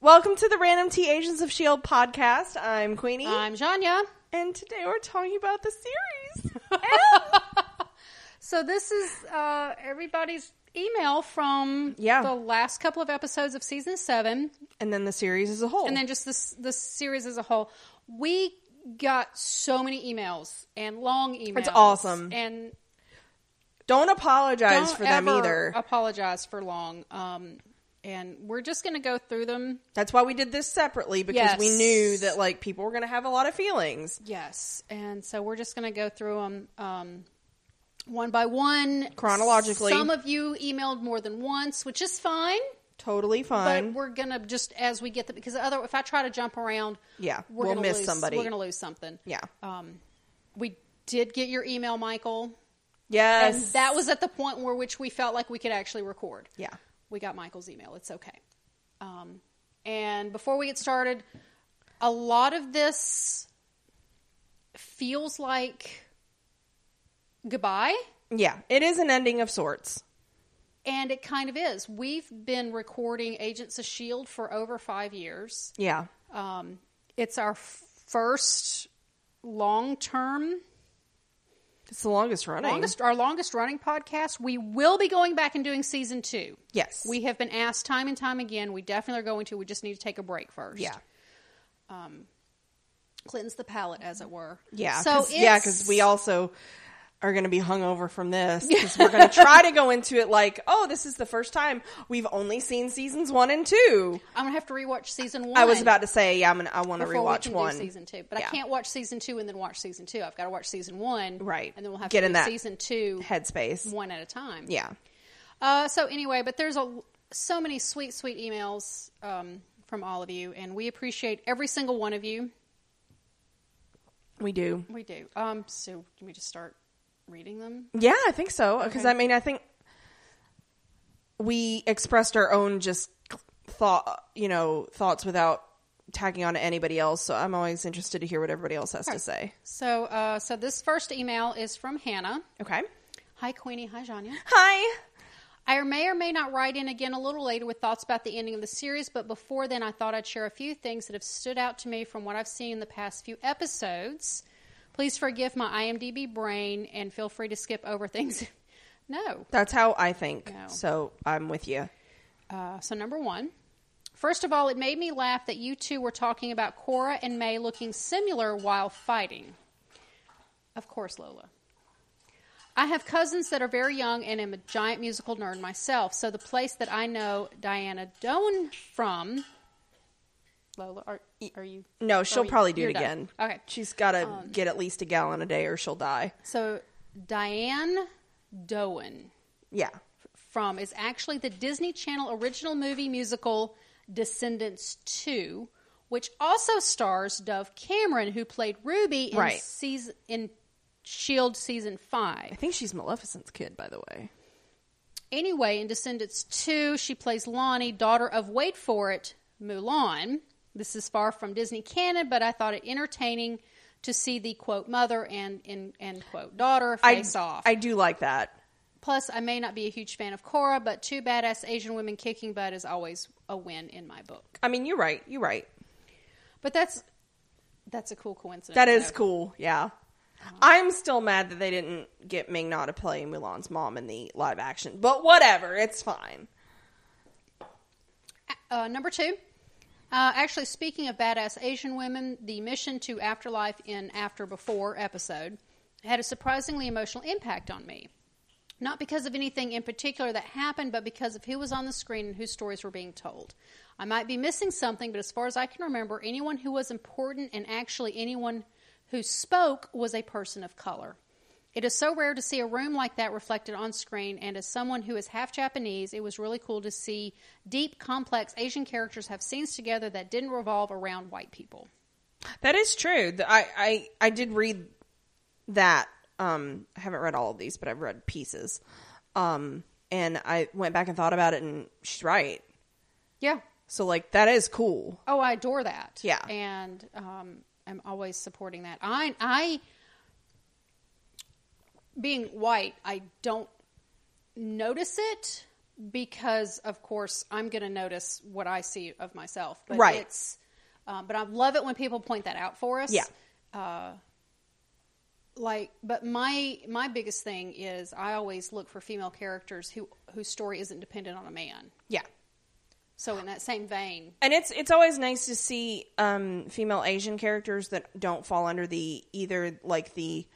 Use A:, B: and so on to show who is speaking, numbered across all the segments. A: Welcome to the Random T Agents of S.H.I.E.L.D. E podcast. I'm Queenie.
B: I'm Janya.
A: and today we're talking about the series.
B: So this is uh, everybody's email from
A: Yeah.
B: the last couple of episodes of season seven,
A: and then the series as a whole.
B: and then just this this series as a whole. We got so many emails and long emails.
A: That's awesome.
B: And
A: Don't apologize
B: don't
A: for them
B: ever
A: either.
B: Apologize for long. Um, and we're just going to go through them.
A: That's why we did this separately because
B: Yes.
A: we knew that like people were going to have a lot of feelings.
B: Yes, and so we're just going to go through them um, one by one,
A: Chronologically.
B: Some of you emailed more than once, which is fine.
A: Totally
B: But
A: fine.
B: we're gonna just as we get them because other if I try to jump around,
A: Yeah,
B: we're
A: we'll
B: gonna
A: miss
B: lose,
A: somebody.
B: We're gonna lose something.
A: yeah.
B: Um, we did get your email, Michael,
A: Yes.
B: and that was at the point where which we felt like we could actually record.
A: yeah.
B: We got Michael's email. It's okay. Um, and before we get started, a lot of this feels like goodbye.
A: Yeah. It is an ending of sorts.
B: And it kind of is. We've been recording Agents of S.H.I.E.L.D. E for over five years.
A: Yeah.
B: Um, it's our first long term,
A: It's the longest running.
B: longest, our longest running podcast. We will be going back and doing season two.
A: Yes.
B: We have been asked time and time again. We definitely are going to. We just need to take a break first.
A: Yeah.
B: Cleanse the palate, as it were.
A: Yeah.
B: So,
A: cause, yeah,
B: it's-
A: because we also are going to be hungover from this because we're going to try to go into it like, oh, this is the first time we've only seen seasons one and two.
B: I'm going to have to rewatch season one.
A: I was about to say, yeah, I'm gonna, I want to
B: before we
A: rewatch
B: can do
A: one.
B: season two, but
A: Yeah.
B: I can't watch season two and then watch season two. I've got to watch season one,
A: Right.
B: And then we'll have
A: Get
B: to
A: in
B: do
A: that
B: season two
A: Headspace.
B: one at a time.
A: Yeah.
B: Uh, so anyway, but there's a so many sweet, sweet emails um, from all of you, and we appreciate every single one of you.
A: We do.
B: We do. Um, so can we just start reading them?
A: Yeah, I think so. Because
B: Okay.
A: I mean, I think we expressed our own just thought, you know, thoughts without tagging on to anybody else. So I'm always interested to hear what everybody else has to say.
B: So, uh, so this first email is from Hannah.
A: Okay.
B: Hi, Queenie. Hi, Janya.
A: Hi.
B: I may or may not write in again a little later with thoughts about the ending of the series, but before then, I thought I'd share a few things that have stood out to me from what I've seen in the past few episodes. Please forgive my IMDb brain and feel free to skip over things. no.
A: That's how I think.
B: No.
A: So I'm with you.
B: Uh, so, number one, first of all, it made me laugh that you two were talking about Cora and May looking similar while fighting. Of course, Lola. I have cousins that are very young and am a giant musical nerd myself, so the place that I know Diana Doan from. Lola, are, are you.
A: No, she'll
B: are you-
A: probably do it
B: you're done.
A: again.
B: Okay.
A: She's got to get at least a gallon a day or she'll die.
B: So, Diane Doan.
A: Yeah.
B: from is actually the Disney Channel original movie musical Descendants 2, which also stars Dove Cameron, who played Ruby in,
A: Right.
B: season, in S.H.I.E.L.D. E season
A: I
B: 5.
A: think she's Maleficent's kid, by the way.
B: Anyway, in Descendants 2, she plays Lonnie, daughter of Wait For It, Mulan. This is far from Disney canon, but I thought it entertaining to see the quote mother and, and, and quote daughter face
A: I,
B: off.
A: I do like that.
B: Plus, I may not be a huge fan of Cora, but two badass Asian women kicking butt is always a win in my book.
A: I mean, you're right. You're right.
B: But that's that's a cool coincidence.
A: That is
B: though.
A: cool. Yeah. I'm still mad that they didn't get Ming Na to play Mulan's mom in the live action, but whatever, it's fine.
B: Uh, number two, uh, actually, speaking of badass Asian women, the mission to afterlife in After Before episode had a surprisingly emotional impact on me. Not because of anything in particular that happened, but because of who was on the screen and whose stories were being told. I might be missing something, but as far as I can remember, anyone who was important and actually anyone who spoke was a person of color. It is so rare to see a room like that reflected on screen, and as someone who is half Japanese, it was really cool to see deep, complex Asian characters have scenes together that didn't revolve around white people.
A: That is true. The- I I, I did read that. Um, I haven't read all of these, but I've read pieces. Um, and I went back and thought about it, and she's right.
B: Yeah.
A: So like that is cool.
B: Oh, I adore that.
A: Yeah.
B: And um, I'm always supporting that. I, I, being white, I don't notice it, because of course I'm going to notice what I see of myself. But
A: Right.
B: It's, um, but I love it when people point that out for us.
A: Yeah.
B: Uh, like, but my my biggest thing is I always look for female characters who whose story isn't dependent on a man.
A: Yeah.
B: So in that same vein,
A: And it's it's always nice to see um, female Asian characters that don't fall under the either like the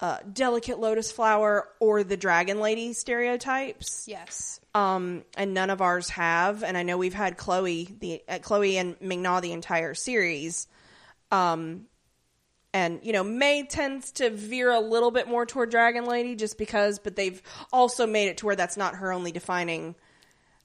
A: uh, delicate lotus flower or the dragon lady stereotypes.
B: yes,
A: um, and none of ours have. And I know we've had Chloe the uh, Chloe and Ming-Na the entire series. Um, and you know May tends to veer a little bit more toward Dragon Lady just because, but they've also made it to where that's not her only defining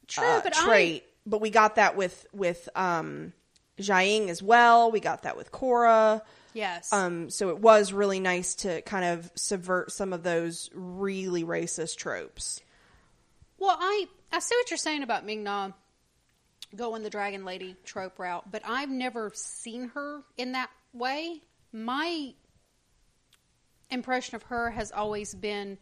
B: true.
A: uh,
B: but I,
A: trait. But we got that with with um, Jiaying as well. We got that with Korra.
B: yes,
A: Um, so it was really nice to kind of subvert some of those really racist tropes.
B: Well, I I see what you're saying about Ming Na going the Dragon Lady trope route, but I've never seen her in that way. My impression of her has always been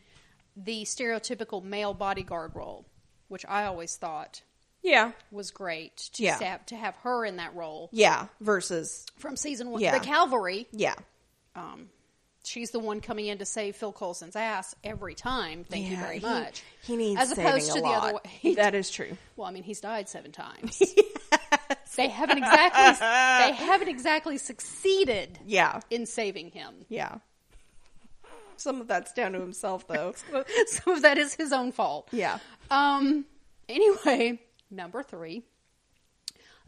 B: the stereotypical male bodyguard role, which I always thought
A: Yeah,
B: was great to
A: Yeah.
B: have, to have her in that role
A: yeah. Versus
B: from season one.
A: Yeah.
B: The Calvary,
A: Yeah.
B: um, she's the one coming in to save Phil Coulson's ass every time. Thank you
A: Yeah,
B: very
A: he-
B: much.
A: He needs
B: as opposed to
A: saving a
B: the
A: lot.
B: other way.
A: that is true.
B: Well, I mean, he's died seven times. They haven't exactly they haven't exactly succeeded
A: Yeah.
B: in saving him.
A: Yeah. Some of that's down to himself though.
B: Some of that is his own fault.
A: yeah.
B: Um. Anyway, number three,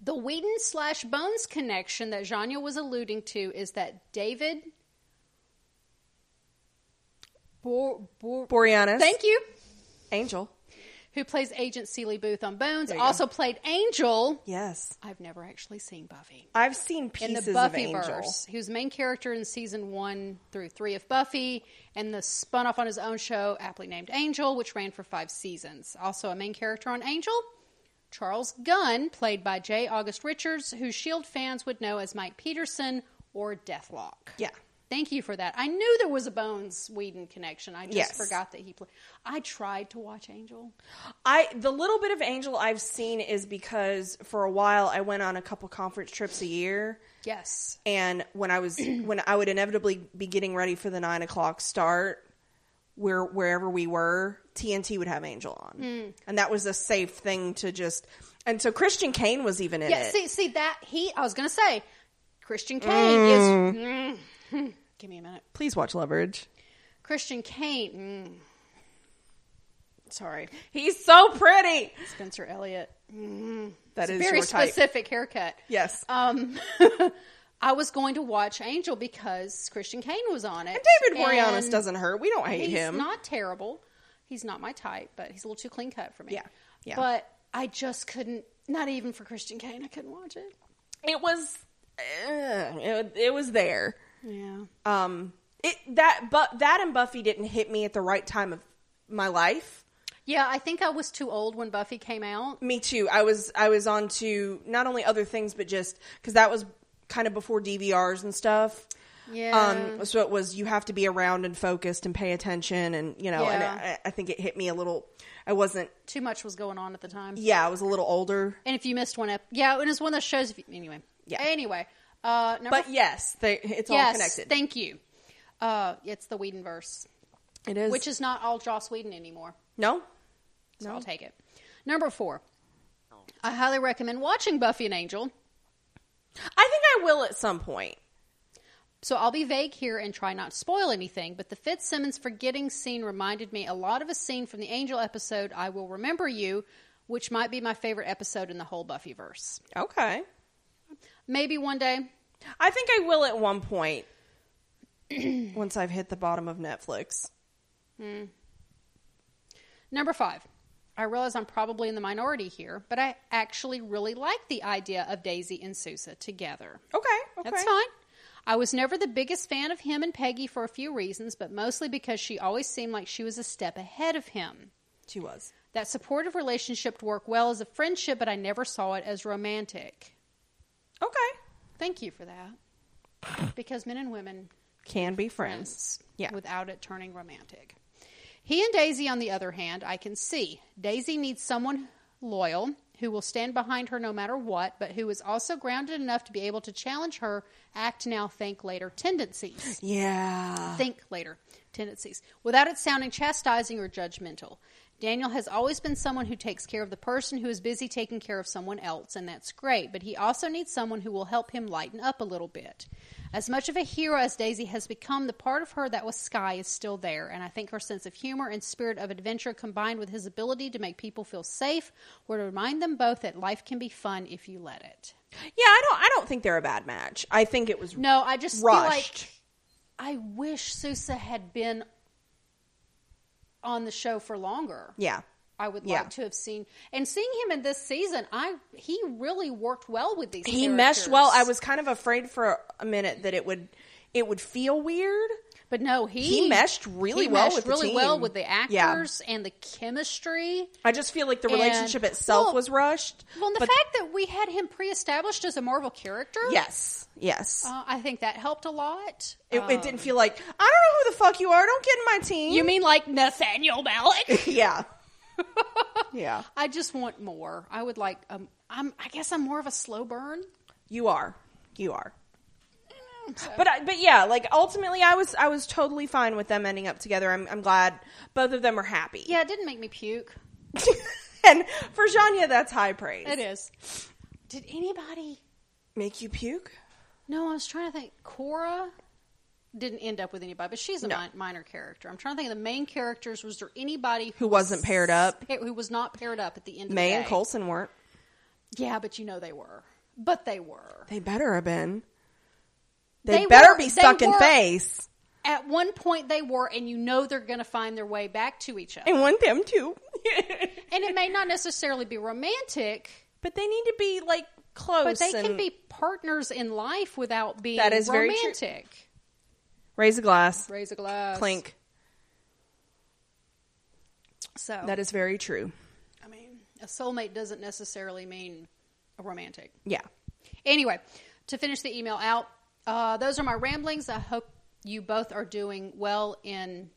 B: the Whedon slash Bones connection that Janya was alluding to is that David. Bor- Bor-
A: Boreanaz.
B: Thank you.
A: Angel.
B: Who plays Agent Seeley Booth on Bones?
A: you go.
B: Also played Angel.
A: Yes.
B: I've never actually seen Buffy.
A: I've seen
B: in the
A: pieces of
B: Buffy
A: Angel.
B: verse. He was the main character in season one through three of Buffy, and the spun off on his own show, aptly named Angel, which ran for five seasons. Also a main character on Angel, Charles Gunn, played by J. August Richards, who Shield E fans would know as Mike Peterson or Deathlock.
A: Yeah.
B: Thank you for that. I knew there was a Bones Whedon connection. I just
A: Yes.
B: forgot that he played. I tried to watch Angel.
A: I the little bit of Angel I've seen is because for a while I went on a couple conference trips a year.
B: Yes.
A: and when I was when I would inevitably be getting ready for the nine o'clock start, where wherever we were, TNT would have Angel on,
B: Hmm.
A: and that was a safe thing to just. And so Christian Kane was even in
B: Yeah,
A: it.
B: see, see that he. I was gonna say, Christian Kane is. Mm. give me a minute,
A: Please watch Leverage.
B: Christian Kane. Mm. Sorry,
A: He's so pretty.
B: Spencer Elliott.
A: That is
B: Very
A: your type.
B: specific haircut.
A: Yes,
B: Um, I was going to watch Angel because Christian Kane was on it.
A: David Boreanaz
B: and
A: doesn't hurt. We don't hate
B: He's
A: him.
B: not terrible. He's not my type, but he's a little too clean cut for me.
A: Yeah, yeah.
B: But I just couldn't. Not even for Christian Kane, I couldn't watch it.
A: it was. Uh, it, it was there.
B: Yeah.
A: Um. It that but that and Buffy didn't hit me at the right time of my life.
B: Yeah, I think I was too old when Buffy came out.
A: Me too. I was I was on to not only other things, but just because that was kind of before DVRs and stuff.
B: Yeah.
A: Um. So it was you have to be around and focused and pay attention, and you know, and
B: Yeah.
A: I, I think it hit me a little. I wasn't.
B: Too much was going on at the time.
A: Yeah, I was a little older.
B: And if you missed one up, yeah, and it's one of those shows. If you, anyway,
A: Yeah.
B: Anyway, uh, number
A: But yes, they, it's all
B: yes,
A: connected.
B: thank you. Uh, it's the Whedonverse,
A: it is.
B: which is not all Joss Whedon anymore.
A: no.
B: So I'll take it. Number four, I highly recommend watching Buffy and Angel.
A: I think I will at some point.
B: So I'll be vague here and try not to spoil anything, but the Fitzsimmons forgetting scene reminded me a lot of a scene from the Angel episode I Will Remember You, which might be my favorite episode in the whole Buffyverse.
A: Okay.
B: Maybe one day.
A: I think I will at one point. once I've hit the bottom of Netflix.
B: Number five. I realize I'm probably in the minority here, but I actually really like the idea of Daisy and Sousa together.
A: Okay. Okay.
B: That's fine. I was never the biggest fan of him and Peggy for a few reasons, but mostly because she always seemed like she was a step ahead of him.
A: She was.
B: That supportive relationship would work well as a friendship, but I never saw it as romantic.
A: Okay.
B: Thank you for that. Because men and women
A: Can be friends. Yeah.
B: without it turning romantic. He and Daisy, on the other hand, I can see. Daisy needs someone loyal who will stand behind her no matter what, but who is also grounded enough to be able to challenge her act now, think later tendencies.
A: Yeah.
B: Think later tendencies without it sounding chastising or judgmental. Daniel has always been someone who takes care of the person who is busy taking care of someone else, and that's great, but he also needs someone who will help him lighten up a little bit. As much of a hero as Daisy has become, the part of her that was Sky is still there, and I think her sense of humor and spirit of adventure combined with his ability to make people feel safe were to remind them both that life can be fun if you let it.
A: Yeah, I don't I don't think they're a bad match. I think it was
B: No, I just
A: rushed.
B: feel like I wish Sousa had been on the show for longer.
A: yeah.
B: I would
A: Yeah.
B: like to have seen and seeing him in this season. I he really worked well with these.
A: He meshed well. I
B: characters.
A: was kind of afraid for a minute that it would it would feel weird.
B: but no, he
A: he meshed really
B: he
A: well
B: meshed
A: with the
B: really well
A: team.
B: with the
A: Yeah.
B: actors and the chemistry.
A: I just feel like the
B: And-
A: relationship itself
B: well-
A: was rushed.
B: Well, and the
A: but-
B: fact that we had him pre-established as a Marvel character,
A: yes, yes,
B: uh, I think that helped a lot.
A: it,
B: Uh,
A: it didn't feel like I don't know who the fuck you are. Don't get in my team.
B: you mean like Nathaniel Malik?
A: yeah, yeah.
B: I just want more. I would like. Um, I'm. I guess I'm more of a slow burn.
A: You are, you are.
B: So-
A: But I, but yeah, like ultimately, I was I was totally fine with them ending up together. I'm I'm glad both of them are happy.
B: yeah, it didn't make me puke.
A: and for Janya, that's high praise.
B: It is. Did anybody?
A: Make you puke?
B: No, I was trying to think. Cora didn't end up with anybody, but she's a
A: No.
B: mi- minor character. I'm trying to think of the main characters. Was there anybody
A: Who wasn't paired up?
B: pa- who was not paired up at the end? of
A: May
B: the
A: and
B: day?
A: Colson weren't.
B: Yeah, but you know they were. But they were.
A: They better have been. They,
B: They
A: better
B: were-
A: be
B: they
A: stuck in
B: were-
A: face.
B: At one point, they were, and you know they're going to find their way back to each other.
A: I want them to.
B: And it may not necessarily be romantic,
A: but they need to be like close.
B: but they can
A: and-
B: be partners in life without being
A: That is very true.
B: romantic.
A: Raise a glass.
B: Raise a glass.
A: Clink.
B: So
A: That is very true.
B: I mean, a soulmate doesn't necessarily mean a romantic.
A: Yeah.
B: Anyway, to finish the email out, uh, those are my ramblings. I hope you both are doing well in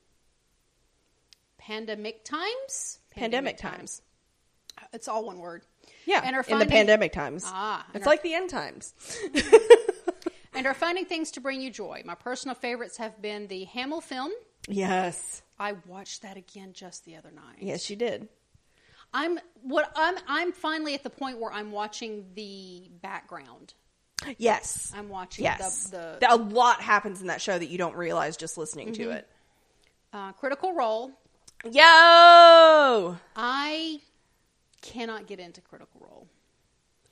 B: pandemic times.
A: Pandemic times.
B: It's all one word.
A: Yeah.
B: And are
A: in the
B: finding,
A: pandemic times.
B: Ah, and
A: it's
B: are-
A: like the end times.
B: And are finding things to bring you joy. My personal favorites have been the Hamill film.
A: Yes.
B: I watched that again just the other night.
A: Yes, you did.
B: I'm what I'm I'm finally at the point where I'm watching the background.
A: Yes.
B: I'm watching
A: yes.
B: the, the
A: a lot happens in that show that you don't realize just listening to it.
B: uh, Critical Role.
A: Yo!
B: I cannot get into Critical Role.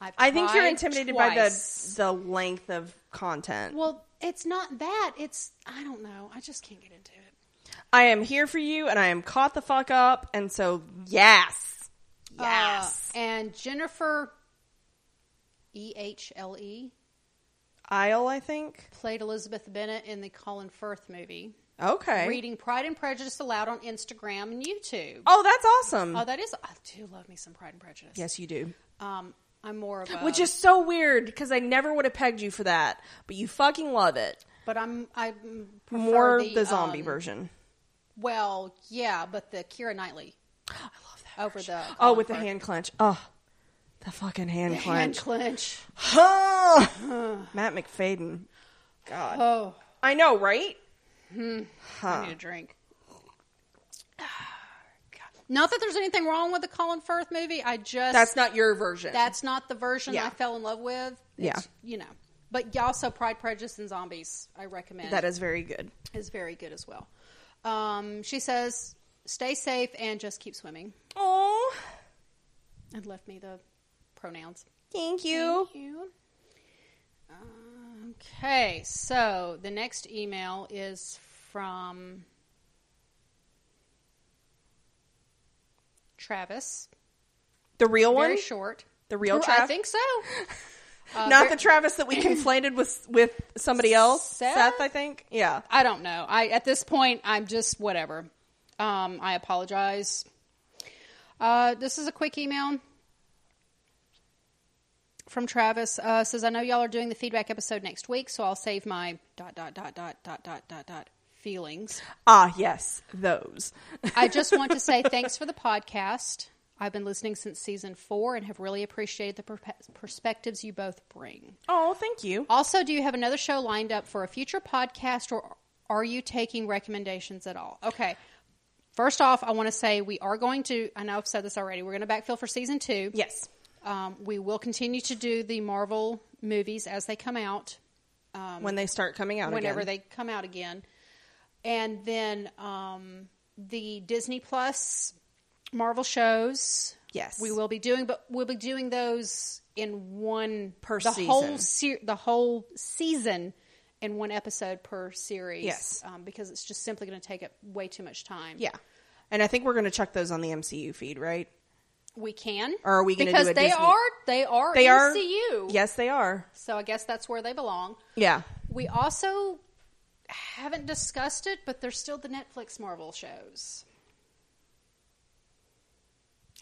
B: I've
A: I think you're
B: tried
A: intimidated
B: twice.
A: by the the length of content.
B: Well, it's not that. It's I don't know. I just can't get into it.
A: I am here for you, and I am caught the fuck up, and so yes, yes,
B: Uh, and Jennifer E H L E
A: Isle, I think.
B: played Elizabeth Bennett in the Colin Firth movie.
A: Okay.
B: Reading Pride and Prejudice aloud on Instagram and YouTube.
A: Oh, that's awesome.
B: Oh, that is. I do love me some Pride and Prejudice.
A: yes, you do.
B: Um, I'm more of a.
A: Which is so weird because I never would have pegged you for that, but you fucking love it.
B: But I'm. I mm, prefer
A: More the, zombie
B: um,
A: version.
B: Well, yeah, but the Kira Knightley. I love that. Over the.
A: Oh,
B: Colin
A: with the
B: Firth.
A: hand clench. Oh, the fucking hand
B: The hand
A: clench.
B: clench.
A: Matt McFadden. God,
B: Oh,
A: I know, right?
B: I need a drink. God. Not that there's anything wrong with the Colin Firth movie. I just
A: That's not your version.
B: that's not the version
A: Yeah.
B: I fell in love with. It's, you know. But also Pride, Prejudice, and Zombies. I recommend
A: that is very good.
B: is very good as well. Um, she says, "Stay safe and just keep swimming."
A: Oh,
B: And left me the pronouns.
A: thank you.
B: Thank you. Um, Okay, so the next email is from Travis.
A: The real one,
B: Very short.
A: the real
B: Well, I
A: Trav,
B: think so. Uh,
A: not
B: ver-
A: the Travis that we conflated with with somebody else.
B: Seth?
A: Seth, I think. Yeah,
B: I don't know. I at this point I'm just whatever. Um, I apologize. Uh, this is a quick email from Travis. Uh, says I know y'all are doing the feedback episode next week, so I'll save my dot dot dot dot dot dot dot dot feelings.
A: Ah, yes, those.
B: I just want to say thanks for the podcast. I've been listening since season four and have really appreciated the per- perspectives you both bring.
A: Oh, thank you.
B: Also, do you have another show lined up for a future podcast or are you taking recommendations at all? Okay. First off, I want to say we are going to, I know I've said this already, we're going to backfill for season two.
A: Yes.
B: Um, we will continue to do the Marvel movies as they come out,
A: when they start coming out
B: Um, whenever
A: again.
B: they come out again. And then um, the Disney Plus Marvel shows.
A: Yes.
B: we will be doing, but we'll be doing those in one
A: Per
B: the
A: season.
B: whole se- the whole season in one episode per series.
A: Yes.
B: um, because it's just simply going to take up way too much time.
A: Yeah. And I think we're going to chuck those on the MCU feed, right?
B: we can.
A: Or are we gonna
B: because
A: do a
B: they
A: Disney-
B: are they are
A: They are
B: MCU.
A: Yes, they are.
B: so I guess that's where they belong.
A: Yeah.
B: We also haven't discussed it, but there's still the Netflix Marvel shows.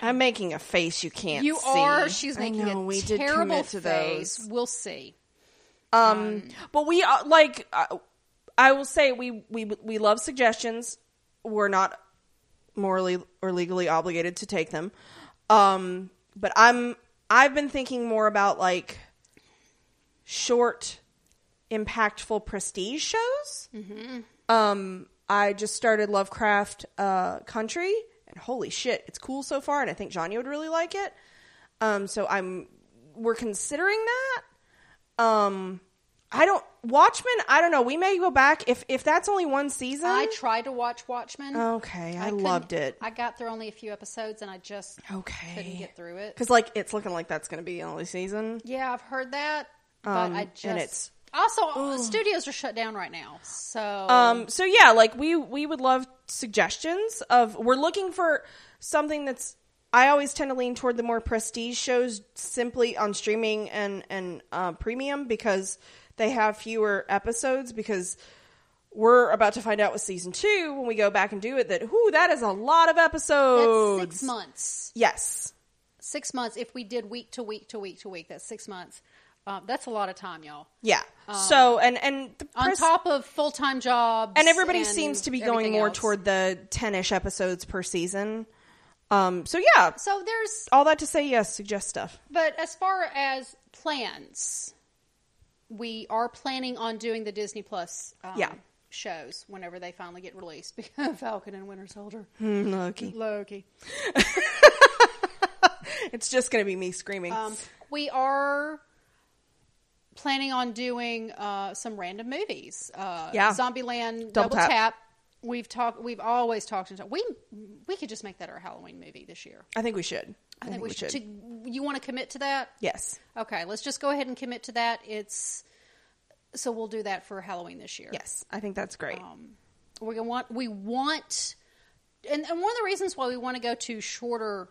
A: I'm making a face you can't
B: You
A: see.
B: are. She's
A: I
B: making
A: know,
B: a
A: we did
B: terrible
A: commit to
B: face.
A: those.
B: We'll see.
A: Um, but we uh, like uh, I will say we we we love suggestions. We're not morally or legally obligated to take them. Um, but I'm I've been thinking more about like short, impactful prestige shows. Um, I just started Lovecraft uh, Country, and holy shit, it's cool so far, and I think Johnny would really like it. Um, so I'm we're considering that. Um, I don't Watchmen. I don't know. We may go back if if that's only one season.
B: I tried to watch Watchmen.
A: okay, I,
B: couldn't-
A: loved it.
B: I got through only a few episodes, and I just
A: Okay.
B: couldn't get through it.
A: Because like it's looking like that's going to be the only season.
B: Yeah, I've heard that, but
A: Um,
B: I
A: and
B: just
A: it's-
B: also uh, studios are shut down right now. So
A: Um, so yeah, like we we would love suggestions of we're looking for something that's I always tend to lean toward the more prestige shows simply on streaming and and uh, premium because they have fewer episodes because we're about to find out with season two when we go back and do it that whoo that is a lot of
B: that's
A: episodes
B: six months.
A: yes
B: Six months. If we did week to week to week to week, that's six months. Um, that's a lot of time, y'all.
A: yeah so and and the
B: Um, On
A: pres-
B: top of full time jobs,
A: and everybody
B: and
A: seems to be going
B: everything
A: more
B: else.
A: toward the 10-ish episodes per season um so yeah
B: So there's,
A: all that to say yes suggest stuff
B: but as far as plans, we are planning on doing the Disney Plus um,
A: Yeah.
B: shows whenever they finally get released because of Falcon and Winter Soldier.
A: Lucky.
B: Loki.
A: it's just gonna be me screaming
B: Um, we are planning on doing uh, some random movies. Uh,
A: Yeah.
B: Zombieland,
A: Double
B: Double,
A: Tap.
B: tap. We've talked. We've always talked and talked. We we could just make that our Halloween movie this year.
A: i think we should
B: I, think, we, should. To, you want to commit to that?
A: yes
B: Okay, let's just go ahead and commit to that. It's so we'll do that for Halloween this year.
A: yes i think that's great
B: Um, we're gonna want we want, and, and one of the reasons why we want to go to shorter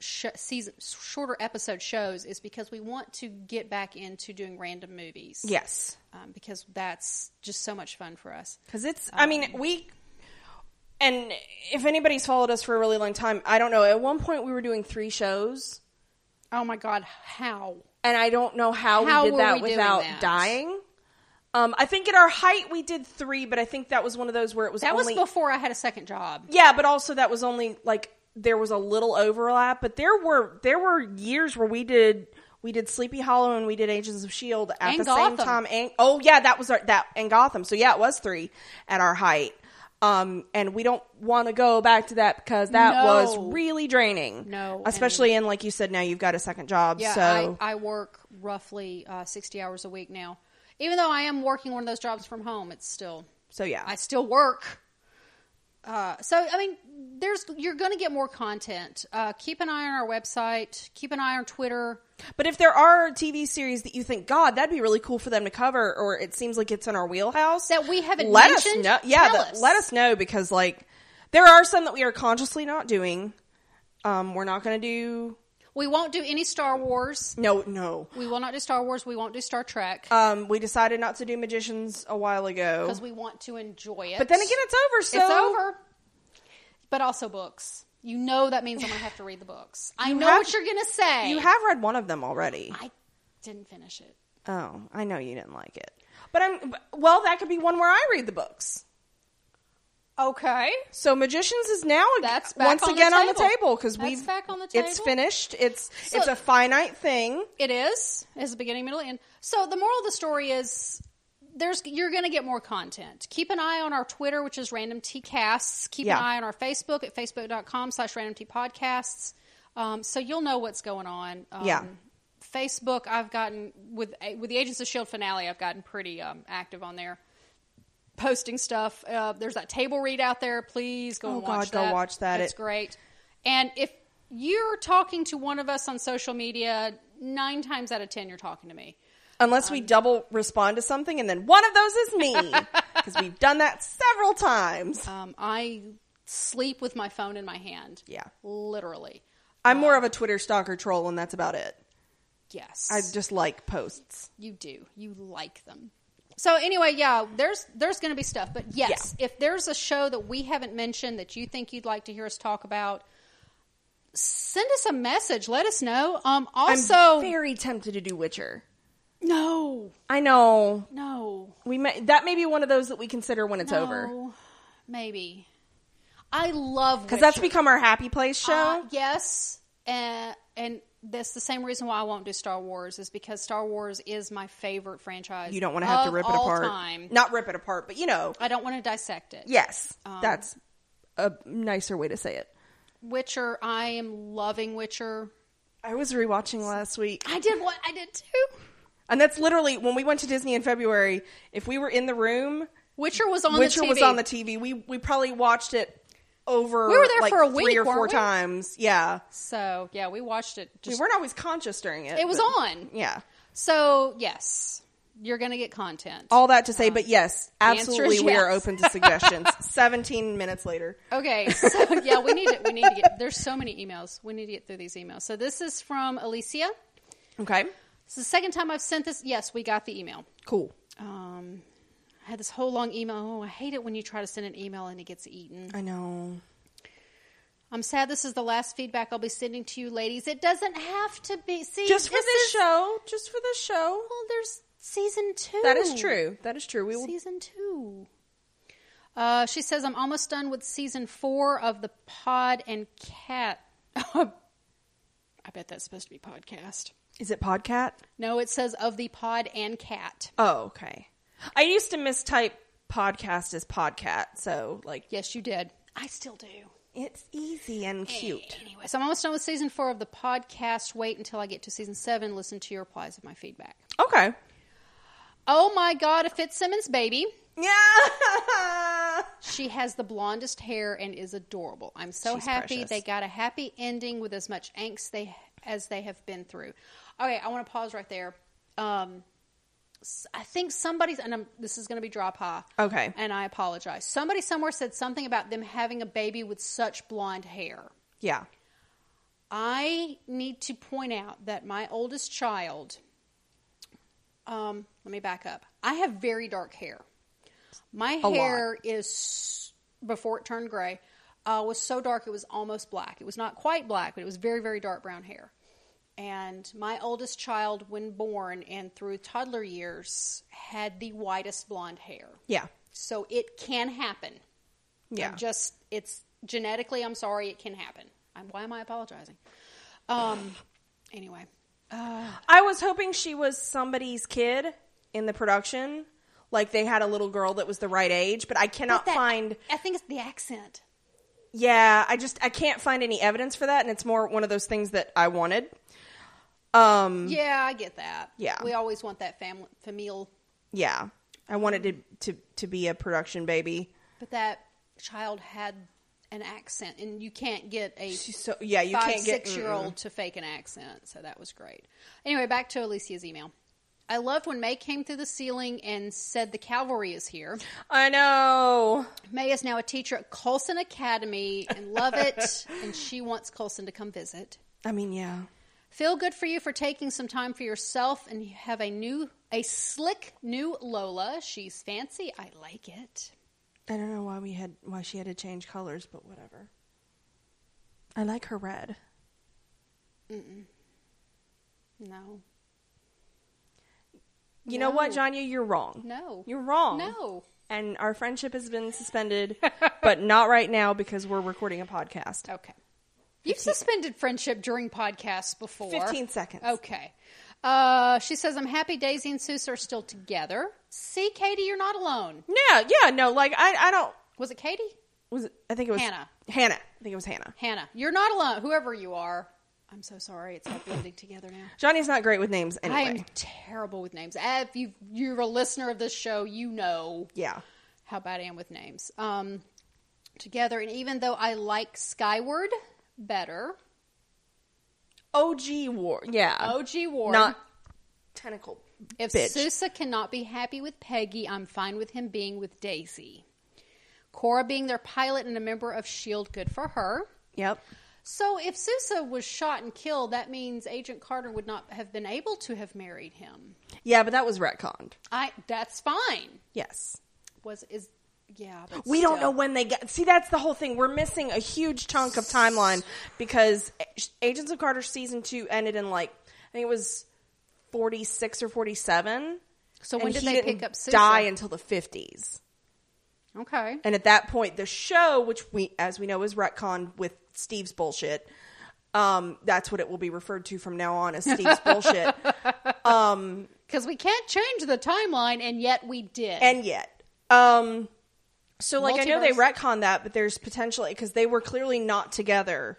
B: sh- season, shorter episode shows is because we want to get back into doing random movies.
A: yes
B: um, because that's just so much fun for us.
A: because it's i
B: um,
A: mean we and if anybody's followed us for a really long time i don't know at one point we were doing three shows
B: Oh my god, how?
A: and I don't know how,
B: How
A: we
B: were
A: did that
B: we doing
A: without
B: that?
A: dying. Um, I think at our height we did three, but I think that was one of those where it was
B: That
A: only
B: was before I had a second job.
A: yeah, but also that was only like there was a little overlap, but there were there were years where we did we did Sleepy Hollow and we did Agents of Shield E at
B: And
A: the same
B: Gotham.
A: time. And oh yeah, that was our that and Gotham. So yeah, it was three at our height. Um, and we don't want to go back to that because that
B: No.
A: was really draining.
B: No,
A: especially in like you said, now you've got a second job.
B: Yeah,
A: so
B: I, I work roughly uh, sixty hours a week now. Even though I am working one of those jobs from home, it's still
A: so yeah,
B: I still work. Uh, so I mean, there's you're going to get more content. Uh, keep an eye on our website. Keep an eye on Twitter.
A: But if there are TV series that you think, God, that'd be really cool for them to cover, or it seems like it's in our wheelhouse
B: That we haven't
A: let
B: mentioned,
A: us know. Yeah,
B: tell
A: that-
B: us.
A: let us know because like there are some that we are consciously not doing. Um, we're not going to do
B: We won't do any Star Wars.
A: no, no.
B: We will not do Star Wars. We won't do Star Trek
A: Um, we decided not to do magicians a while ago,
B: because we want to enjoy it.
A: but then again, it's over. So
B: it's over. But also books. You know that means I'm gonna have to read the books. I know
A: have-
B: what you're gonna say.
A: You have read one of them already.
B: I didn't finish it.
A: Oh, I know you didn't like it, but I'm well. That could be one where I read the books.
B: Okay.
A: So Magicians is now ag-
B: That's back
A: once
B: on the
A: again on the
B: table.
A: table because
B: That's
A: we've
B: back on the
A: It's
B: table.
A: finished. It's it's
B: So-
A: a finite thing.
B: It is. It's a beginning, middle, end. So the moral of the story is there's you're going to get more content. Keep an eye on our Twitter, which is Random Tea Casts. Keep
A: Yeah.
B: an eye on our Facebook at facebook.com slash Random Tea Podcasts. Um, so you'll know what's going on. Um,
A: Yeah.
B: Facebook, I've gotten with with the Agents of Shield E finale. I've gotten pretty um, active on there, posting stuff. Uh, there's that table read out there. Please go
A: Oh,
B: and watch
A: God, go
B: that.
A: watch that.
B: It's
A: It-
B: great. And if you're talking to one of us on social media, nine times out of ten, you're talking to me.
A: Unless
B: Um,
A: we double respond to something and then one of those is me because we've done that several times.
B: Um, I sleep with my phone in my hand.
A: Yeah.
B: Literally.
A: I'm more of a Twitter stalker troll and that's about it.
B: Yes.
A: I just like posts.
B: you do. You like them. So anyway, yeah, there's there's going to be stuff, but yes, if there's a show that we haven't mentioned that you think you'd like to hear us talk about, send us a message. Let us know. Um, also,
A: I'm very tempted to do Witcher.
B: no,
A: I know
B: no,
A: we may, that may be one of those that we consider when it's over
B: no, maybe. I love
A: because that's
B: Witcher.
A: become our happy place show.
B: Uh, yes, and and that's the same reason why I won't do Star Wars is because Star Wars is my favorite franchise.
A: you don't want to have to
B: of
A: rip it
B: all
A: apart.
B: Time.
A: Not rip it apart, but you know,
B: I don't want to dissect it.
A: yes, that's a nicer way to say it.
B: Witcher, I am loving Witcher.
A: I was rewatching last week.
B: I did what I did too.
A: And that's literally when we went to Disney in February. If we were in the room,
B: Witcher was on
A: Witcher
B: the TV.
A: was on the TV. We we probably watched it over.
B: We were there
A: like,
B: for a
A: three
B: week,
A: or four
B: weren't we?
A: times. Yeah,
B: so yeah, we watched it.
A: we
B: Just,
A: weren't always conscious during it.
B: it was
A: but-
B: on.
A: Yeah,
B: So yes, you're gonna get content.
A: all that to say, but yes,
B: answer is
A: absolutely, we are
B: yes.
A: open to suggestions. Seventeen minutes later,
B: Okay, so yeah, we need to we need to get. There's so many emails. We need to get through these emails. So this is from Alicia.
A: okay,
B: It's the second time I've sent this. Yes, we got the email.
A: cool.
B: Um, I had this whole long email. Oh, I hate it when you try to send an email and it gets eaten.
A: I know.
B: I'm sad this is the last feedback I'll be sending to you, ladies. It doesn't have to be. See,
A: Just for
B: this
A: this,
B: is-
A: show, just for this show.
B: Well, there's season two.
A: That is true. That is true. We will.
B: Season two. Uh, she says, I'm almost done with season four of the Pod and Cat. I bet that's supposed to be podcast.
A: Is it podcast?
B: No, it says of the Pod and Cat.
A: Oh, okay. I used to mistype podcast as podcat, so like
B: Yes, you did. I still do.
A: It's easy and cute.
B: Anyway, so I'm almost done with season four of the podcast. Wait until I get to season seven. Listen to your replies of my feedback.
A: Okay.
B: Oh my God, a Fitzsimmons baby.
A: Yeah.
B: She has the blondest hair and is adorable. I'm so
A: She's
B: happy
A: precious.
B: they got a happy ending with as much angst they as they have been through. Okay, I want to pause right there. Um, s- I think somebody's and I'm, this is going to be drop high.
A: Okay.
B: and I apologize. Somebody somewhere said something about them having a baby with such blonde hair.
A: Yeah.
B: I need to point out that my oldest child, um, let me back up. I have very dark hair. My
A: lot.
B: hair is, before it turned gray, uh, was so dark it was almost black. It was not quite black, but it was very, very dark brown hair. And my oldest child, when born and through toddler years, had the whitest blonde hair.
A: Yeah.
B: So it can happen.
A: Yeah.
B: I'm just it's genetically. I'm sorry, it can happen. I'm, why am I apologizing? Um. Anyway,
A: I was hoping she was somebody's kid in the production. Like they had a little girl that was the right age, but I cannot
B: But that-
A: find.
B: I think it's the accent.
A: Yeah, I just I can't find any evidence for that, and it's more one of those things that I wanted. Um.
B: Yeah, I get that.
A: Yeah.
B: we always want that family familial,
A: Yeah. I wanted to to to be a production baby.
B: but that child had an accent, and you can't get a
A: She's so yeah. You
B: five
A: can't get
B: six year old to fake an accent, so that was great. Anyway, back to Alicia's email. I loved when May came through the ceiling and said, "The cavalry is here."
A: mm-mm. I know.
B: May is now a teacher at Colson Academy and love it, and she wants Colson to come visit.
A: I mean, yeah.
B: Feel good for you for taking some time for yourself, and you have a new, a slick new Lola. She's fancy. I like it.
A: I don't know why we had why she had to change colors, but whatever. I like her red.
B: No,
A: You know what,
B: No.
A: Janya? You're wrong.
B: no,
A: You're wrong.
B: no.
A: and our friendship has been suspended, but not right now because we're recording a podcast.
B: Okay. You've suspended friendship during podcasts before.
A: 15 seconds.
B: Okay. Uh, she says, I'm happy Daisy and Seuss are still together. See, Katie, you're not alone.
A: Yeah, yeah, no, like I, I don't.
B: Was it Katie?
A: Was it, I think it was
B: Hannah.
A: Hannah. I think it was Hannah.
B: Hannah, you're not alone. Whoever you are. I'm so sorry. It's not blending together now.
A: Johnny's not great with names anyway.
B: I am terrible with names. Uh, If you, you're a listener of this show, you know
A: yeah.
B: how bad I am with names. Um, together, and even though I like Skyward better,
A: OG War. Yeah.
B: OG Ward.
A: Not tentacle.
B: If
A: bitch.
B: Sousa cannot be happy with Peggy, I'm fine with him being with Daisy. Cora being their pilot and a member of S.H.I.E.L.D., E good for her.
A: Yep.
B: So if Sousa was shot and killed, that means Agent Carter would not have been able to have married him.
A: Yeah, but that was retconned.
B: I that's fine.
A: Yes.
B: Was is yeah. but
A: We don't know
B: still.
A: when they get. See, that's the whole thing. We're missing a huge chunk of timeline because A- Agents of Carter season two ended in like I think it was forty six or forty seven.
B: So when did they pick up Sousa?
A: Die until the fifties,
B: Okay.
A: and at that point, the show, which we as we know is retcon with Steve's bullshit, um, that's what it will be referred to from now on as Steve's bullshit.
B: Because we can't change the timeline, and yet we did.
A: and yet um so like i know they
B: Multiverse.
A: retcon that but there's potentially because they were clearly not together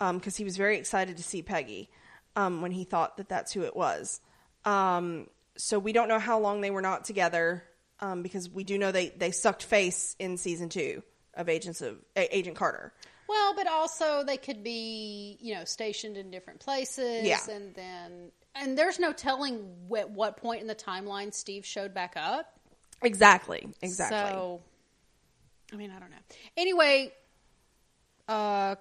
A: um because he was very excited to see peggy um when he thought that that's who it was um so we don't know how long they were not together um because we do know they they sucked face in season two of agents of A- agent carter
B: well, but also they could be, you know, stationed in different places,
A: Yeah.
B: and then and there's no telling at what point in the timeline Steve showed back up.
A: exactly exactly
B: So, I mean, I don't know. Anyway, uh,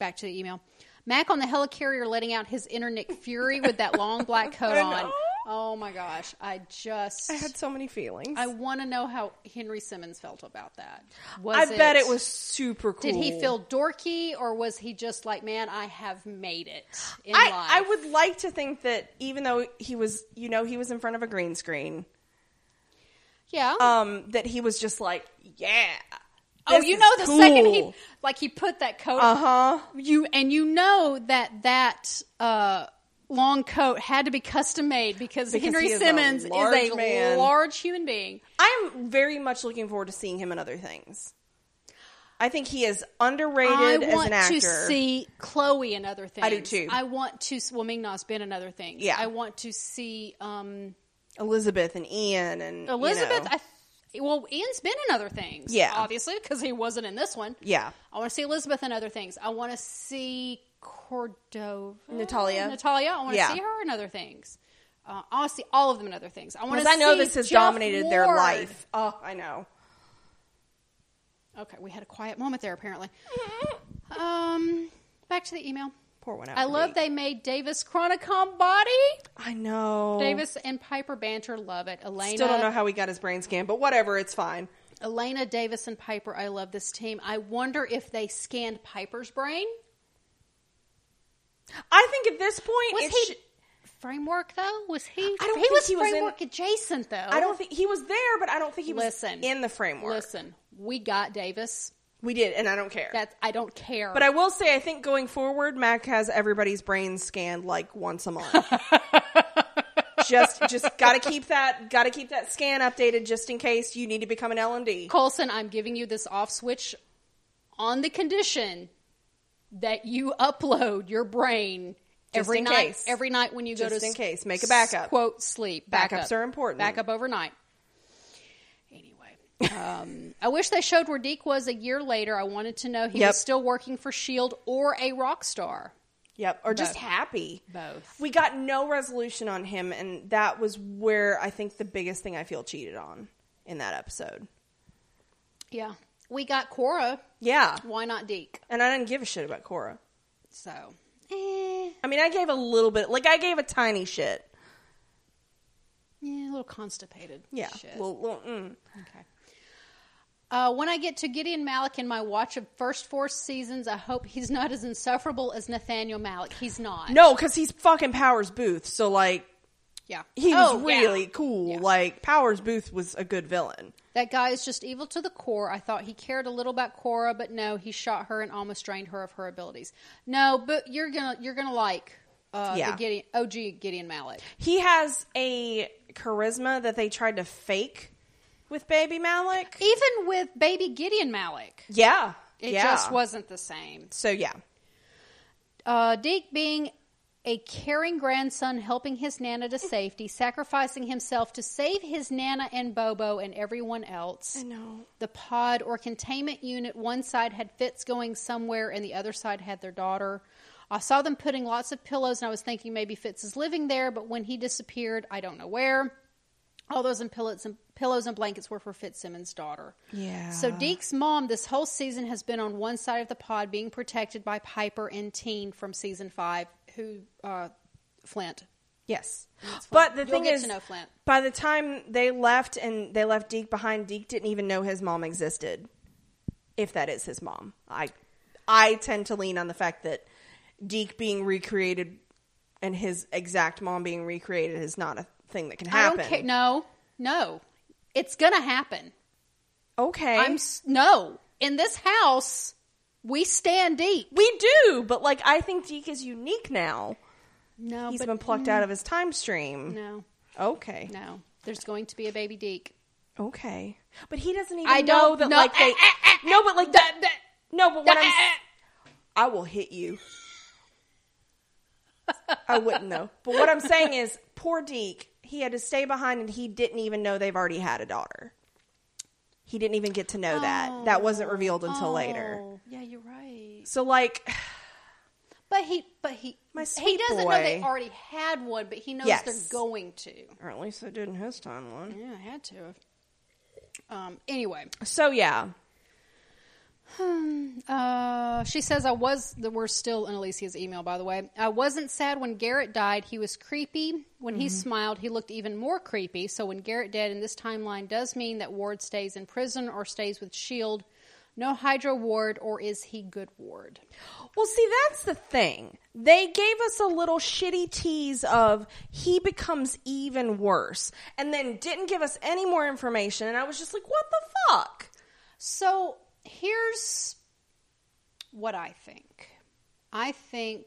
B: back to the email. Mac on the helicarrier letting out his inner Nick Fury with that long black coat
A: I
B: on.
A: know.
B: Oh my gosh, I just
A: i had so many feelings
B: I want to know how Henry Simmons felt about that.
A: I
B: Was
A: bet it was super cool
B: Did he feel dorky, or was he just like, "Man, I have made it in
A: I,
B: life"?
A: I would like to think that even though he was, you know, he was in front of a green screen,
B: yeah.
A: um, that he was just like, yeah.
B: oh,
A: this
B: you
A: is
B: know, the second he
A: cool.
B: like he put that coat,
A: Uh huh.
B: you and you know that that uh, long coat had to be custom made because,
A: Because
B: Henry
A: he is a
B: Simmons is
A: large
B: a
A: man.
B: large human being.
A: I'm very much looking forward to seeing him in other things. I think he is
B: I
A: underrated as
B: want
A: an actor.
B: to see Chloe in other things.
A: I do too.
B: I want to. Well, Ming Na's been in other things.
A: Yeah.
B: I want to see. um
A: Elizabeth and Ian and
B: Elizabeth,
A: You know.
B: I th- well, Ian's been in other things.
A: Yeah.
B: Obviously, because he wasn't in this one.
A: yeah,
B: I want to see Elizabeth in other things. I want to see Cordova.
A: Natalia.
B: Natalia. I want to
A: Yeah.
B: see her in other things. Uh, I want to see all of them in other things. I want
A: because
B: to
A: I know
B: see
A: this has
B: Jeff
A: dominated their
B: Ward.
A: life. Oh, I know.
B: Okay, we had a quiet moment there, apparently. Um, back to the email.
A: Poor one. out
B: I
A: for
B: love
A: me.
B: they made Davis Chronicom body.
A: I know.
B: Davis and Piper banter. Love it. Elena.
A: Still don't know how he got his brain scanned, but whatever. It's fine.
B: Elena Davis and Piper, I love this team. I wonder if they scanned Piper's brain.
A: I think at this point,
B: Was
A: it
B: he
A: sh-
B: framework though? Was he? I
A: don't
B: he
A: think
B: was
A: he was in-
B: framework adjacent though.
A: I don't think he was there, but I don't think he was
B: Oh. Listen.
A: in the framework.
B: listen. We got Davis.
A: We did, and I don't care.
B: That's I don't care.
A: but I will say, I think going forward, Mac has everybody's brain scanned like once a month. just, just gotta keep that, gotta keep that scan updated just in case you need to become an L and D.
B: Colson, I'm giving you this off switch on the condition that you upload your brain
A: Just
B: every
A: in
B: night.
A: case.
B: Every night when you go
A: Just
B: to
A: in
B: s-
A: case. Make a
B: s-
A: backup.
B: Quote sleep.
A: Backups are important.
B: Backup overnight. Anyway, um, I wish they showed where Deke was a year later. I wanted to know he
A: Yep.
B: was still working for Shield E or a rock star.
A: Yep, or just
B: Both.
A: happy.
B: Both.
A: We got no resolution on him, and that was where I think the biggest thing I feel cheated on in that episode.
B: Yeah, we got Cora.
A: Yeah,
B: Why not Deke?
A: and I didn't give a shit about Cora.
B: So, eh,
A: I mean, I gave a little bit, like I gave a tiny shit.
B: yeah, a little constipated.
A: Yeah,
B: Shit.
A: Well, well, mm.
B: Okay. Uh, when I get to Gideon Malik in my watch of first four seasons, I hope he's not as insufferable as Nathaniel Malik. He's not.
A: No, because he's fucking Powers Booth. So like,
B: Yeah.
A: He was
B: Oh, yeah.
A: really cool.
B: Yeah.
A: Like Powers Booth was a good villain.
B: That guy is just evil to the core. I thought he cared a little about Cora, but no, he shot her and almost drained her of her abilities. No, but you're gonna you're gonna like uh,
A: Yeah.
B: the Gideon, OG Gideon Malik.
A: He has a charisma that they tried to fake with Baby Malik.
B: Even with baby Gideon Malik,
A: Yeah.
B: it
A: yeah.
B: just wasn't the same.
A: So yeah.
B: Uh, Deke being a caring grandson, helping his nana to safety, sacrificing himself to save his nana and Bobo and everyone else.
A: know.
B: the pod or containment unit, one side had Fitz going somewhere and the other side had their daughter. I saw them putting lots of pillows and I was thinking maybe Fitz is living there, but when he disappeared, I don't know where. All those and pillows and pillows and blankets were for Fitzsimmons' daughter.
A: Yeah.
B: So Deke's mom this whole season has been on one side of the pod being protected by Piper and Teen from season five, who uh, Flint.
A: Yes.
B: It's
A: But
B: Flint.
A: the thing
B: You'll get
A: is
B: to know Flint.
A: by the time they left and they left Deke behind, Deke didn't even know his mom existed. If that is his mom. I I tend to lean on the fact that Deke being recreated and his exact mom being recreated is not a thing that can happen.
B: I don't care. No, no, it's gonna happen.
A: Okay.
B: I'm s- no in this house. We stand deep.
A: We do, but like I think Deke is unique now.
B: No,
A: He's
B: but
A: been plucked out of his time stream.
B: no,
A: Okay.
B: no. There's going to be a baby Deke.
A: Okay. But he doesn't even
B: I
A: know
B: don't
A: that
B: know-
A: like they
B: eh, eh, eh,
A: No, but like that, that No, but what I'm
B: eh, eh.
A: I will hit you. I wouldn't know. But what I'm saying is poor Deke, he had to stay behind and he didn't even know they've already had a daughter. He didn't even get to know that. That wasn't revealed until later.
B: Oh, Yeah, you're right.
A: So like
B: But he, but he,
A: My
B: he
A: sweet
B: doesn't know they
A: boy.
B: already had one, but he knows
A: Yes.
B: they're going to.
A: or at least it did in his timeline.
B: Yeah, I had to. have. Um. Anyway,
A: So yeah.
B: Uh, she says, I was, the, we're still in Alicia's email, by the way. I wasn't sad when Garrett died. He was creepy. When he
A: Mm-hmm.
B: smiled, he looked even more creepy. So when Garrett dead in this timeline does mean that Ward stays in prison or stays with S.H.I.E.L.D. E No Hydra Ward, or is he good Ward?
A: Well, see, that's the thing. They gave us a little shitty tease of he becomes even worse and then didn't give us any more information. And I was just like, what the fuck?
B: So here's what I think. I think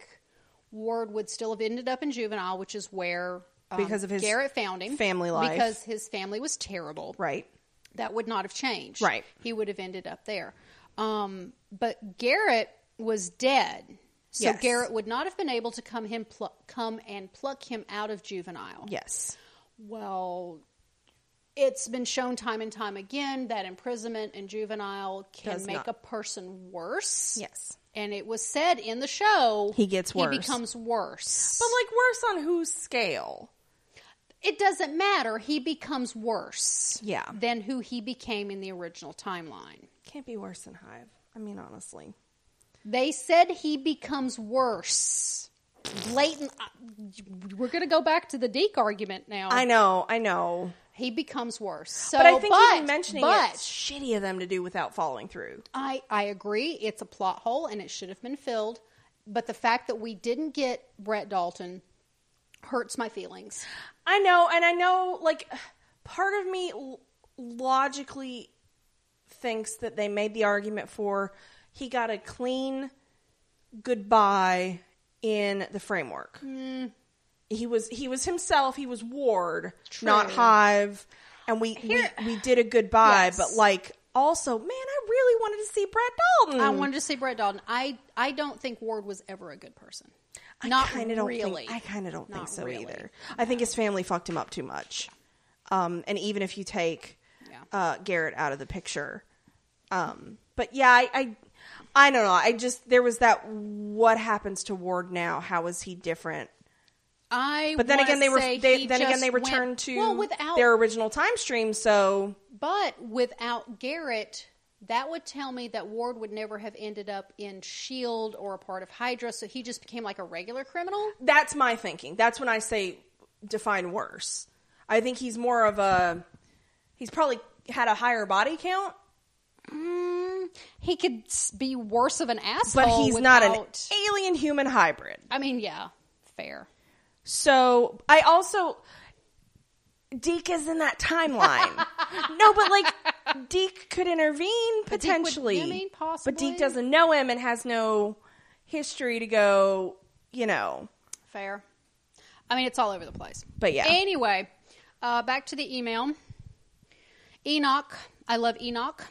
B: Ward would still have ended up in juvenile, which is where um,
A: Because of his
B: Garrett found him
A: family life.
B: because his family was terrible.
A: Right.
B: that would not have changed.
A: Right.
B: He would have ended up there. Um, but Garrett was dead. So
A: Yes.
B: Garrett would not have been able to come him pl- come and pluck him out of juvenile.
A: Yes.
B: Well, it's been shown time and time again that imprisonment in juvenile can
A: Does
B: make
A: not-
B: a person worse.
A: Yes.
B: And it was said in the show
A: He gets worse.
B: He becomes worse.
A: But like, worse on whose scale?
B: it doesn't matter. He becomes worse
A: Yeah.
B: than who he became in the original timeline.
A: Can't be worse than Hive. I mean, honestly.
B: They said he becomes worse. Blatant. I- We're going to go back to the Deke argument now.
A: I know, I know.
B: he becomes worse. So,
A: But I think
B: but,
A: even mentioning
B: but
A: it's shitty of them to do without following through.
B: I I agree. It's a plot hole and it should have been filled. But the fact that we didn't get Brett Dalton hurts my feelings.
A: I know, and I know, like, part of me l- logically thinks that they made the argument for he got a clean goodbye in the framework.
B: Mm.
A: He was he was himself. He was Ward,
B: True.
A: not Hive, and we
B: Here-
A: we, we did a goodbye.
B: Yes.
A: But like, also, man, I really wanted to see Brad Dalton.
B: I wanted to say Brett Dalton. I I don't think Ward was ever a good person. Not
A: kinda don't think-
B: really.
A: I kind of don't think
B: Not
A: so
B: really.
A: either. I think his family fucked him up too much. Um, and even if you take
B: Yeah.
A: uh, Garrett out of the picture, um, but yeah, I, I, I don't know. I just there was that. What happens to Ward now? How is he different?
B: I
A: But then
B: wanna
A: again, they were
B: say
A: they,
B: he
A: then again
B: just
A: they
B: went-
A: returned to
B: well, without
A: their original time stream. So
B: But without Garrett, that would tell me that Ward would never have ended up in S.H.I.E.L.D. E or a part of Hydra, so he just became like a regular criminal.
A: that's my thinking. That's when I say define worse. I think he's more of a. He's probably had a higher body count.
B: Mm, He could s- be worse of an asshole.
A: but he's not an
B: without-
A: alien human hybrid.
B: I mean, yeah, fair.
A: So I also Deke is in that timeline. no, but like Deke could intervene
B: But Deke would-
A: potentially.
B: I mean,
A: But
B: possibly.
A: Deke doesn't know him and has no history to go, you know.
B: Fair. I mean, it's all over the place.
A: But yeah.
B: Anyway, uh, back to the email. Enoch. I love Enoch.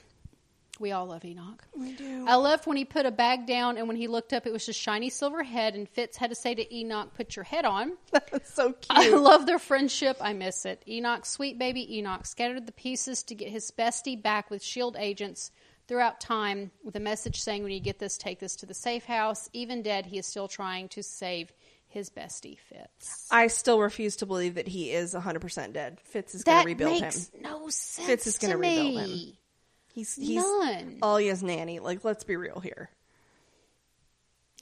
B: We all love Enoch.
A: We do.
B: I loved when he put a bag down and when he looked up, it was just shiny silver head, and Fitz had to say to Enoch, Put your head on.
A: That's so
B: I
A: cute.
B: love their friendship. I miss it. Enoch, sweet baby Enoch, scattered the pieces to get his bestie back with S.H.I.E.L.D. E agents throughout time with a message saying, when you get this, take this to the safe house. Even dead, he is still trying to save his bestie, Fitz.
A: I still refuse to believe that he is 100% dead. Fitz is going
B: That
A: to rebuild him.
B: makes no sense.
A: Fitz is
B: going to
A: gonna rebuild
B: me.
A: him. He's he's
B: None.
A: Alya's nanny. Like, let's be real here.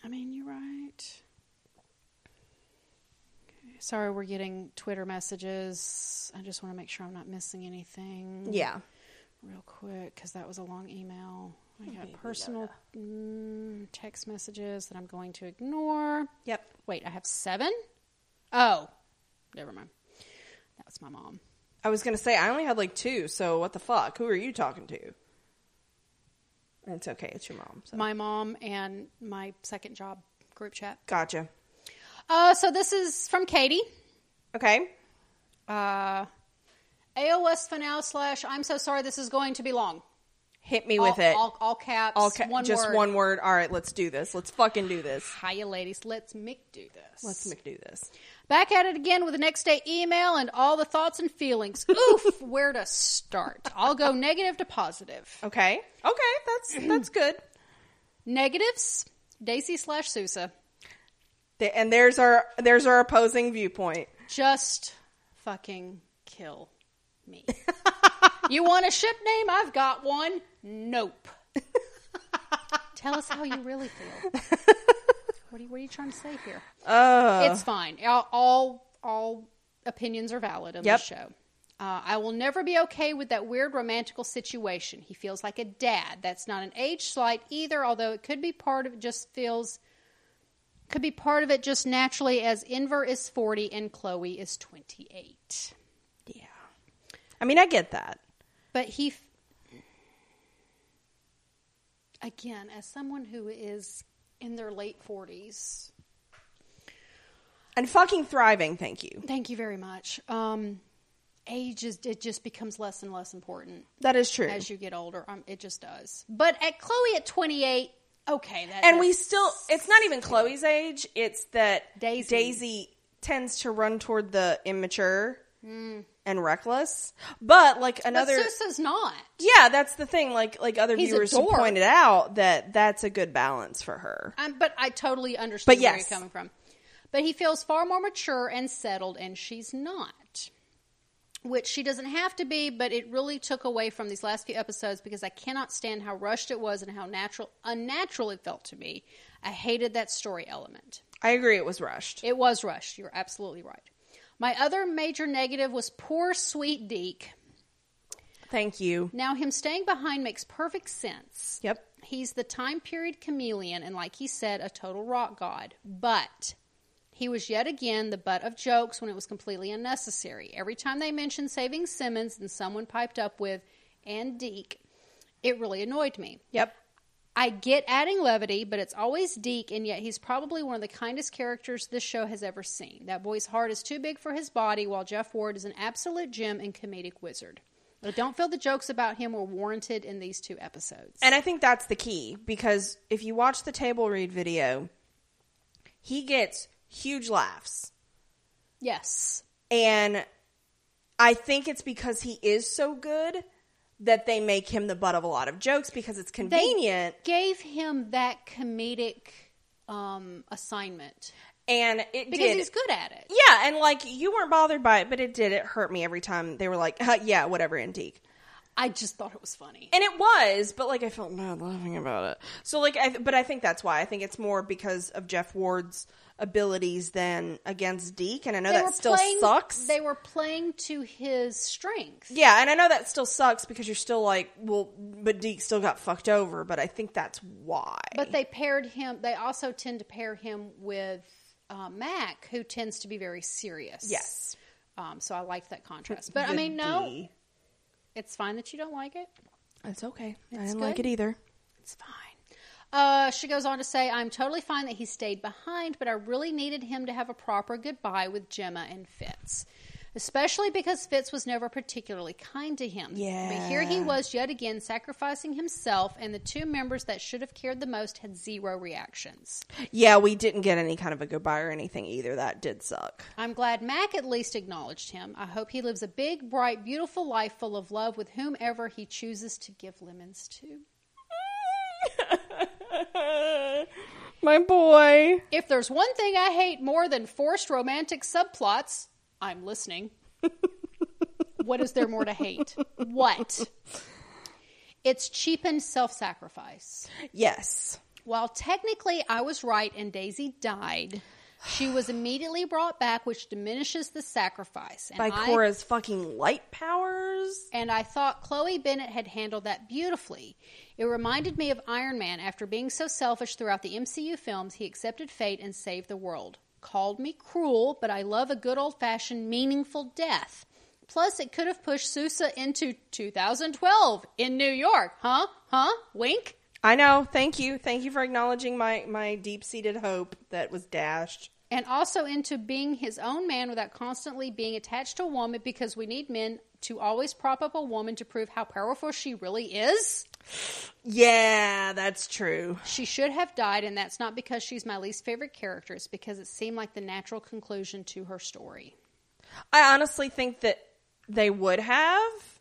B: I mean, you're right. Okay. Sorry, we're getting Twitter messages. I just want to make sure I'm not missing anything.
A: Yeah.
B: real quick because that was a long email. I
A: baby,
B: got personal mm, text messages that I'm going to ignore.
A: Yep.
B: Wait, I have seven? Oh, never mind. That was my mom.
A: I was gonna say I only had like two, so what the fuck? Who are you talking to? It's okay, it's your mom. So.
B: My mom and my second job group chat.
A: gotcha.
B: Uh, so this is from Katie.
A: Okay.
B: Uh, AOS finale slash I'm so sorry this is going to be long.
A: Hit me with
B: all,
A: it.
B: All, all caps.
A: All ca-
B: one
A: just
B: word.
A: one word. All right, let's do this. Let's fucking do this.
B: Hiya, ladies. Let's Mick do this.
A: Let's make do this.
B: Back at it again with the next day email and all the thoughts and feelings. Oof, where to start? I'll go negative to positive.
A: Okay. Okay, that's that's good.
B: Negatives, Daisy slash Sousa.
A: Th- And there's our there's our opposing viewpoint.
B: Just fucking kill me. you want a ship name? I've got one. Nope. Tell us how you really feel. What are you, what are you trying to say here?
A: Uh,
B: it's fine. All all, all opinions are valid on
A: Yep.
B: this show. Uh, I will never be okay with that weird romantical situation. He feels like a dad. That's not an age slight either, although it could be part of it. Just feels could be part of it just naturally, as Enver is forty and Chloe is twenty eight.
A: yeah. I mean, I get that.
B: But he, f- again, as someone who is in their late forties,
A: And fucking thriving, thank you.
B: Thank you very much. Um, age is it just becomes less and less important
A: That is true.
B: as you get older. Um, it just does. But at Chloe at twenty eight, okay, that,
A: and we
B: that's-
A: still it's not even chloe's age it's that
B: Daisy.
A: daisy tends to run toward the immature and reckless but like
B: Hmm. but
A: another
B: Susa's not.
A: yeah that's the thing like like other
B: He's a
A: viewers have
B: dork.
A: pointed out that that's a good balance for her
B: Um, but I totally understand
A: But
B: where
A: yes.
B: you're coming from. But he feels far more mature and settled, and she's not. Which she doesn't have to be, but it really took away from these last few episodes because I cannot stand how rushed it was and how natural unnatural it felt to me. I hated that story element.
A: i agree it was rushed
B: It was rushed. You're absolutely right. My other major negative was poor sweet Deke.
A: thank you
B: Now, him staying behind makes perfect sense.
A: yep
B: He's the time period chameleon and, like he said, a total rock god. But he was yet again the butt of jokes when it was completely unnecessary. Every time they mentioned saving Simmons and someone piped up with, and Deke, it really annoyed me.
A: yep
B: I get adding levity, but it's always Deke, and yet he's probably one of the kindest characters this show has ever seen. That boy's heart is too big for his body, while Jeff Ward is an absolute gem and comedic wizard. I don't feel the jokes about him were warranted in these two episodes.
A: and i think that's the key because if you watch the table read video he gets huge laughs
B: yes.
A: And I think it's because he is so good that they make him the butt of a lot of jokes because it's
B: They
A: convenient
B: gave him that comedic um, assignment
A: and it
B: because
A: did.
B: he's good at it.
A: yeah, and like you weren't bothered by it, but it did. It hurt me every time they were like, "Huh, "Yeah, whatever, antique."
B: I just thought it was funny.
A: And it was, but like I felt mad laughing about it. So like, I, but I think that's why. I think it's more because of Jeff Ward's abilities than against Deke, and I know that still
B: playing,
A: sucks.
B: They were playing to his strength.
A: Yeah, and I know that still sucks because you're still like, well, but Deke still got fucked over, but I think that's why.
B: But they paired him. They also tend to pair him with uh, Mac, who tends to be very serious.
A: yes.
B: Um, so I liked that contrast. But I mean, no, it's fine that you don't like it.
A: It's okay. I
B: It's
A: didn't like
B: good.
A: it either.
B: It's fine. Uh, she goes on to say, I'm totally fine that he stayed behind, but I really needed him to have a proper goodbye with Gemma and Fitz. Especially because Fitz was never particularly kind to him. But here he
A: Yeah.
B: was yet again sacrificing himself, and the two members that should have cared the most had zero reactions.
A: Yeah, we didn't get any kind of a goodbye or anything either. That did suck.
B: I'm glad Mac at least acknowledged him. I hope he lives a big, bright, beautiful life full of love with whomever he chooses to give lemons to.
A: My boy.
B: If there's one thing I hate more than forced romantic subplots, I'm listening. what is there more to hate? What? It's cheapened self sacrifice.
A: Yes.
B: While technically I was right and Daisy died, she was immediately brought back, which diminishes the sacrifice. And
A: By
B: I-
A: Cora's fucking light powers.
B: and I thought Chloe Bennett had handled that beautifully. It reminded me of Iron Man after being so selfish throughout the MCU films, he accepted fate and saved the world. Called me cruel, but I love a good old fashioned meaningful death. Plus, it could have pushed Sousa into 2012 in New York. Huh? Huh? Wink?
A: I know. Thank you. Thank you for acknowledging my my deep seated hope that was dashed.
B: and also into being his own man without constantly being attached to a woman because we need men to always prop up a woman to prove how powerful she really is.
A: Yeah, that's true.
B: She should have died, and that's not because she's my least favorite character. It's because it seemed like the natural conclusion to her story.
A: I honestly think that they would have,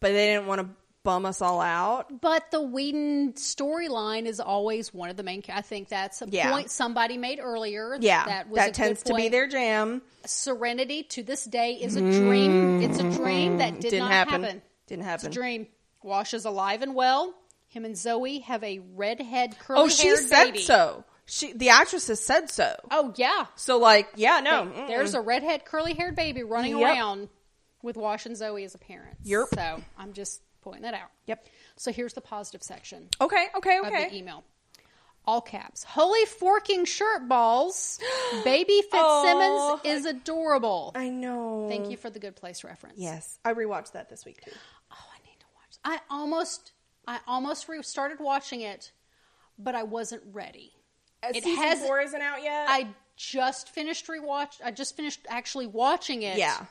A: but they didn't want to bum us all out.
B: But the Whedon storyline is always one of the main. I think that's a
A: Yeah.
B: point somebody made earlier.
A: Yeah,
B: that
A: that,
B: was a good
A: tends to be
B: point.
A: their jam.
B: Serenity to this day is a dream. It's a dream that did
A: Mm. Didn't
B: not
A: happen.
B: happen.
A: Didn't
B: It's a
A: happen.
B: dream. Wash is alive and well. Him and Zoe have a redhead curly.
A: Oh, she said so. She, the actress has said so.
B: Oh yeah,
A: So, like, yeah, no, mm-mm.
B: There's a redhead, curly haired baby running
A: Yep.
B: around with Wash and Zoe as a parent.
A: Yerp.
B: So I'm just pointing that out.
A: Yep.
B: So here's the positive section
A: okay, okay,
B: of the
A: okay.
B: email. All caps. Holy forking shirt balls. baby Fitzsimmons
A: Oh.
B: is adorable.
A: I know.
B: Thank you for the good place reference.
A: Yes, I rewatched that this week too.
B: Oh, I need to watch. I almost, I almost re- started watching it, but I wasn't ready.
A: Uh,
B: It
A: season
B: has-
A: four isn't out yet.
B: I just finished rewatch. I just finished actually watching it.
A: yeah,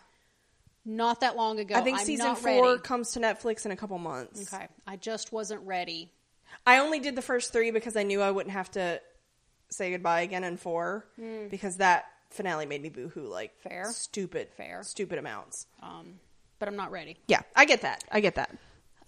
B: not that long ago.
A: I think
B: I'm
A: season
B: not
A: four
B: ready.
A: comes to Netflix in a couple months.
B: Okay, I just wasn't ready.
A: I only did the first three because I knew I wouldn't have to say goodbye again in four because that finale made me boohoo like
B: Hmm. Fair.
A: stupid,
B: Fair.
A: stupid amounts.
B: Um, but I'm not ready.
A: Yeah, I get that. I get that.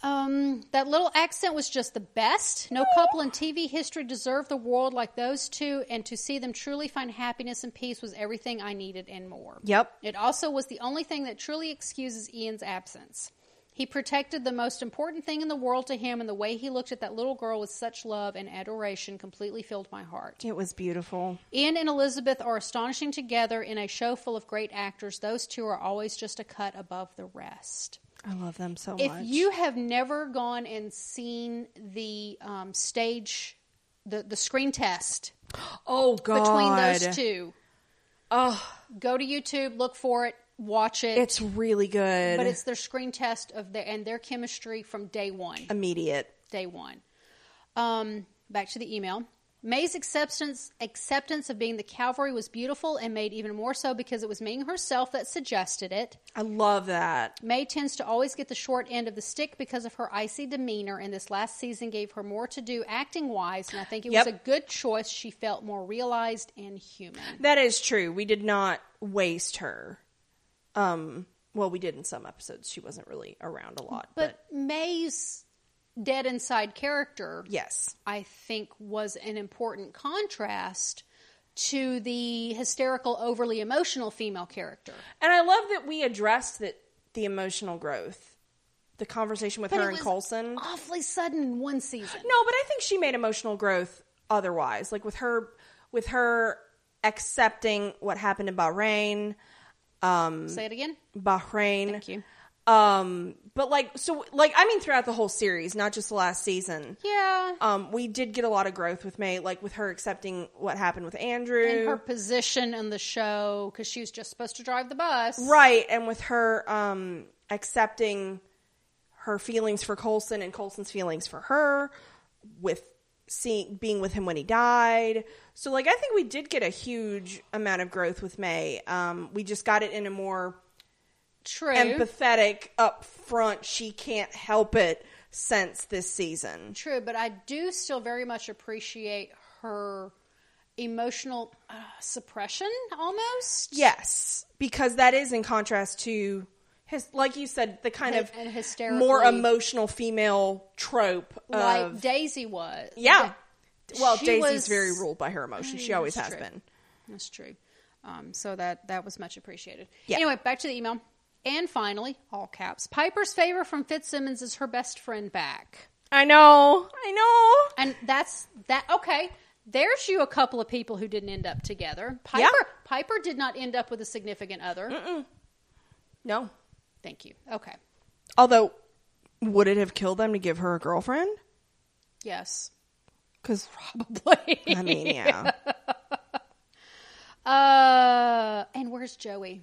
B: Um, that little accent was just the best. No couple in TV history deserved the world like those two, and to see them truly find happiness and peace was everything I needed and more.
A: Yep.
B: It also was the only thing that truly excuses Ian's absence. He protected the most important thing in the world to him, and the way he looked at that little girl with such love and adoration completely filled my heart.
A: It was beautiful.
B: Ian and Elizabeth are astonishing together in a show full of great actors. Those two are always just a cut above the rest.
A: I love them so
B: If
A: much.
B: you have never gone and seen the um, stage, the, the screen test
A: oh god,
B: between those two,
A: oh,
B: go to YouTube, look for it, watch it.
A: it's really good.
B: but it's their screen test of their and their chemistry from day one.
A: immediate.
B: day one. Um, back to the email. May's acceptance acceptance of being the cavalry was beautiful and made even more so because it was Ming herself that suggested it.
A: I love that.
B: May tends to always get the short end of the stick because of her icy demeanor, and this last season gave her more to do acting wise, and I think it
A: Yep.
B: was a good choice. She felt more realized and human.
A: That is true. We did not waste her. Um, well, we did in some episodes. She wasn't really around a lot, but,
B: But May's dead inside character
A: yes,
B: I think was an important contrast to the hysterical, overly emotional female character.
A: and I love that we addressed that the emotional growth, the conversation with
B: But
A: her
B: it
A: and
B: was
A: Colson.
B: awfully sudden in one season.
A: No, but I think she made emotional growth otherwise, like with her, with her accepting what happened in Bahrain. Um,
B: Say it again.
A: Bahrain.
B: Thank you.
A: Um, but like, so like, I mean, throughout the whole series, not just the last season.
B: Yeah.
A: Um, we did get a lot of growth with May, like with her accepting what happened with Andrew,
B: And her position in the show, because she was just supposed to drive the bus.
A: right, and with her um accepting her feelings for Colson and Colson's feelings for her, with seeing being with him when he died. So like, I think we did get a huge amount of growth with May. Um, we just got it in a more
B: True.
A: empathetic up front she can't help it since this season
B: True, but I do still very much appreciate her emotional uh, suppression almost.
A: yes because that is in contrast to his like you said the kind of
B: And
A: more
B: hysterically-
A: emotional female trope
B: Like
A: of
B: Daisy was.
A: yeah well
B: She
A: daisy's
B: was-
A: very ruled by her emotions she always
B: That's
A: has
B: true.
A: been
B: That's true. Um, so that that was much appreciated.
A: Yeah.
B: Anyway, back to the email. And finally, all caps. Piper's favor from Fitzsimmons is her best friend back.
A: i know i know
B: And that's that okay. There's you a couple of people who didn't end up together. Piper
A: Yeah.
B: Piper did not end up with a significant other.
A: no
B: Thank you. Okay.
A: although would it have killed them to give her a girlfriend
B: Yes.
A: because
B: Probably.
A: i mean yeah
B: Uh, and where's Joey?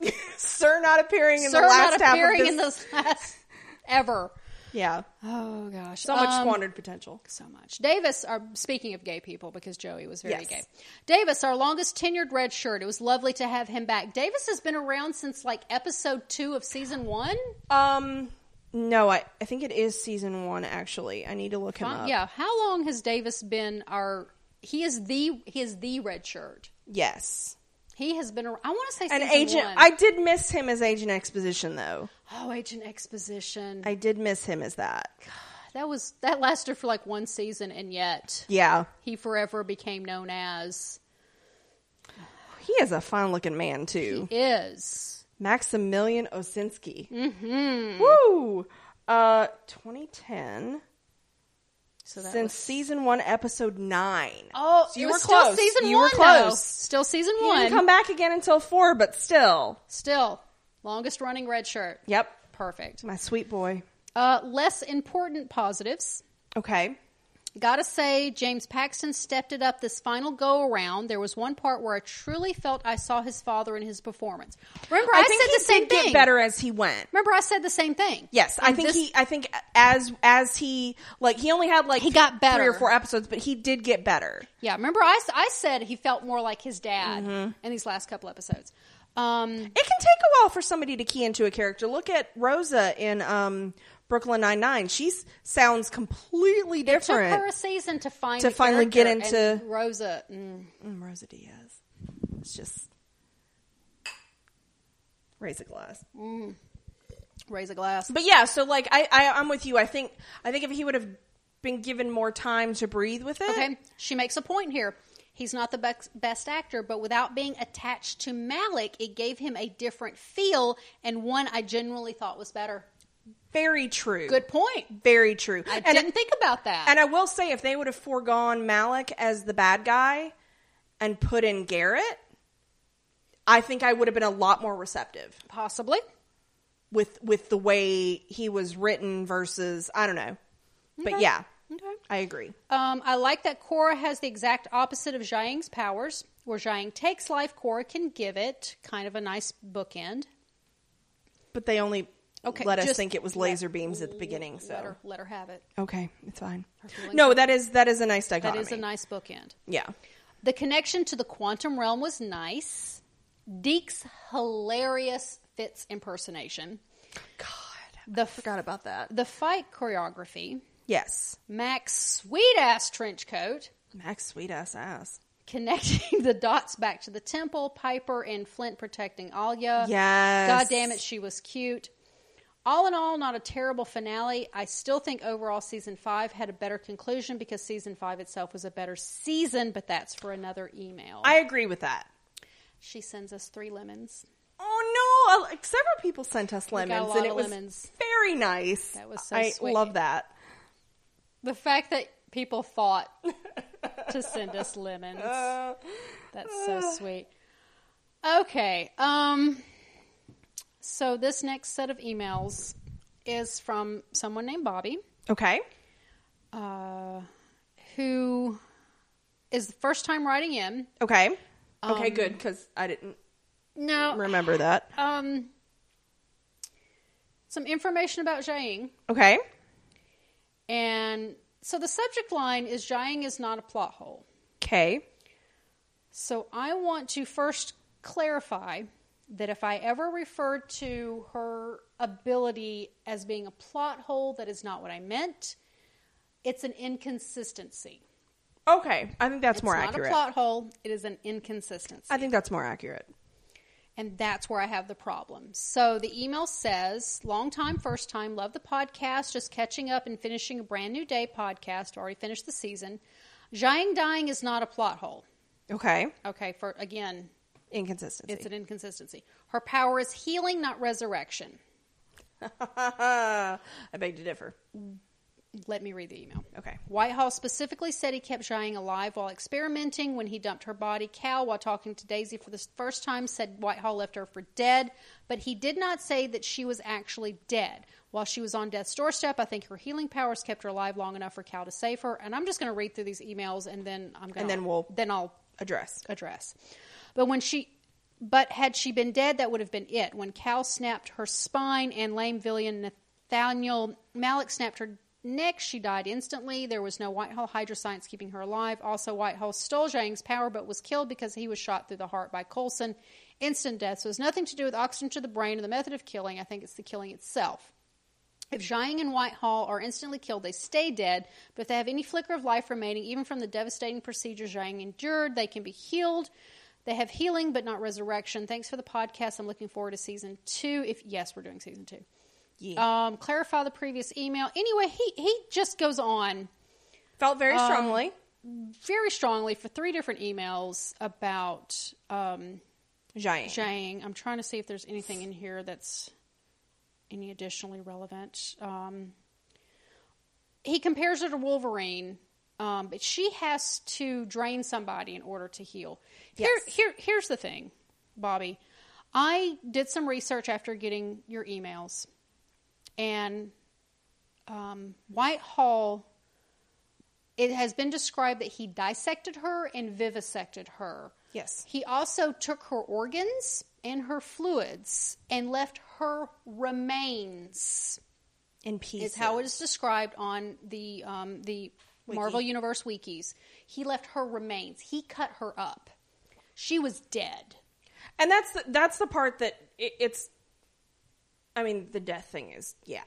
A: sir not appearing in
B: Sir
A: the last
B: not
A: half
B: appearing
A: of this
B: in this last ever.
A: yeah
B: Oh gosh,
A: so much
B: Um,
A: squandered potential
B: So much. Davis, our, speaking of gay people, because Joey was very
A: Yes.
B: gay. Davis, our longest tenured red shirt. It was lovely to have him back. Davis has been around since like episode two of season one.
A: Um, no, I, I think it is season one. Actually, I need to look him up.
B: Yeah. How long has Davis been our? He is the he is the red shirt.
A: Yes,
B: He has been. ar- I want to say
A: an
B: season
A: agent.
B: one.
A: I did miss him as agent exposition though.
B: oh, Agent Exposition.
A: I did miss him as that.
B: that was that lasted for like one season, and yet
A: Yeah,
B: he forever became known as
A: he is a fine looking man too.
B: is.
A: Maximilian Osinski. Mm-hmm. Woo. Uh, 2010.
B: So that
A: Since
B: was-
A: season one, episode nine.
B: oh,
A: So
B: you were close. Still season
A: You
B: one,
A: were
B: though.
A: close.
B: Still season
A: He
B: one.
A: didn't come back again until four, but still.
B: Still longest running red shirt.
A: Yep,
B: Perfect.
A: my sweet boy.
B: Uh, less important positives.
A: Okay.
B: Gotta say, James Paxton stepped it up this final go around. There was one part where I truly felt I saw his father in his performance. Remember, I,
A: think
B: said
A: he
B: the same
A: did
B: thing.
A: get better as he went.
B: Remember, I said the same thing.
A: Yes, I
B: And
A: think
B: this-
A: he. I think as as he like he only had like
B: He got
A: three
B: better.
A: or four episodes, but he did get better.
B: Yeah, remember, I, s- I said he felt more like his dad
A: Mm-hmm.
B: in these last couple episodes. Um,
A: It can take a while for somebody to key into a character. Look at Rosa in um, Brooklyn Nine Nine. She sounds completely
B: took
A: different.
B: her a season to find
A: To
B: the
A: finally get
B: character, and
A: into-
B: Rosa. mm,
A: Mm, Rosa Diaz. It's just raise a glass.
B: raise a glass.
A: But yeah, so like I, I I'm with you. I think I think if he would have been given more time to breathe with it,
B: Okay, she makes a point here. He's not the bex- best actor, but without being attached to Malik, it gave him a different feel and one I generally thought was better.
A: very true.
B: Good point.
A: Very true.
B: I
A: And-
B: didn't think about that.
A: And I will say, if they would have foregone Malik as the bad guy and put in Garrett, I think I would have been a lot more receptive
B: Possibly.
A: with with the way he was written versus I don't know, but
B: Okay.
A: yeah,
B: Okay.
A: I agree.
B: Um, I like that Cora has the exact opposite of Zhang's powers. Where Zhang takes life, Cora can give it. Kind of a nice bookend.
A: But they only
B: Okay,
A: let us
B: just
A: think it was
B: let-
A: laser beams at the beginning,
B: Let
A: so
B: her, let her have it.
A: okay, it's fine.
B: feelings
A: No, that is that is a nice
B: That
A: dichotomy.
B: is a nice bookend.
A: yeah.
B: The connection to the quantum realm was nice. Deke's hilarious Fitz impersonation.
A: God,
B: The
A: I forgot about that.
B: The fight choreography.
A: Yes,
B: Mac's sweet ass trench coat.
A: Max sweet ass ass.
B: Connecting the dots back to the temple. Piper and Flint protecting Alia.
A: Yes.
B: God damn it, she was cute. All in all, not a terrible finale. I still think overall season five had a better conclusion because season five itself was a better season, but that's for another email.
A: I agree with that.
B: she sends us three lemons.
A: Oh no! Uh, Several people sent us
B: got a
A: lemons,
B: lot
A: and it
B: of
A: was
B: lemons.
A: very nice.
B: That was so
A: I
B: sweet.
A: love that.
B: The fact that people thought to send us lemons. That's so sweet. Okay. Um So this next set of emails is from someone named Bobby,
A: Okay.
B: uh, who is the first time writing in.
A: Okay. okay, good,
B: Um,
A: because I didn't
B: No,
A: remember that.
B: um, some information about Zhang.
A: Okay.
B: And so the subject line is Zhang is not a plot hole.
A: Okay.
B: So I want to first clarify that if I ever referred to her ability as being a plot hole, that is not what I meant. It's an inconsistency.
A: Okay. I think that's
B: it's
A: more
B: not
A: accurate.
B: a plot hole. It is an inconsistency.
A: I think that's more accurate.
B: And that's where I have the problem. So the email says, long time, first time, love the podcast, just catching up and finishing a brand new day podcast, already finished the season. Zhang dying is not a plot hole.
A: Okay.
B: Okay, for again,
A: Inconsistency.
B: it's an inconsistency. Her power is healing, not resurrection.
A: I beg to differ.
B: Let me read the email.
A: Okay.
B: Whitehall specifically said he kept Zhang alive while experimenting. When he dumped her body, Cal, while talking to Daisy for the first time, said Whitehall left her for dead, but he did not say that she was actually dead. While she was on death's doorstep, I think her healing powers kept her alive long enough for Cal to save her. And I'm just going to read through these emails, and then I'm going
A: And then we'll-
B: then I'll
A: Address.
B: address. But when she but had she been dead, that would have been it. When Cal snapped her spine and lame villain Nathaniel Malik snapped her neck, she died instantly. There was no Whitehall Hydra science keeping her alive. Also, Whitehall stole Zhang's power but was killed because he was shot through the heart by Coulson. Instant death. So it has nothing to do with oxygen to the brain or the method of killing. I think it's the killing itself. If Zhang and Whitehall are instantly killed, they stay dead, but if they have any flicker of life remaining, even from the devastating procedure Zhang endured, they can be healed. They have healing, but not resurrection. Thanks for the podcast. I'm looking forward to season two. If yes, we're doing season two.
A: Yeah.
B: Um, clarify the previous email. Anyway, he he just goes on
A: Felt
B: um,
A: very strongly.
B: very strongly for three different emails about um,
A: Giant.
B: Zhang. I'm trying to see if there's anything in here that's any additionally relevant. Um, he compares her to Wolverine, um, but she has to drain somebody in order to heal.
A: Yes.
B: Here, here, here's the thing, Bobby. I did some research after getting your emails, and um, Whitehall. It has been described that he dissected her and vivisected her.
A: Yes.
B: He also took her organs and her fluids and left her remains.
A: In pieces.
B: Is how it is described on the um, the Marvel Universe wikis. He left her remains. He cut her up. She was dead.
A: and that's the, that's the part that it, it's i mean the death thing is yeah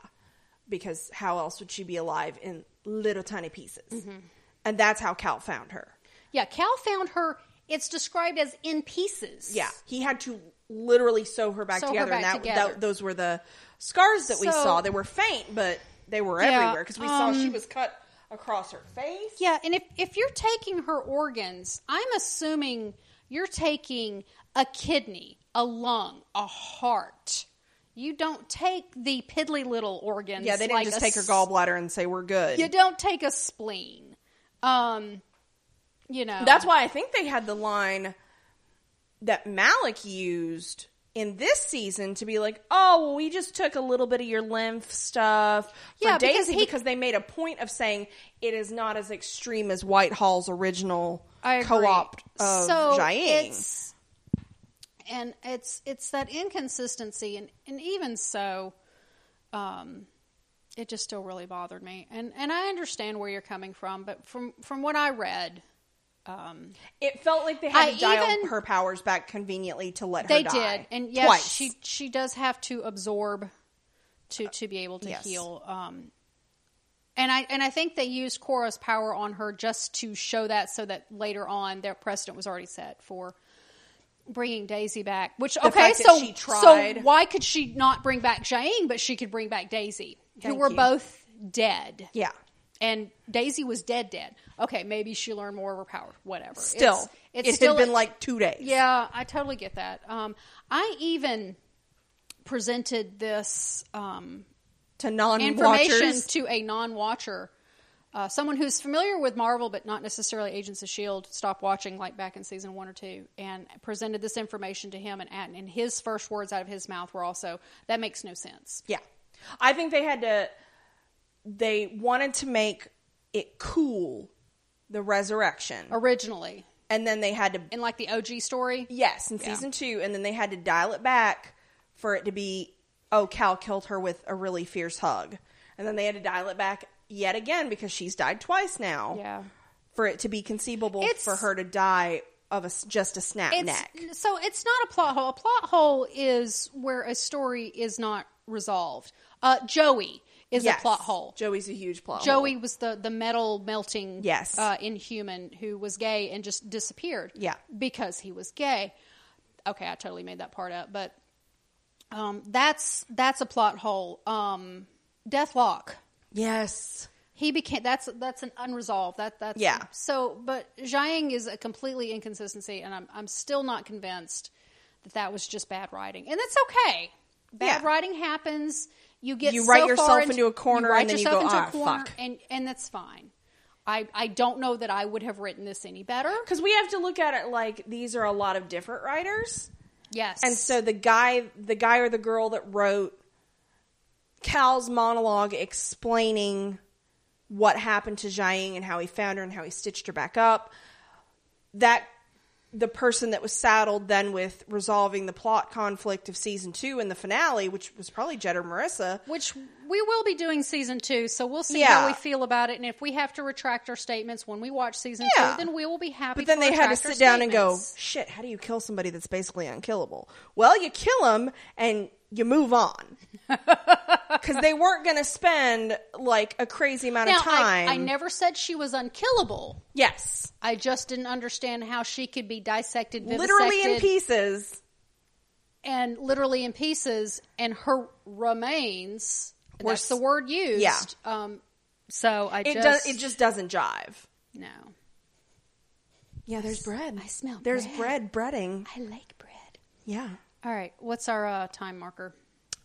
A: because how else would she be alive in little tiny pieces
B: Mm-hmm.
A: and that's how cal found her
B: Yeah, Cal found her. It's described as in pieces.
A: yeah he had to literally sew her back
B: Sew her
A: together
B: back
A: and that,
B: together.
A: that those were the scars that we
B: So-
A: saw they were faint but they were
B: Yeah,
A: everywhere because we saw she
B: um,
A: was cut across her face
B: Yeah, and if if you're taking her organs, I'm assuming you're taking a kidney, a lung, a heart. You don't take the piddly little organs.
A: yeah they didn't
B: like
A: just
B: a
A: take her
B: s-
A: gallbladder and say we're good
B: You don't take a spleen. Um, you know
A: That's why I think they had the line that Malik used in this season to be like, "Oh, well, we just took a little bit of your lymph stuff for
B: Yeah,
A: Daisy
B: because
A: because,
B: he-
A: they made a point of saying it is not as extreme as Whitehall's original
B: I agree.
A: co-op of
B: so
A: Jiang.
B: It's, and it's it's that inconsistency, and and even so, um, it just still really bothered me. And and I understand where you're coming from, but from from what I read, um,
A: It felt like they had
B: I
A: to dial
B: even-
A: her powers back conveniently to let her
B: they
A: die.
B: did, and yes,
A: Twice.
B: she she does have to absorb to to be able to
A: Yes.
B: heal. Um, and I and I think they used Korra's power on her just to show that, so that later on their precedent was already set for bringing Daisy back. Which okay,
A: fact that
B: so
A: she
B: so
A: tried.
B: why could she not bring back Jaing, but she could bring back Daisy, who
A: Thank
B: were
A: you.
B: both dead.
A: Yeah.
B: And Daisy was dead, dead. Okay, maybe she learned more of her power. Whatever.
A: Still,
B: it's, it's
A: it
B: still
A: had been like two days.
B: yeah, I totally get that. Um, I even presented this um,
A: to non-watchers.
B: information to a non-watcher Uh, someone who's familiar with Marvel but not necessarily Agents of S.H.I.E.L.D. E stopped watching, like back in season one or two, and presented this information to him. And, Atten, and his first words out of his mouth were also, That makes no sense.
A: Yeah. I think they had to they wanted to make it cool the resurrection.
B: Originally,
A: And then they had to
B: in like the OG story,
A: yes, in
B: Yeah.
A: season 2 and then they had to dial it back for it to be oh Cal killed her with a really fierce hug. And then they had to dial it back yet again because she's died twice now.
B: Yeah.
A: For it to be conceivable
B: It's-
A: for her to die of a s just a snap
B: it's,
A: neck.
B: So it's not a plot hole. A plot hole is where a story is not resolved. Uh, Joey is
A: Yes.
B: a plot hole.
A: Joey's a huge plot hole.
B: Joey was the the metal melting
A: Yes.
B: uh, inhuman who was gay and just disappeared.
A: Yeah.
B: because he was gay. Okay, I totally made that part up, but um, that's that's a plot hole. Um, Deathlock.
A: Yes.
B: He became that's that's an unresolved that that's
A: Yeah.
B: So, but Zhang is a completely inconsistency, and I'm I'm still not convinced that that was just bad writing, and that's okay. Bad
A: Yeah.
B: writing happens. You get
A: You
B: so
A: write
B: far
A: yourself into a corner
B: write
A: and then you
B: yourself
A: go,
B: into a
A: "Ah,
B: corner,"
A: fuck.
B: and and that's fine. I I don't know that I would have written this any better.
A: Because we have to look at it like these are a lot of different writers,
B: Yes,
A: and so the guy, the guy or the girl that wrote Cal's monologue explaining what happened to Jiang and how he found her and how he stitched her back up, that the person that was saddled then with resolving the plot conflict of season two and the finale, which was probably Jed or Marissa,
B: which we will be doing season two, so we'll see
A: Yeah.
B: how we feel about it, and if we have to retract our statements when we watch season
A: Yeah.
B: two, then we will be happy.
A: But then
B: to
A: they had to
B: retract our
A: sit down and go,
B: statements.
A: shit, how do you kill somebody that's basically unkillable? Well, you kill him and you move on. Because they weren't going to spend like a crazy amount of
B: Now, I-
A: time.
B: I never said she was unkillable.
A: yes.
B: I just didn't understand how she could be dissected, vivisected,
A: Literally in pieces.
B: and literally in pieces, and her remains.
A: Were
B: That's the
A: s-
B: word used.
A: Yeah.
B: Um, so I
A: It,
B: just,
A: does, it just doesn't jive.
B: no.
A: Yeah, there's bread.
B: I smell
A: There's bread, breading.
B: I like bread.
A: Yeah.
B: All right, what's our uh, time marker?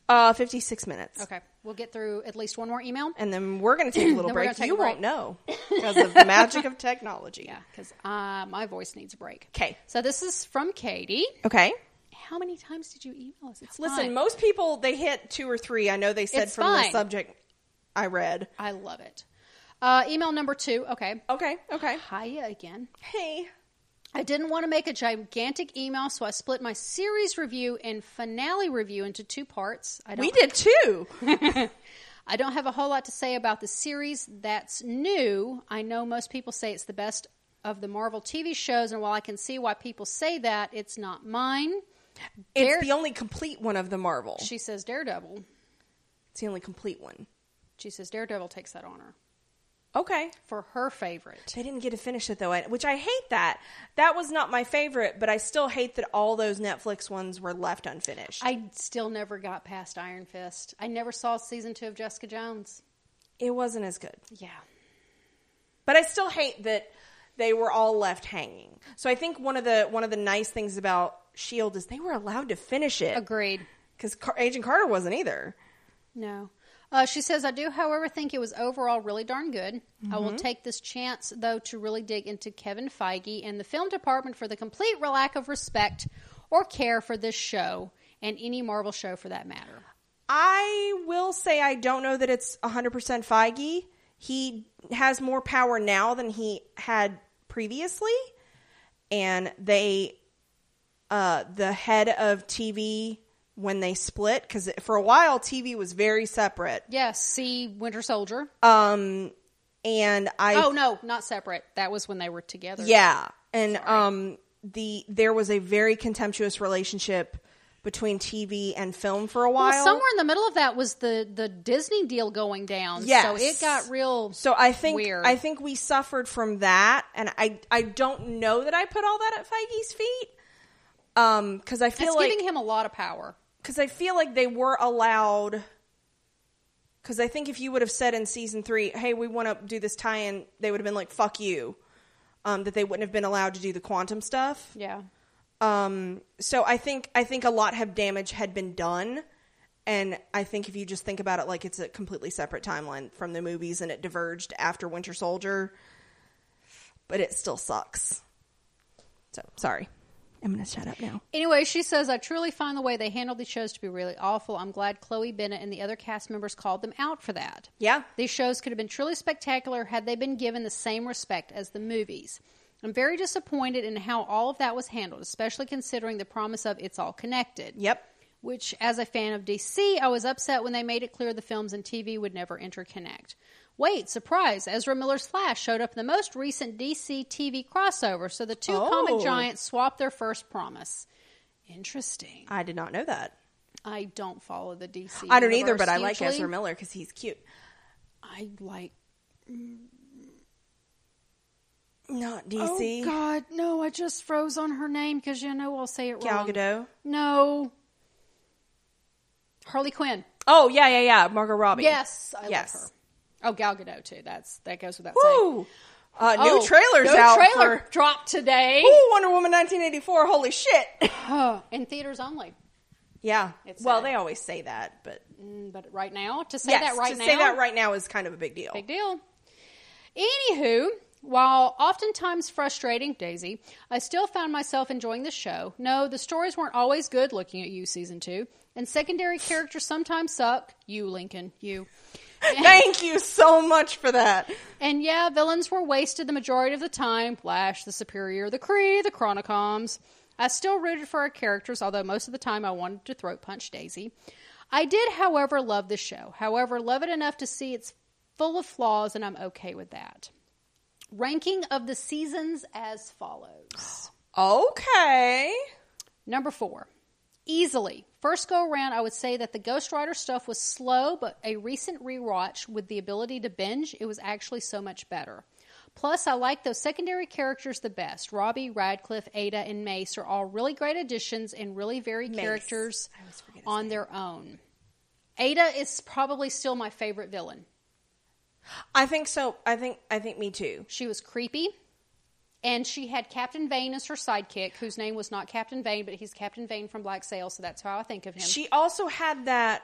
A: Uh, 56 minutes.
B: Okay, we'll get through at least one more email.
A: And then we're going to take a little
B: Then we're
A: break.
B: gonna take
A: You
B: a break.
A: won't know because of the magic of technology.
B: Yeah, because uh, my voice needs a break.
A: 'Kay.
B: So this is from Katie.
A: Okay.
B: How many times did you email us? It's
A: Listen,
B: fine.
A: most people they hit two or three. I know they said
B: It's
A: from the
B: fine.
A: subject I read.
B: I love it. Uh, email number two. Okay.
A: Okay, okay.
B: Hiya again.
A: Hey,
B: I didn't want to make a gigantic email, so I split my series review and finale review into two parts. I don't,
A: we did too.
B: I don't have a whole lot to say about the series that's new. I know most people say it's the best of the Marvel TV shows, and while I can see why people say that, it's not mine.
A: It's
B: Dare-
A: the only complete one of the Marvel.
B: she says Daredevil.
A: It's the only complete one.
B: She says Daredevil takes that honor
A: Okay.
B: for her favorite.
A: They didn't get to finish it though, I- which I hate that. That was not my favorite, but I still hate that all those Netflix ones were left unfinished.
B: I still never got past Iron Fist. I never saw season two of Jessica Jones.
A: it wasn't as good.
B: Yeah.
A: But I still hate that they were all left hanging. So I think one of the one of the nice things about Shield E is they were allowed to finish it
B: Agreed.
A: because Car- Agent Carter wasn't either.
B: No. Uh, she says, I do, however, think it was overall really darn good. I will take this chance, though, to really dig into Kevin Feige and the film department for the complete lack of respect or care for this show and any Marvel show for that matter.
A: I will say I don't know that it's 100% Feige. He has more power now than he had previously. And they, uh, the head of TV, when they split, because for a while TV was very separate.
B: Yes, see Winter Soldier.
A: Um, and I,
B: oh, no, not separate. That was when they were together.
A: yeah. And, um, the, there was a very contemptuous relationship between TV and film for a while.
B: Well, somewhere in the middle of that was the, the Disney deal going down. So
A: Yes.
B: it got real.
A: So I think
B: weird.
A: I think we suffered from that, and I I don't know that I put all that at Feige's feet, um, because I feel
B: it's
A: like
B: giving him a lot of power.
A: because I feel like they were allowed. Because I think if you would have said in season three, "Hey, we want to do this tie-in," they would have been like, "Fuck you," um, that they wouldn't have been allowed to do the quantum stuff.
B: Yeah.
A: Um, so I think I think a lot of damage had been done, And I think if you just think about it like it's a completely separate timeline from the movies and it diverged after Winter Soldier, but it still sucks. So, sorry. I'm going to shut up now.
B: Anyway, she says, I truly find the way they handled these shows to be really awful. I'm glad Chloe Bennett and the other cast members called them out for that.
A: Yeah.
B: These shows could have been truly spectacular had they been given the same respect as the movies. I'm very disappointed in how all of that was handled, especially considering the promise of it's all connected.
A: Yep.
B: Which, as a fan of DC, I was upset when they made it clear the films and TV would never interconnect. Wait, surprise! Ezra Miller's Flash showed up in the most recent DC TV crossover, so the two
A: Oh.
B: comic giants swapped their first promise. Interesting.
A: I did not know that.
B: I don't follow the DC.
A: I don't either,
B: universe
A: but I like
B: usually.
A: Ezra Miller because he's cute.
B: I like.
A: Not
B: Oh
A: DC.
B: God, no! I just froze on her name because you know I'll say it
A: Gal
B: wrong.
A: Gadot.
B: No. Harley Quinn.
A: Oh yeah, yeah, yeah. Margot Robbie.
B: Yes, I
A: Yes.
B: love her. Oh, Gal Gadot too. That's that goes without saying.
A: Woo! Uh, new
B: Oh,
A: trailers
B: new
A: out
B: Trailer
A: for
B: dropped today.
A: Ooh, Wonder Woman 1984. Holy shit!
B: Oh, in theaters only.
A: yeah.
B: It's
A: well,
B: sad.
A: they always say that, but
B: Mm, But right now, to say
A: yes,
B: that right
A: to
B: now,
A: say that right now is kind of a big deal.
B: big deal. Anywho, while oftentimes frustrating, Daisy, I still found myself enjoying the show. No, the stories weren't always good. Looking at you, season two, and secondary characters sometimes suck. You, Lincoln, you.
A: Thank you so much for that.
B: And yeah, villains were wasted the majority of the time Flash, the Superior, the Kree, the Chronicoms. I still rooted for our characters, although most of the time I wanted to throat punch Daisy. I did, however, love the show. However, love it enough to see it's full of flaws, and I'm okay with that. Ranking of the seasons as follows.
A: Okay.
B: Number four, easily. First go around, I would say that the Ghost Rider stuff was slow, but a recent rewatch with the ability to binge, it was actually so much better. Plus, I like those secondary characters the best. Robbie, Radcliffe, Ada, and Mace are all really great additions and really varied characters
A: I always forget his
B: on their own. Ada is probably still my favorite villain.
A: I think so. I think I think me too.
B: She was creepy, and she had Captain Vane as her sidekick, whose name was not Captain Vane, but he's Captain Vane from Black Sail, so that's how I think of him.
A: She also had that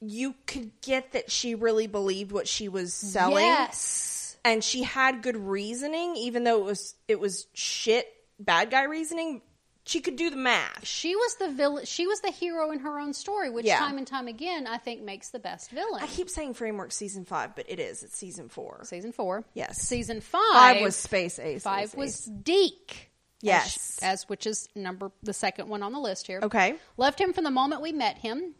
A: you could get that she really believed what she was selling.
B: Yes.
A: and she had good reasoning even though it was it was shit bad guy reasoning she could do the math
B: She was the villain. She was the hero in her own story, which
A: Yeah.
B: time and time again I think makes the best villain.
A: i keep saying framework season five but it is it's season four
B: season four,
A: Yes.
B: Season five,
A: five was space ace
B: five
A: Ace,
B: was
A: Ace.
B: Deke.
A: Yes.
B: as, as- which is number the second one on the list here.
A: Okay.
B: loved him from the moment we met him.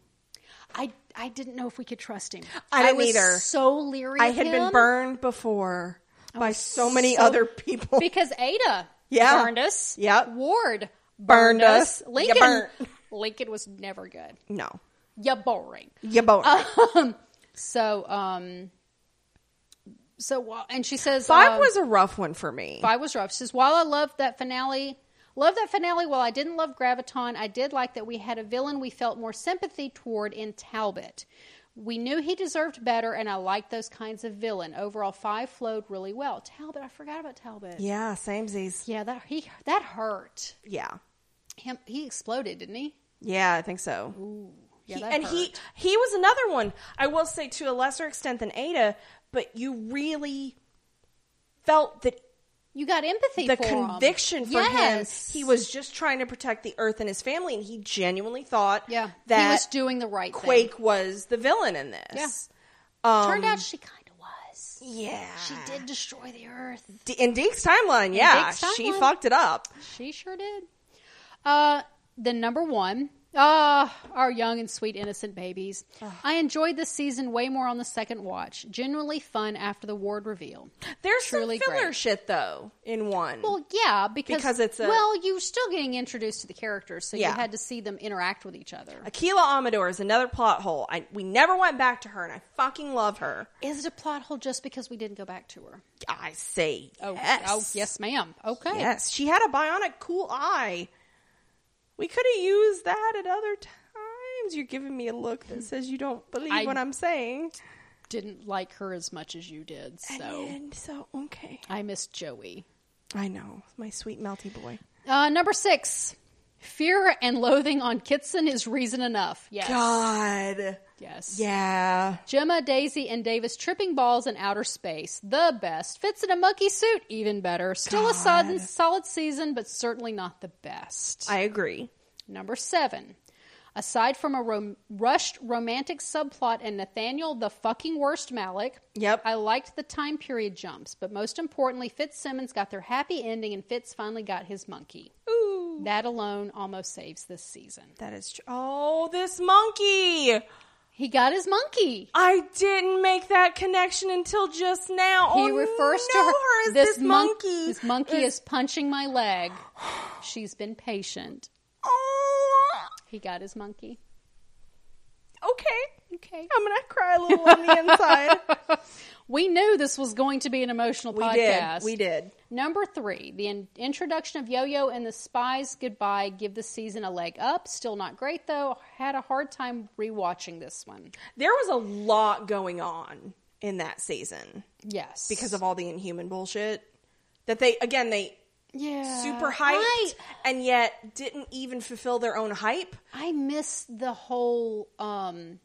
B: I I didn't know if we could trust him.
A: I didn't
B: was
A: either.
B: So leery.
A: i
B: of
A: had been
B: him
A: burned before by so many
B: so-
A: other people
B: because Ada
A: Yeah.
B: burned us.
A: Yep.
B: Ward
A: Burned us. You
B: Lincoln
A: burnt.
B: Lincoln was never good.
A: no
B: You're boring.
A: you both
B: Uh, So, um, so while and she says
A: five
B: um,
A: was a rough one for me
B: five was rough. She says while I loved that finale, loved that finale. While I didn't love Graviton, I did like that we had a villain we felt more sympathy toward in Talbot. We knew he deserved better, and I liked those kinds of villain. Overall, five flowed really well. Talbot, I forgot about Talbot. Yeah,
A: yeah samesies
B: that he that hurt
A: yeah
B: him. He exploded, didn't he?
A: yeah i think so
B: Yeah,
A: He-
B: that
A: and he
B: hurt.
A: he was another one. I will say to a lesser extent than Ada, but you really felt that
B: you got empathy.
A: the
B: for him.
A: conviction for
B: Yes.
A: him. He was just trying to protect the Earth and his family, and he genuinely thought
B: yeah. he was
A: that
B: doing the right thing.
A: Quake was the villain in this. Um,
B: Turned out she kind of was.
A: yeah,
B: She did destroy the earth.
A: D- in Deke's timeline. Yeah,
B: Deke's
A: she
B: timeline.
A: fucked it up.
B: She sure did. Uh, the number one. Ah, our young and sweet innocent babies. I enjoyed this season way more on the second watch. Genuinely fun after the ward reveal.
A: There's
B: Truly
A: some filler
B: great.
A: shit though in one.
B: Well, yeah, because
A: Because it's a-
B: well, you're still getting introduced to the characters, so
A: Yeah.
B: you had to see them interact with each other.
A: Akila Amador is another plot hole. I, we never went back to her, and I fucking love her.
B: Is it a plot hole just because we didn't go back to her?
A: I say
B: Oh,
A: yes.
B: oh, yes, ma'am. Okay,
A: Yes, she had a bionic cool eye. We could have used that at other times. You're giving me a look that says you don't believe
B: I-
A: what I'm saying.
B: didn't like her as much as you did, so
A: And so, okay.
B: I missed Joey.
A: I know. My sweet melty boy.
B: Uh, number six, Fear and loathing on Kitson is reason enough. Yes.
A: God.
B: Yes.
A: Yeah.
B: Gemma, Daisy, and Davis tripping balls in outer space. The best. Fits in a monkey suit. Even better. Still a solid, solid season, but certainly not the best.
A: I agree.
B: Number seven. Aside from a rom- rushed romantic subplot and Nathaniel the fucking worst Malik,
A: Yep.
B: I liked the time period jumps, but most importantly, Fitzsimmons got their happy ending and Fitz finally got his monkey.
A: Ooh.
B: That alone almost saves this season.
A: That is tr- Oh, this monkey.
B: He got his monkey.
A: I didn't make that connection until just now.
B: He
A: oh,
B: refers to
A: no,
B: her,
A: as
B: this,
A: this,
B: mon-
A: monkey.
B: This monkey
A: This-
B: is punching my leg. She's been patient.
A: Oh.
B: He got his monkey.
A: Okay.
B: Okay.
A: I'm going to cry a little on the inside.
B: We knew this was going to be an emotional
A: we
B: podcast.
A: did. We did.
B: Number three, the in- introduction of Yo Yo and the Spies Goodbye give the season a leg up. Still not great though. Had a hard time rewatching this one.
A: There was a lot going on in that season
B: Yes,
A: because of all the inhuman bullshit that they, again, they
B: yeah
A: super hyped
B: I,
A: and yet didn't even fulfill their own hype.
B: I miss the whole um,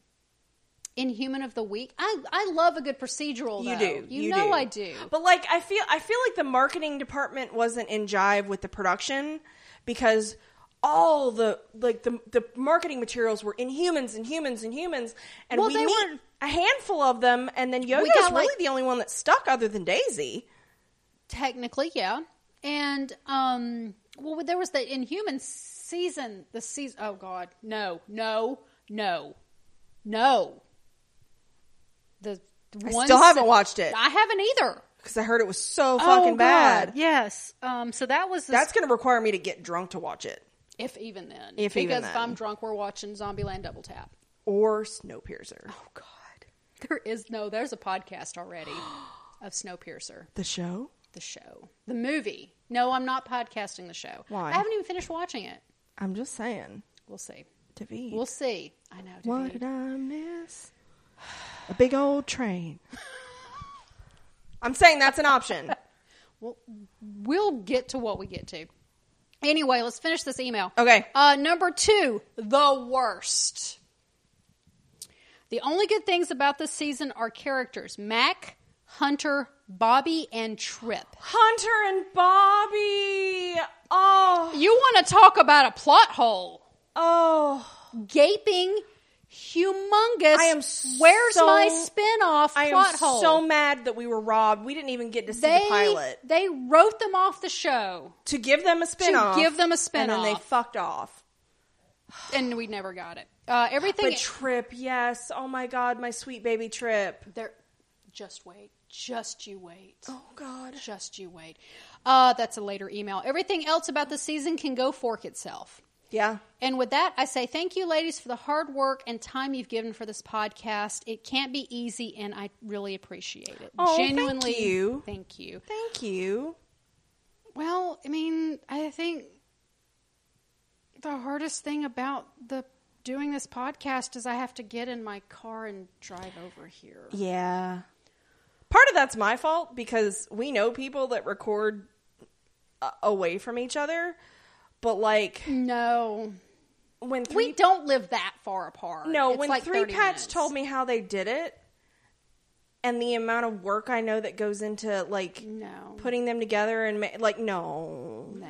B: Inhuman of the Week. I I love a good procedural.
A: You
B: though.
A: do.
B: You, know I do.
A: But like I feel I feel like the marketing department wasn't in jive with the production because all the like the the marketing materials were inhumans and humans and humans and
B: Well,
A: we
B: they
A: meet
B: were-
A: a handful of them and then Yo-Yo's
B: got,
A: really
B: like-
A: the only one that stuck other than Daisy.
B: Technically, yeah. And um, well, there was the Inhuman season. The season. Oh God, no, no, no, no. The one
A: still
B: se-
A: haven't watched it.
B: I haven't either.
A: Cuz I heard it was so
B: Oh,
A: fucking
B: God,
A: bad.
B: Yes. Um. So that was the
A: That's going to require me to get drunk to watch it
B: if even then.
A: If
B: because
A: even
B: if
A: then.
B: I'm drunk, we're watching Zombieland Double Tap.
A: or Snowpiercer.
B: Oh God, there is no. There's a podcast already of Snowpiercer,
A: The show?
B: the show, the movie. No, I'm not podcasting the show.
A: Why?
B: I haven't even finished watching it.
A: I'm just saying.
B: We'll see.
A: David.
B: We'll see. I know.
A: What
B: David.
A: did I miss? A big old train. I'm saying that's an option.
B: We'll, we'll get to what we get to. Anyway, let's finish this email.
A: Okay.
B: Uh, number two, the worst. The only good things about this season are characters Mac, Hunter, Bobby, and Trip.
A: Hunter and Bobby. Oh,
B: You want to talk about a plot hole?
A: oh.
B: Gaping, humongous.
A: I am so-
B: Where's my spinoff
A: I
B: plot
A: am
B: hole?
A: so mad that we were robbed. We didn't even get to see
B: they
A: the pilot
B: they wrote them off the show,
A: to give them a spinoff.
B: give them a
A: and then they
B: spinoff.
A: fucked off.
B: and we never got it. Uh, everything.
A: But Trip, yes. Oh my God, my sweet baby Trip.
B: There, just wait. Just you wait.
A: Oh God.
B: Just you wait. Uh, that's a later email. Everything else about the season can go fork itself.
A: Yeah.
B: And with that, I say thank you, ladies, for the hard work and time you've given for this podcast. It can't be easy, and I really appreciate it.
A: Oh, thank
B: Genuinely,
A: you.
B: Thank you.
A: Thank you.
B: Well, I mean, I think the hardest thing about the doing this podcast is I have to get in my car and drive over here.
A: Yeah. Part of that's my fault because we know people that record uh, away from each other, but like
B: No,
A: when three
B: we don't live that far apart.
A: no
B: It's
A: when
B: like
A: three
B: 30
A: patch
B: minutes.
A: told me how they did it and the amount of work I know that goes into like
B: no,
A: putting them together and ma- like no.
B: no.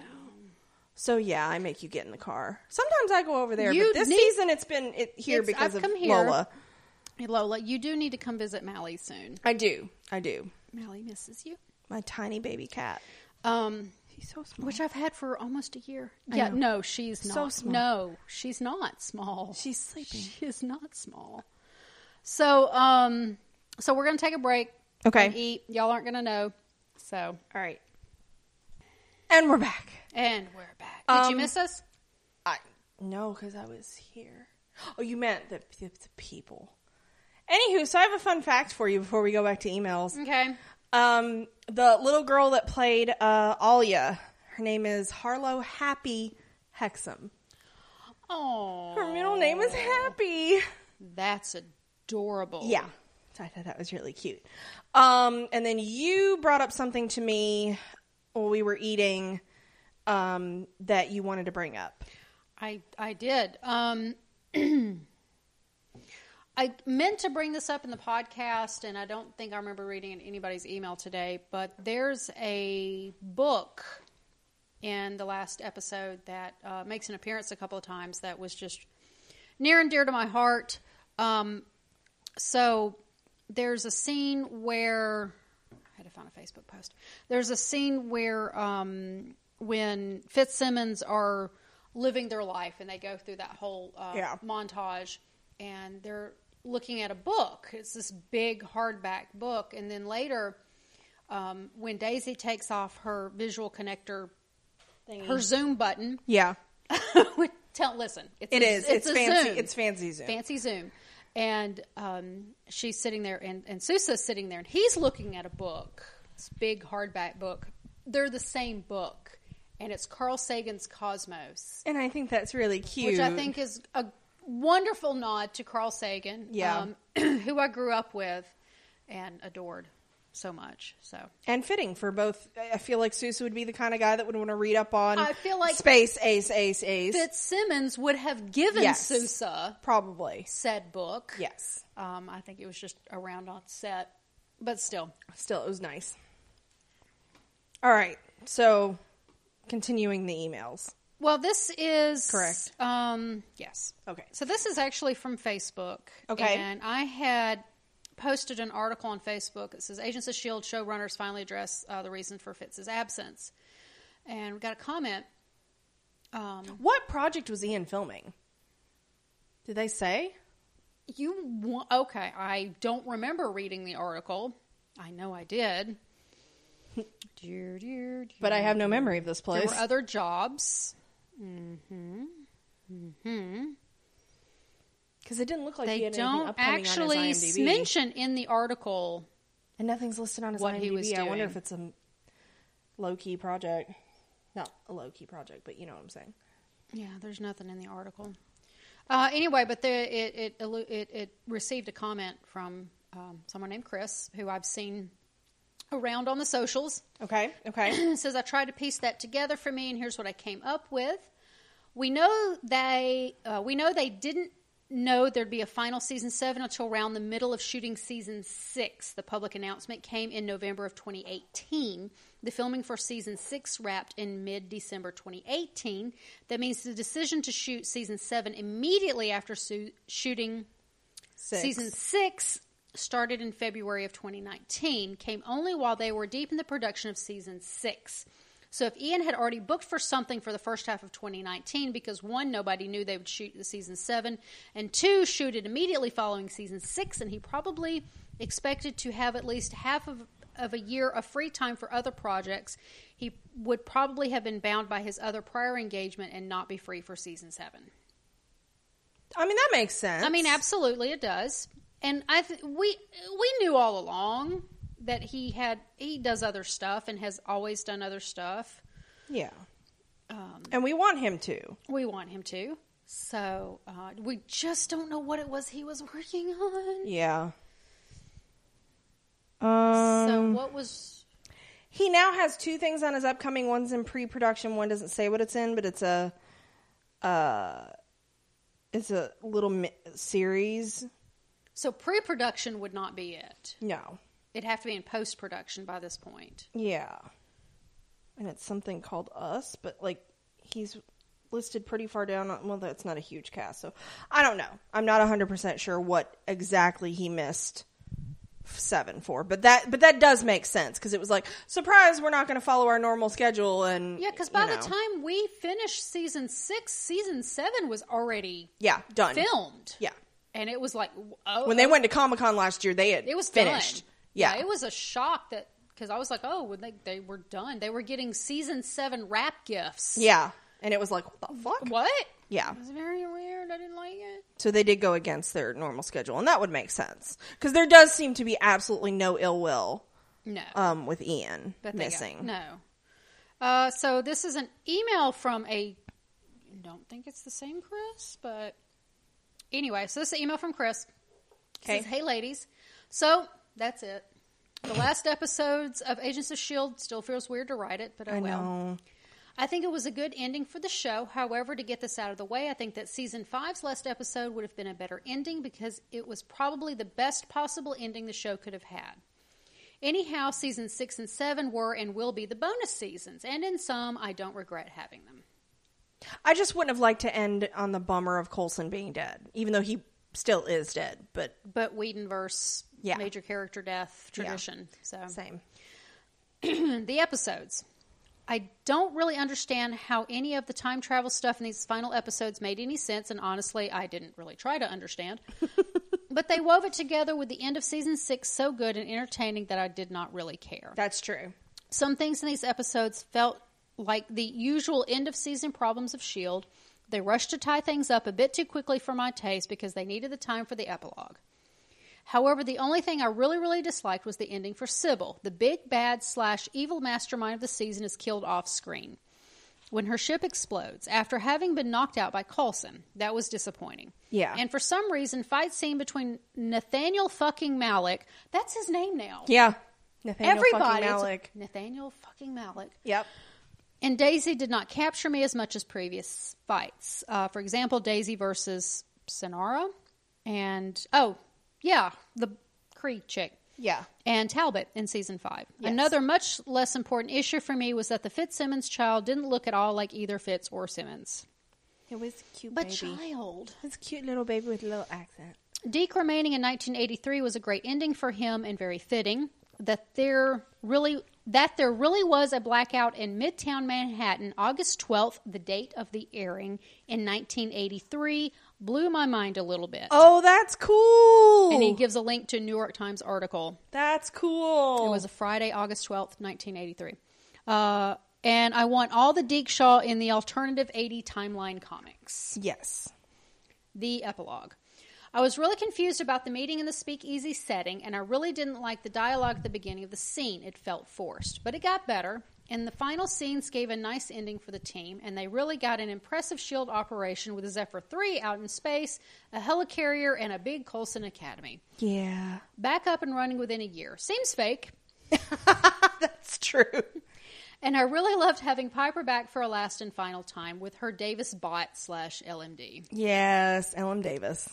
A: So yeah, I make you get in the car. Sometimes I go over there,
B: You
A: but this
B: need-
A: season it's been it, here
B: It's-
A: because
B: I've
A: of
B: come here.
A: Lola.
B: Hey, Lola, you do need to come visit Mally soon.
A: I do. I do.
B: Mally misses you.
A: My tiny baby cat.
B: Um,
A: He's so small.
B: which I've had for almost a year.
A: I
B: Yeah,
A: know.
B: no, she's not.
A: So small.
B: No, she's not small.
A: She's sleeping.
B: She is not small. So, um, so we're gonna take a break.
A: Okay.
B: and eat. Y'all aren't gonna know. So,
A: All right. And we're back.
B: and we're back. Did
A: Um,
B: you miss us?
A: I no, because I was here. Oh, you meant the, the, the people. Anywho, so I have a fun fact for you before we go back to emails.
B: Okay.
A: Um, the little girl that played uh, Alia, her name is Harlow Happy Hexam.
B: Oh, Oh.
A: Her middle name is Happy.
B: that's adorable.
A: Yeah. So I thought that was really cute. Um, and then you brought up something to me while we were eating um, that you wanted to bring up.
B: I I did. Um, I meant to bring this up in the podcast, and I don't think I remember reading in anybody's email today. But there's a book in the last episode that uh, makes an appearance a couple of times that was just near and dear to my heart. Um, so there's a scene where I had to find a Facebook post. There's a scene where um, when Fitzsimmons are living their life and they go through that whole uh,
A: Yeah.
B: montage and they're looking at a book. It's this big hardback book, and then later. Um, when Daisy takes off her visual connector her Zoom button.
A: Yeah.
B: Would tell, listen, it's
A: It
B: a-
A: is. It's,
B: a
A: fancy.
B: Zoom.
A: It's fancy Zoom.
B: fancy Zoom, and um, she's sitting there, and and Sousa's sitting there, and he's looking at a book, this big hardback book. They're the same book, and it's Carl Sagan's Cosmos,
A: And I think that's really cute.
B: which I think is a wonderful nod to Carl Sagan, um,
A: Yeah.
B: who I grew up with and adored so much. So
A: and fitting for both. I feel like Sousa would be the kind of guy that would want to read up on.
B: I feel like-
A: space ace ace ace.
B: Fitzsimmons would have given
A: Yes.
B: Sousa
A: Probably
B: said book.
A: yes.
B: Um, I think it was just around on set, but still.
A: Still, it was nice. All right. So, continuing the emails.
B: Well, this is
A: Correct.
B: Um, yes.
A: Okay.
B: So this is actually from Facebook.
A: Okay.
B: And I had posted an article on Facebook that says Agents of Shield E showrunners finally address uh, the reason for Fitz's absence, and we got a comment. Um,
A: What project was Ian filming? Did they say?
B: you wa- okay? I don't remember reading the article. I know I did. dear, dear, dear.
A: But I have no memory of this place.
B: There were other jobs.
A: Because it didn't look like he
B: They
A: had anything
B: don't
A: upcoming on
B: actually
A: his IMDb.
B: mention in the article.
A: and nothing's listed on his
B: what
A: IMDb.
B: he was
A: I wonder
B: doing.
A: if it's a low key project. Not a low key project, but you know what I'm saying.
B: Yeah, there's nothing in the article. Uh, anyway, but the, it, it allu- it it received a comment from um, someone named Chris, who I've seen around on the socials.
A: Okay. Okay.
B: It says I tried to piece that together for me, and here's what I came up with. We know they uh, we know they didn't know there'd be a final season seven until around the middle of shooting season six. The public announcement came in November of 2018. The filming for season six wrapped in mid December 2018. That means the decision to shoot season seven immediately after su- shooting
A: Six.
B: Season six started in February of 2019, came only while they were deep in the production of season six. So if Ian had already booked for something for the first half of 2019, because one, nobody knew they would shoot the season seven, and two, shoot it immediately following season six, and he probably expected to have at least half of of a year of free time for other projects, he would probably have been bound by his other prior engagement and not be free for season seven.
A: I mean, that makes sense.
B: I mean, absolutely, it does. And I th- we we knew all along that he had he does other stuff and has always done other stuff.
A: Yeah. and we want him to.
B: We want him to, so uh, we just don't know what it was he was working on.
A: Yeah. Um,
B: so what was?
A: he now has two things on his upcoming. One's in pre-production. One doesn't say what it's in, but it's a, uh, it's a little mi- series.
B: So pre-production would not be it.
A: No.
B: It'd have to be in post-production by this point.
A: Yeah. And it's something called Us, but like he's listed pretty far down. On, well, that's not a huge cast, so I don't know. I'm not 100% sure what exactly he missed 7 for, but that but that does make sense cuz it was like, surprise, we're not going to follow our normal schedule and
B: Yeah, because
A: you
B: by the
A: know.
B: time we finished season six, season seven was already
A: Yeah, done.
B: filmed.
A: Yeah.
B: and it was like oh,
A: When they went to Comic-Con last year, they had
B: it was
A: finished.
B: Done.
A: Yeah.
B: it was a shock that because I was like, oh, when they they were done, they were getting season seven wrap gifts.
A: yeah. And it was like, what the fuck?
B: what?
A: Yeah.
B: It was very weird. I didn't like it.
A: So they did go against their normal schedule, and that would make sense because there does seem to be absolutely no ill will
B: No,
A: um, with Ian
B: That they got-
A: missing.
B: No. Uh, so this is an email from a. I don't think it's the same Chris, but anyway, so this is an email from Chris. It
A: Okay.
B: Says, hey, ladies. So that's it. E The last episodes of Agents of Shield still feels weird to write it, but oh
A: I
B: well.
A: know.
B: I think it was a good ending for the show. However, to get this out of the way, I think that season five's last episode would have been a better ending because it was probably the best possible ending the show could have had. Anyhow, season six and seven were and will be the bonus seasons, and in some, I don't regret having them.
A: I just wouldn't have liked to end on the bummer of Colson being dead, even though he still is dead. But
B: But Whedonverse,
A: Yeah.
B: major character death
A: Yeah.
B: tradition. So
A: same.
B: the episodes. I don't really understand how any of the time travel stuff in these final episodes made any sense, and honestly, I didn't really try to understand. but they wove it together with the end of season six so good and entertaining that I did not really care.
A: That's true.
B: Some things in these episodes felt like the usual end of season problems of S.H.I.E.L.D. E They rushed to tie things up a bit too quickly for my taste because they needed the time for the epilogue. However, the only thing I really, really disliked was the ending for Sybil. The big bad slash evil mastermind of the season is killed off screen when her ship explodes after having been knocked out by Coulson. That was disappointing.
A: Yeah.
B: And for some reason, fight scene between Nathaniel fucking Malik, that's his name now.
A: Yeah. Nathaniel
B: Everybody.
A: fucking
B: it's-
A: Malik.
B: Nathaniel fucking Malik.
A: Yep.
B: And Daisy did not capture me as much as previous fights. Uh, for example, Daisy versus Sonara, and oh yeah, the Cree chick
A: Yeah.
B: and Talbot in season five.
A: Yes.
B: Another much less important issue for me was that the Fitzsimmons child didn't look at all like either Fitz or Simmons.
A: It was cute,
B: But child.
A: It's cute little baby with a little accent.
B: Deke remaining in 1983 was a great ending for him and very fitting. That there really that there really was a blackout in Midtown Manhattan, August 12th, the date of the airing in 1983, blew my mind a little bit.
A: Oh, that's cool.
B: And he gives a link to a New York Times article.
A: that's cool.
B: It was a Friday, August 12th, 1983. Uh, and I want all the Deke Shaw in the alternative 80 timeline comics.
A: yes.
B: The epilogue. I was really confused about the meeting in the speakeasy setting, and I really didn't like the dialogue at the beginning of the scene. It felt forced, but it got better. And the final scenes gave a nice ending for the team, and they really got an impressive shield operation with a Zephyr 3 out in space, a helicarrier, and a big Colson Academy.
A: Yeah.
B: Back up and running within a year. Seems fake,
A: That's true.
B: And I really loved having Piper back for a last and final time with her Davis bot slash LMD.
A: Yes, Ellen Davis.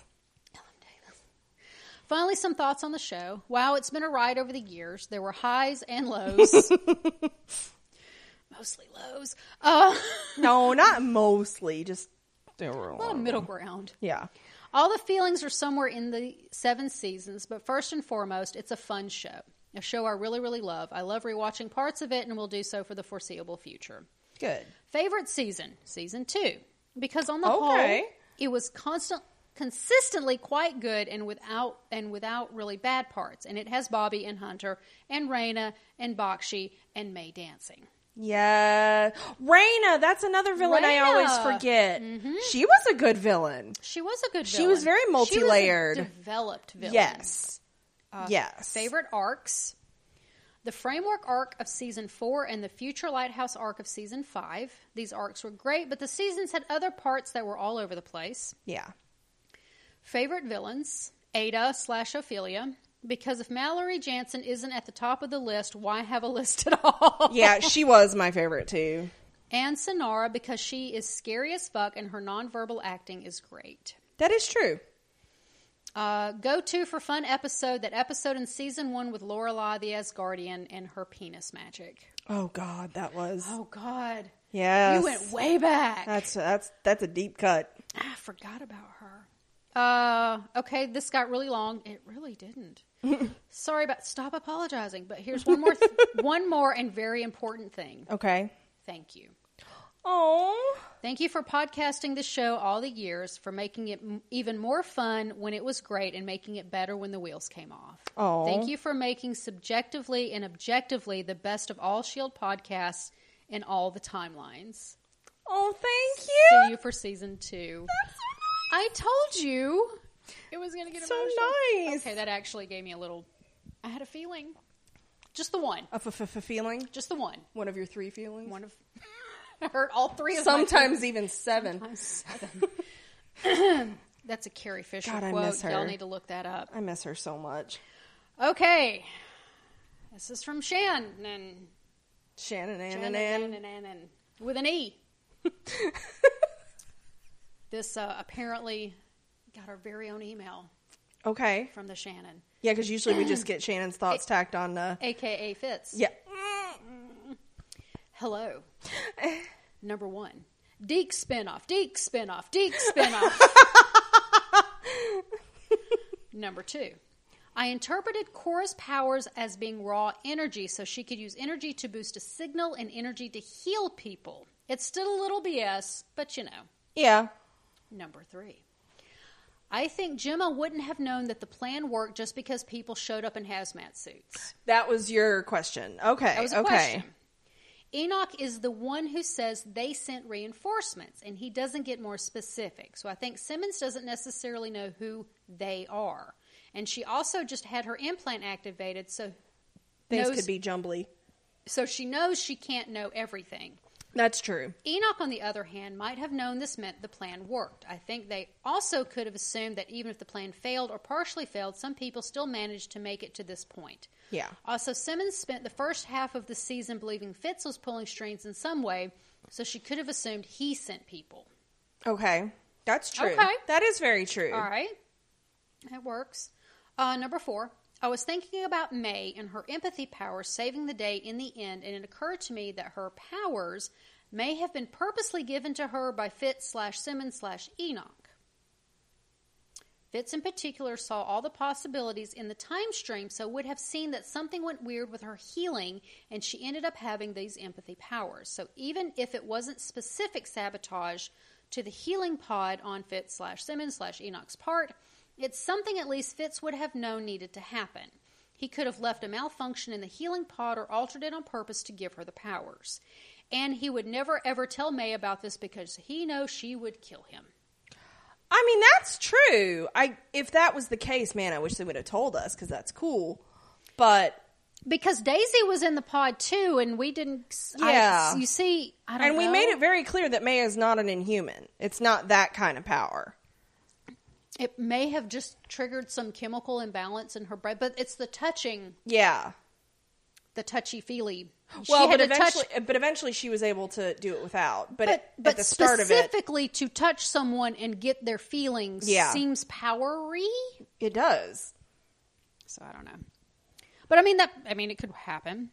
B: Finally, some thoughts on the show. Wow, it's been a ride over the years. There were highs and lows. Mostly lows. Uh,
A: No, not mostly. Just
B: a lot of middle ground.
A: yeah.
B: All the feelings are somewhere in the seven seasons, but first and foremost, it's a fun show. A show I really, really love. I love rewatching parts of it and will do so for the foreseeable future.
A: Good.
B: Favorite season, season two, because on the
A: Okay.
B: whole, it was constant, consistently quite good, and without and without really bad parts. And it has Bobby and Hunter and Raina and Bakshi and May dancing.
A: Yeah. Raina, that's another villain I always
B: Raina. Mm-hmm.
A: forget. She was a good villain.
B: She was a good.
A: She
B: villain.
A: was very
B: She was a
A: multi-layered.
B: developed villain. Uh,
A: Yes. yes.
B: Favorite arcs. The framework arc of season four and the future lighthouse arc of season five. These arcs were great, but the seasons had other parts that were all over the place.
A: Yeah.
B: Favorite villains Ada slash Ophelia. Because if Mallory Jansen isn't at the top of the list, why have a list at all?
A: Yeah, she was my favorite too.
B: And Sonara, because she is scary as fuck and her nonverbal acting is great.
A: That is true.
B: Uh, go to for fun episode that episode in season one with Lorelai the Asgardian and her penis magic.
A: Oh God, that was
B: Oh God,
A: yes.
B: you went way back.
A: That's that's that's a deep cut.
B: I forgot about her. Uh, okay, this got really long. It really didn't. Sorry about. Stop apologizing. But here's one more, th- one more, and very important thing.
A: Okay.
B: Thank you.
A: Oh.
B: Thank you for podcasting the show all the years, for making it m- even more fun when it was great and making it better when the wheels came off.
A: Aw.
B: Thank you for making subjectively and objectively the best of all Shield E podcasts in all the timelines.
A: Oh, thank
B: See
A: you.
B: you for season two. I told you it was going to get
A: So
B: emotional.
A: nice.
B: Okay, that actually gave me a little. I had a feeling. Just the one.
A: A f- f- f- feeling.
B: Just the one.
A: One of your three feelings.
B: One of. I heard all three of my
A: Sometimes even seven.
B: feelings. Seven. That's a Carrie Fisher
A: God, I
B: quote.
A: miss her.
B: Y'all need to look that up.
A: I miss her so much.
B: Okay. This is from Shannon.
A: Shannon Ann
B: Shannon.
A: and Ann.
B: Shannon. with an E. this uh, apparently got our very own email
A: Okay.
B: from the Shannon,
A: Yeah, because usually we just get Shannon's thoughts tacked on. Uh,
B: aka Fitz.
A: yeah.
B: Hello. Number one, Deke spinoff, Deke spinoff, Deke spinoff. Number two, I interpreted Cora's powers as being raw energy, so she could use energy to boost a signal and energy to heal people. It's still a little BS, but you know.
A: Yeah.
B: Number three. I think Gemma wouldn't have known that the plan worked just because people showed up in hazmat suits.
A: That was your question. Okay.
B: That was a
A: okay.
B: question. Enoch is the one who says they sent reinforcements, and he doesn't get more specific. So I think Simmons doesn't necessarily know who they are. And she also just had her implant activated, so
A: Things
B: knows-
A: could be jumbly.
B: so she knows she can't know everything.
A: That's true.
B: Enoch, on the other hand, might have known this meant the plan worked. I think they also could have assumed that even if the plan failed or partially failed, some people still managed to make it to this point.
A: Yeah.
B: Also, Simmons spent the first half of the season believing Fitz was pulling strings in some way, so she could have assumed he sent people.
A: Okay. That's true.
B: Okay.
A: That is very true.
B: All right. That works. Uh, number four. I was thinking about May and her empathy power saving the day in the end, and it occurred to me that her powers may have been purposely given to her by Fitz slash Simmons slash Enoch. Fitz in particular saw all the possibilities in the time stream, so would have seen that something went weird with her healing, and she ended up having these empathy powers. So even if it wasn't specific sabotage to the healing pod on Fitz slash Simmons slash Enoch's part, it's something at least Fitz would have known needed to happen. He could have left a malfunction in the healing pod or altered it on purpose to give her the powers. And he would never ever tell May about this because he knows she would kill him.
A: I mean, that's true. I if that was the case, man, I wish they would have told us because that's cool. But
B: because Daisy was in the pod too, and we didn't. I-
A: Yeah.
B: you see, I don't.
A: and we
B: know.
A: made it very clear that May is not an inhuman. It's not that kind of power.
B: It may have just triggered some chemical imbalance in her brain, but it's the touching,
A: Yeah.
B: the touchy feely.
A: Well, but
B: to
A: eventually, but eventually, she was able to do it without. But,
B: but
A: at,
B: but
A: at the start of it,
B: specifically to touch someone and get their feelings
A: Yeah.
B: seems powery.
A: it does.
B: So I don't know. But I mean that I mean it could happen.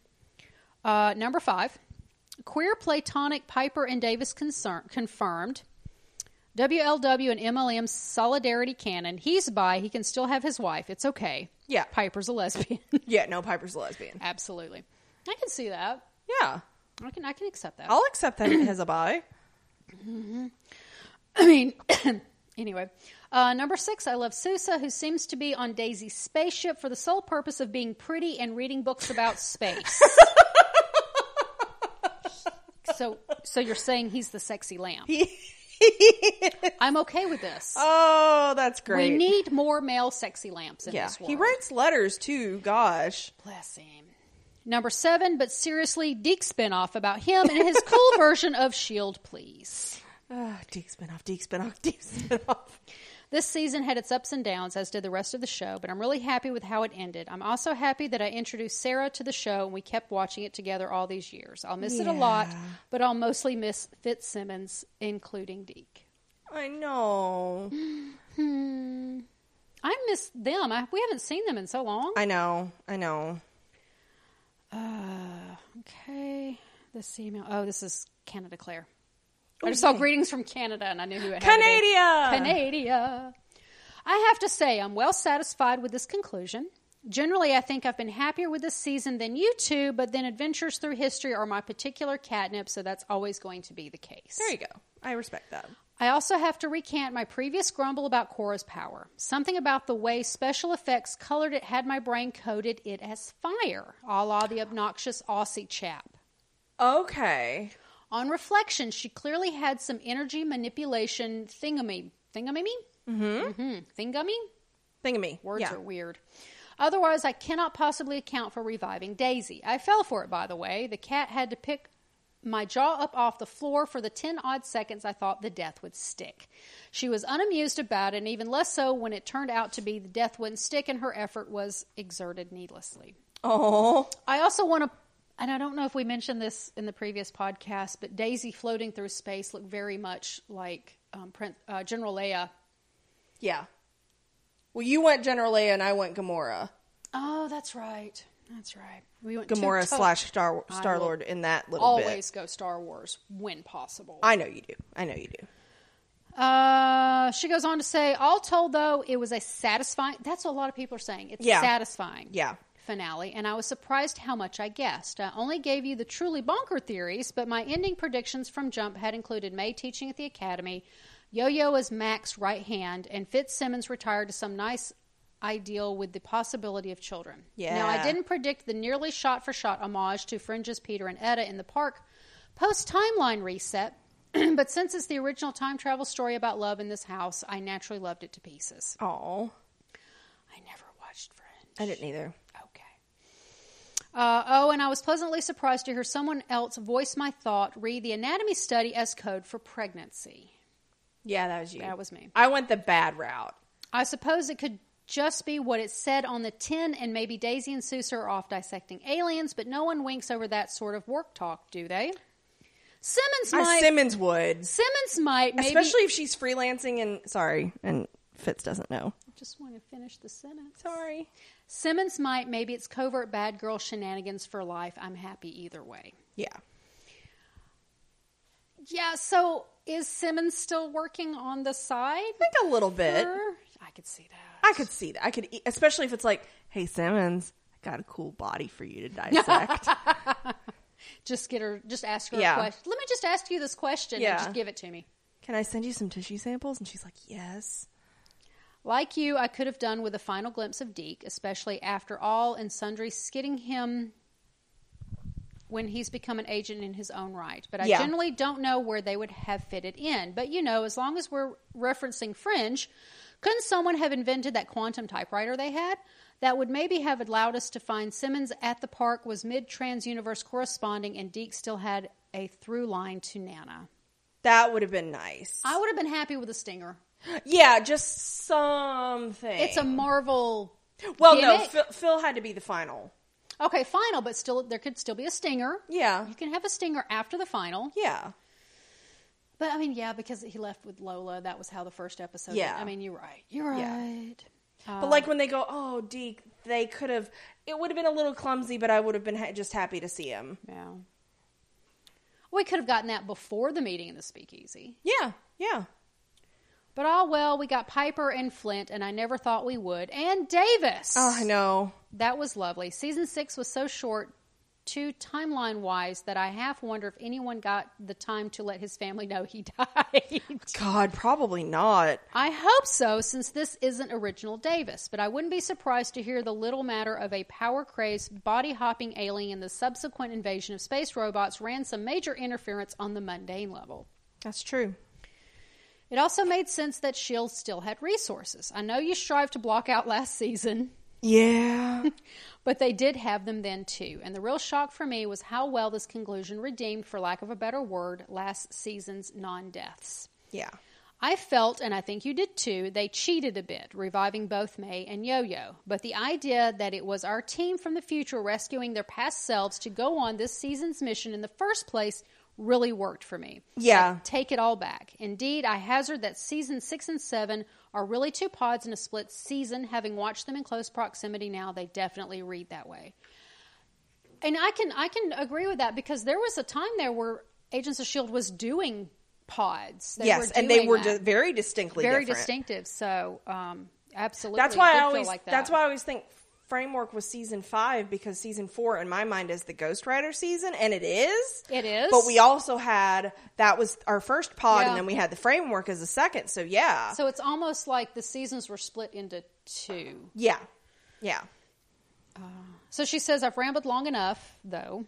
B: Uh, number five, queer platonic Piper and Davis concern, confirmed. WLW and MLM solidarity canon. He's bi. He can still have his wife. It's okay.
A: Yeah.
B: Piper's a lesbian.
A: Yeah. No, Piper's a lesbian.
B: Absolutely. I can see that.
A: Yeah,
B: I can. I can accept that.
A: I'll accept that as a buy.
B: I mean, anyway. Uh, number six, I love Sousa, who seems to be on Daisy's spaceship for the sole purpose of being pretty and reading books about space. so, so you're saying he's the sexy lamb? I'm okay with this.
A: Oh, that's great.
B: we need more male sexy lamps in
A: yeah,
B: this world.
A: he writes letters too. Gosh,
B: Bless him. Number seven, but seriously, Deke spinoff about him and his cool version of Shield, E please.
A: Ah, Deke spinoff, Deke spinoff, Deke spinoff.
B: This season had its ups and downs, as did the rest of the show, but I'm really happy with how it ended. I'm also happy that I introduced Sarah to the show and we kept watching it together all these years. I'll miss it a lot,
A: Yeah.
B: but I'll mostly miss Fitzsimmons, including Deke.
A: I know.
B: I miss them. I, we haven't seen them in so long.
A: I know. I know.
B: uh, okay. This email. Oh, this is Canada Claire.
A: Oh,
B: I just saw
A: yeah.
B: greetings from Canada and I knew who it had to be.
A: Canada.
B: Canada. I have to say, I'm well satisfied with this conclusion. Generally, I think I've been happier with this season than you two, but then adventures through history are my particular catnip, so that's always going to be the case.
A: There you go. I respect that.
B: I also have to recant my previous grumble about Cora's power. Something about the way special effects colored it had my brain coded it as fire, a la the obnoxious Aussie chap.
A: Okay.
B: On reflection, she clearly had some energy manipulation thingamy. Thingamimy? Mm-hmm. mm-hmm. Thingamy?
A: Think of me.
B: Words
A: yeah.
B: are weird. Otherwise, I cannot possibly account for reviving Daisy. I fell for it, by the way. The cat had to pick my jaw up off the floor for the 10 odd seconds I thought the death would stick. She was unamused about it, and even less so when it turned out to be the death wouldn't stick and her effort was exerted needlessly.
A: Oh.
B: I also want to And I don't know if we mentioned this in the previous podcast, but Daisy floating through space looked very much like um, Prin uh, General Leia.
A: Yeah. Well, you went General Leia and I went Gamora.
B: Oh, that's right. That's right. We went to-
A: Gamora
B: to-
A: slash Star
B: I
A: Star
B: will
A: Lord in that little bit.
B: Always go Star Wars when possible.
A: I know you do. I know you do.
B: Uh, she goes on to say, all told, though, it was a satisfying. That's what a lot of people are saying. It's
A: Yeah.
B: satisfying.
A: Yeah.
B: Finale, and I was surprised how much I guessed. I only gave you the truly bonker theories, but my ending predictions from Jump had included May teaching at the academy, Yo Yo as Mac's right hand, and Fitzsimmons retired to some nice ideal with the possibility of children. Now, I
A: Yeah.
B: didn't predict the nearly shot for shot homage to Fringe's Peter and Etta in the park post timeline reset, but since it's the original time travel story about love in this house, I naturally loved it to pieces.
A: Oh,
B: I never watched Fringe.
A: I didn't either.
B: Okay. Uh, oh, and I was pleasantly surprised to hear someone else voice my thought, read the anatomy study as code for pregnancy.
A: Yeah, that was you.
B: That was me.
A: I went the bad route.
B: I suppose it could just be what it said on the tin, and maybe Daisy and Sousa are off dissecting aliens, but no one winks over that sort of work talk, do they? Simmons
A: I
B: might.
A: Simmons would,
B: Simmons might. Maybe.
A: especially if she's freelancing and sorry, and Fitz doesn't know.
B: just want to finish the sentence.
A: Sorry.
B: Simmons might. Maybe it's covert bad girl shenanigans for life. I'm happy either way.
A: Yeah.
B: Yeah. So is Simmons still working on the side?
A: I think a little bit.
B: Sure. I could see that.
A: I could see that. I could, e- especially if it's like, hey, Simmons, I got a cool body for you to dissect.
B: Just get her. Just ask her
A: Yeah.
B: a question. Let me just ask you this question.
A: Yeah.
B: And just give it to me.
A: Can I send you some tissue samples? And she's like, yes.
B: Like you, I could have done with a final glimpse of Deke, especially after all and sundry skidding him when he's become an agent in his own right. But I
A: Yeah.
B: generally don't know where they would have fitted in. But you know, as long as we're referencing Fringe, couldn't someone have invented that quantum typewriter they had? That would maybe have allowed us to find Simmons at the park was mid trans universe corresponding, and Deke still had a through line to Nana.
A: That would have been nice.
B: I would have been happy with a stinger.
A: yeah, just something.
B: It's a Marvel.
A: well, no,
B: gimmick.
A: Phil, Phil had to be the final.
B: Okay, final, but still there could still be a stinger.
A: Yeah,
B: You can have a stinger after the final.
A: yeah,
B: But I mean, yeah, because he left with Lola, that was how the first episode.
A: Yeah.
B: I mean, you're right. You're
A: Yeah.
B: right.
A: but like when they go, oh, Deke, they could have. It would have been a little clumsy, but I would have been ha- just happy to see him.
B: Yeah. We could have gotten that before the meeting in the speakeasy.
A: Yeah, yeah,
B: But oh well, we got Piper and Flint, and I never thought we would. And Davis.
A: oh, I know.
B: That was lovely. Season six was so short, too timeline wise, that I half wonder if anyone got the time to let his family know he died.
A: God, probably not.
B: I hope so, since this isn't original Davis, but I wouldn't be surprised to hear the little matter of a power crazed, body hopping alien and the subsequent invasion of space robots ran some major interference on the mundane level.
A: That's true.
B: It also made sense that S.H.I.E.L.D. E still had resources. I know you strive to block out last season,
A: Yeah,
B: but they did have them then too. And the real shock for me was how well this conclusion redeemed, for lack of a better word, last season's non deaths.
A: yeah,
B: I felt, and I think you did too, they cheated a bit, reviving both May and Yo Yo. But the idea that it was our team from the future rescuing their past selves to go on this season's mission in the first place really worked for me.
A: Yeah.
B: I take it all back. Indeed, I hazard that season six and seven are really two pods in a split season. Having watched them in close proximity now, they definitely read that way. And I can I can agree with that because there was a time there where Agents of Shield E was doing pods. They
A: yes,
B: were
A: and they
B: doing
A: were
B: that
A: di- very distinctly
B: very
A: different.
B: distinctive. So um, absolutely,
A: That's
B: it
A: why
B: did
A: I
B: feel
A: always.
B: like that.
A: That's why I always think framework was season five because season four in my mind is the Ghost Rider season, and it is.
B: It is.
A: But we also had that was our first pod,
B: Yeah.
A: and then we had the framework as a second. So yeah,
B: So it's almost like the seasons were split into two.
A: yeah, yeah,
B: So she says, "I've rambled long enough, though."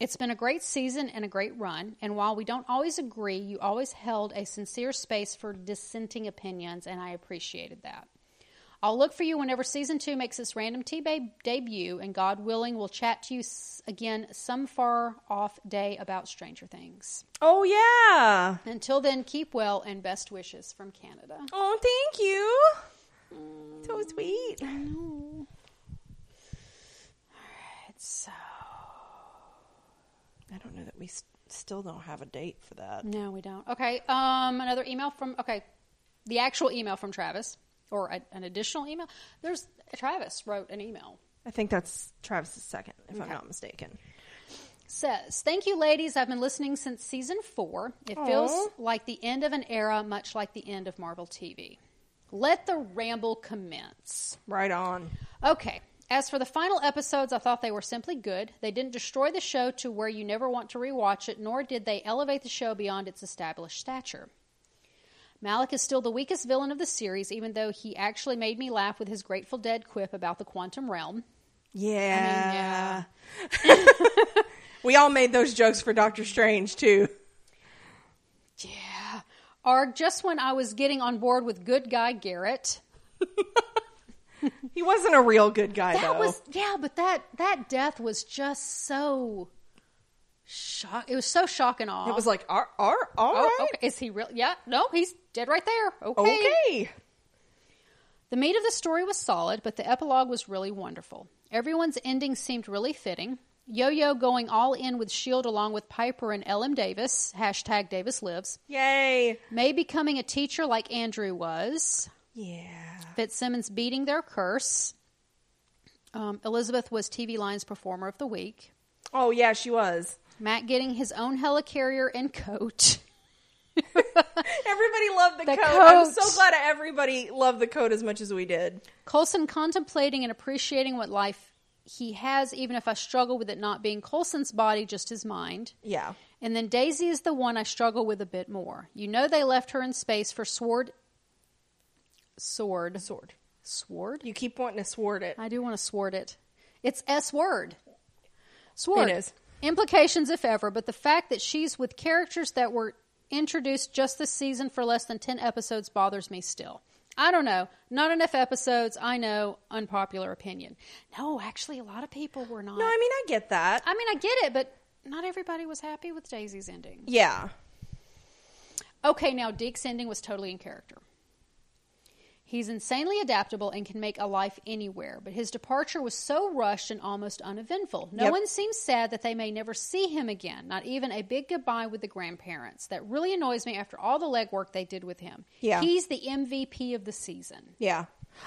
B: It's been a great season and a great run, and while we don't always agree, you always held a sincere space for dissenting opinions, and I appreciated that. I'll look for you whenever season two makes its random tea babe debut, and God willing, we'll chat to you s- again some far off day about Stranger Things.
A: oh yeah.
B: Until then, keep well and best wishes from Canada.
A: Oh, thank you. So sweet.
B: So,
A: We s- still don't have a date for that.
B: No, we don't. Okay. Um, another email from okay, the actual email from Travis or a, an additional email. There's Travis wrote an email
A: I think that's Travis's second, if I'm
B: Okay.
A: not mistaken.
B: says, "Thank you, ladies. I've been listening since season four. It feels
A: Aw.
B: like the end of an era, much like the end of Marvel TV. Let the ramble commence."
A: Right on.
B: Okay. As for the final episodes, I thought they were simply good. They didn't destroy the show to where you never want to rewatch it, nor did they elevate the show beyond its established stature. Malik is still the weakest villain of the series, even though he actually made me laugh with his Grateful Dead quip about the quantum realm.
A: Yeah. we all made those jokes for Doctor Strange too.
B: Yeah. Or just when I was getting on board with good guy Garrett.
A: He wasn't a real good guy
B: That
A: though.
B: was yeah, but that that death was just so shock. It was so shock and awe.
A: it was like, are, are, all
B: Oh,
A: right.
B: okay. Is he real? Yeah. No, he's dead right there. Okay.
A: okay.
B: The meat of the story was solid, but the epilogue was really wonderful. Everyone's ending seemed really fitting. Yo Yo going all in with S.H.I.E.L.D. E along with Piper and Ellen Davis, hashtag Davis Lives.
A: Yay.
B: May becoming a teacher like Andrew was.
A: Yeah.
B: Fitzsimmons beating their curse. Um, Elizabeth was TV Line's Performer of the Week.
A: Oh yeah, she was.
B: Matt getting his own helicarrier and coat.
A: Everybody loved the,
B: The
A: coat. I'm
B: coat.
A: so glad everybody loved the coat as much as we did.
B: Colson contemplating and appreciating what life he has, even if I struggle with it not being Colson's body, just his mind.
A: Yeah.
B: And then Daisy is the one I struggle with a bit more. You know, they left her in space for sword. Sword. Sword. Sword?
A: You keep wanting to sword it.
B: I do want to sword it. It's S word. Sword.
A: It is.
B: Implications, if ever, but the fact that she's with characters that were introduced just this season for less than 10 episodes bothers me still. I don't know. Not enough episodes. I know. Unpopular opinion. No, actually, a lot of people were not.
A: No, I mean I get that.
B: I mean, I get it, but not everybody was happy with Daisy's ending.
A: Yeah.
B: Okay, now Deke's ending was totally in character. He's insanely adaptable and can make a life anywhere, but his departure was so rushed and almost uneventful. No
A: Yep.
B: one seems sad that they may never see him again, not even a big goodbye with the grandparents. That really annoys me after all the legwork they did with him.
A: Yeah.
B: He's the MVP of the season.
A: Yeah.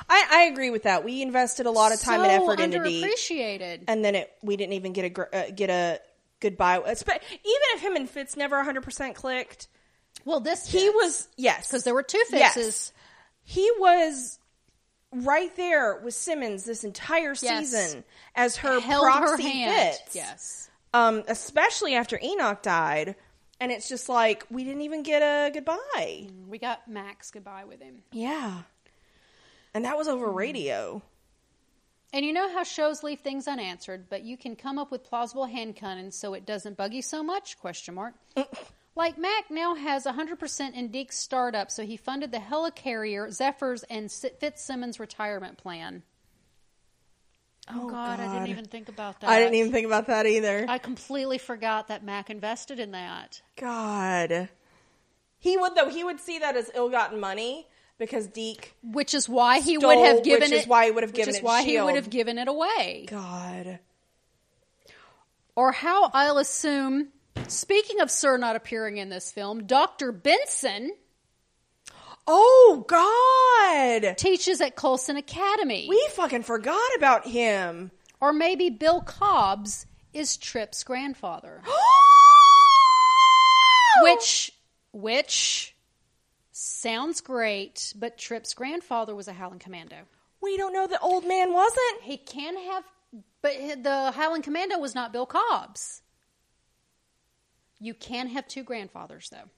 A: I, I agree with that. We invested a lot of time and effort into Deke.
B: underappreciated.
A: and then it we didn't even get a gr- uh, get a goodbye. Espe- Even if him and Fitz never 100 percent clicked,
B: well, this
A: he was yes
B: because there were two fixes.
A: He was right there with Simmons this entire
B: Yes.
A: season as her
B: held her
A: proxy
B: hand.
A: Fitz.
B: Yes.
A: um, especially after Enoch died, and it's just like we didn't even get a goodbye.
B: We got Max goodbye with him.
A: Yeah, and that was over radio.
B: And you know how shows leave things unanswered, but you can come up with plausible hand cannons so it doesn't bug you so much? Question mark. like Mac now has 100% in Deke's startup, so he funded the helicarrier, Zephyr's, and S- Fitzsimmons retirement plan. Oh, God, I
A: God.
B: didn't even think about that.
A: I didn't even think about that either.
B: I completely forgot that Mac invested in that.
A: God. He would though. He would see that as ill-gotten money because Deke.
B: Which is why he
A: Stole,
B: would have given
A: which
B: it.
A: is why he would have given
B: Which is
A: it
B: why he would
A: Shield.
B: have given it away.
A: God.
B: or how I'll assume. Speaking of Sir not appearing in this film, Dr. Benson
A: Oh God.
B: teaches at Colson Academy.
A: We fucking forgot about him.
B: or maybe Bill Cobbs is Tripp's grandfather. which, which sounds great, but Tripp's grandfather was a Howling Commando.
A: We don't know the old man wasn't.
B: He can have, but the Howling Commando was not Bill Cobbs. You can have two grandfathers, though.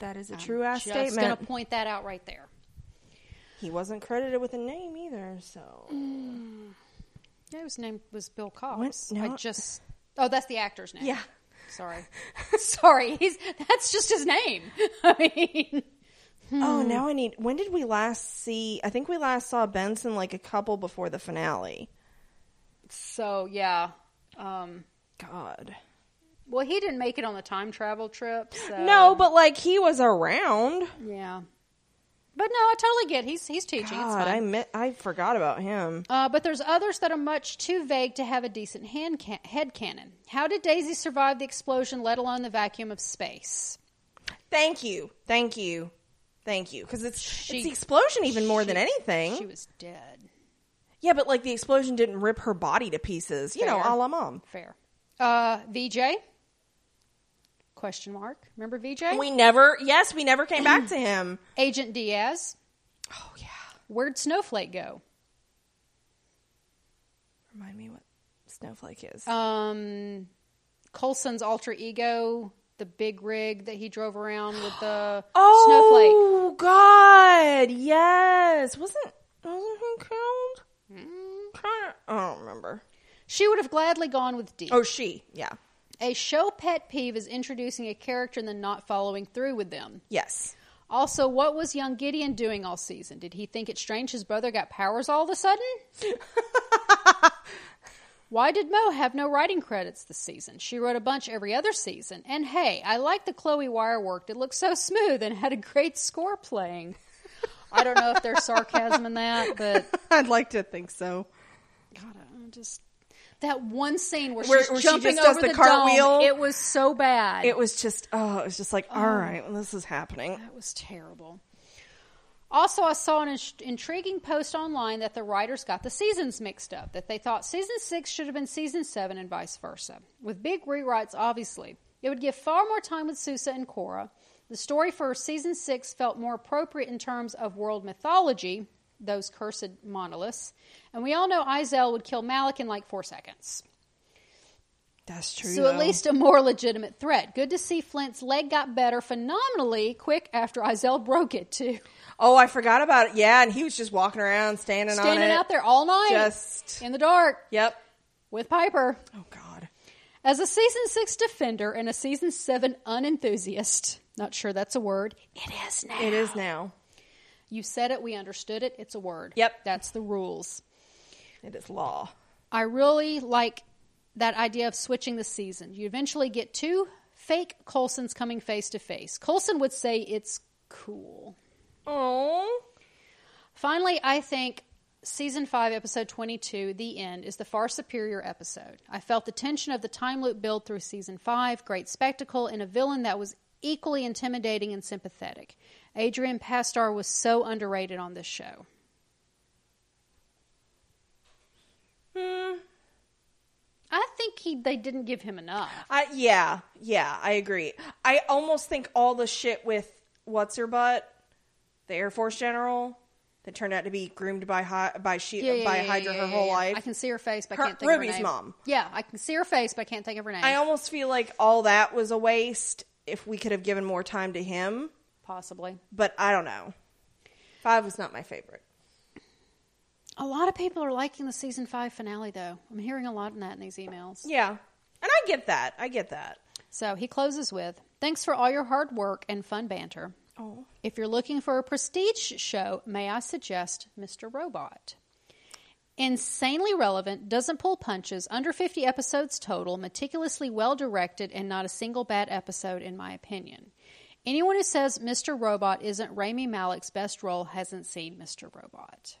A: That is a true ass
B: Just gonna
A: statement.
B: point that out right there.
A: He wasn't credited with a name either. So
B: Yeah, his name was Bill Cobbs.
A: What? No.
B: I just oh, that's the actor's name.
A: Yeah.
B: sorry, sorry. He's that's just his name. I mean,
A: oh, now I need. When did we last see? I think we last saw Benson like a couple before the finale.
B: so yeah. Um,
A: God.
B: well, he didn't
A: Uh,
B: make it on the time travel trip. So,
A: No, but like he was around.
B: yeah. But no, I totally get. He's he's teaching. it's
A: God,
B: fine.
A: I mi- I forgot about him.
B: Uh, but there's others that are much too vague to have a decent hand ca- head cannon. How did Daisy survive the explosion, let alone the vacuum of space?
A: Thank you, thank you, thank you. Because it's
B: She-
A: it's the explosion even more than
B: She-
A: anything.
B: She was dead.
A: yeah, but like the explosion didn't rip her body to pieces. You know,
B: Fair.
A: a la mom.
B: Fair. Uh, VJ? Question mark. Remember VJ?
A: We never. Yes, we never came back to him.
B: Agent Diaz.
A: Oh yeah.
B: Where'd Snowflake go?
A: Remind me what snowflake is.
B: Um, Colson's alter ego, the big rig that he drove around with the Snowflake.
A: Oh God! Yes, wasn't wasn't he killed?
B: Mm.
A: Kinda- I don't remember.
B: She would have gladly gone with D.
A: Oh, she. Yeah.
B: A show pet peeve is introducing a character and then not following through with them.
A: Yes.
B: Also, what was young Gideon doing all season? Did he think it strange his brother got powers all of a sudden? Why did Mo have no writing credits this season? She wrote a bunch every other season. And hey, I like the Chloe wire work. It looked so smooth and had a great score playing. I don't know if there's sarcasm in that, but
A: I'd like to think so.
B: God, I just that one scene where,
A: Where-
B: she's
A: where she
B: jumping
A: just does
B: over the,
A: the cartwheel.
B: dome, it was so bad.
A: It was just, oh, it was just like, all right, well, this is happening.
B: That was terrible. Also, I saw an ins- intriguing post online that the writers got the seasons mixed up, that they thought season six should have been season seven and vice versa. With big rewrites, obviously, it would give far more time with Sousa and Cora. The story for season six felt more appropriate in terms of world mythology, those cursed monoliths. And we all know Izel would kill Malik in like four seconds.
A: That's true.
B: So at
A: though.
B: least a more legitimate threat. Good to see Flint's leg got better phenomenally quick after Izell broke it too.
A: Oh, I forgot about it. Yeah, and he was just walking around, standing, on
B: Standing
A: it.
B: out there all night
A: Just-
B: in the dark
A: Yep.
B: with Piper.
A: Oh God.
B: As a season six defender and a season seven unenthusiast. Not sure that's a word. It is now.
A: It is now.
B: You said it, we understood it. It's a word.
A: Yep.
B: That's the rules.
A: It is law.
B: I really like that idea of switching the season. You eventually get two fake Colsons coming face to face. Colson would say it's cool.
A: Oh.
B: Finally, I think season 5 episode 22 the end is the far superior episode i felt the tension of the time loop build through season 5 great spectacle and a villain that was equally intimidating and sympathetic adrian pastar was so underrated on this show
A: Hmm.
B: i think he they didn't give him enough
A: I yeah yeah I agree. I almost think all the shit with what's her butt, the Air Force general that turned out to be groomed by Hy- by she by Hydra her whole
B: yeah.
A: life.
B: i can see her face but
A: Her-
B: i can't think of her
A: Ruby's
B: name
A: mom.
B: yeah i can see her face but i can't think of her name
A: I almost feel like all that was a waste if we could have given more time to him.
B: possibly
A: But I don't know. Five was not my favorite.
B: A lot of people are liking the season five finale, though. I'm hearing a lot in that in these emails.
A: Yeah, and I get that. I get that.
B: So he closes with Thanks for all your hard work and fun banter.
A: Oh.
B: If you're looking for a prestige show, may I suggest Mr. Robot? Insanely relevant, doesn't pull punches, under 50 episodes total, meticulously well directed, and not a single bad episode, in my opinion. Anyone who says Mr. Robot isn't Rami Malek's best role hasn't seen Mr. Robot.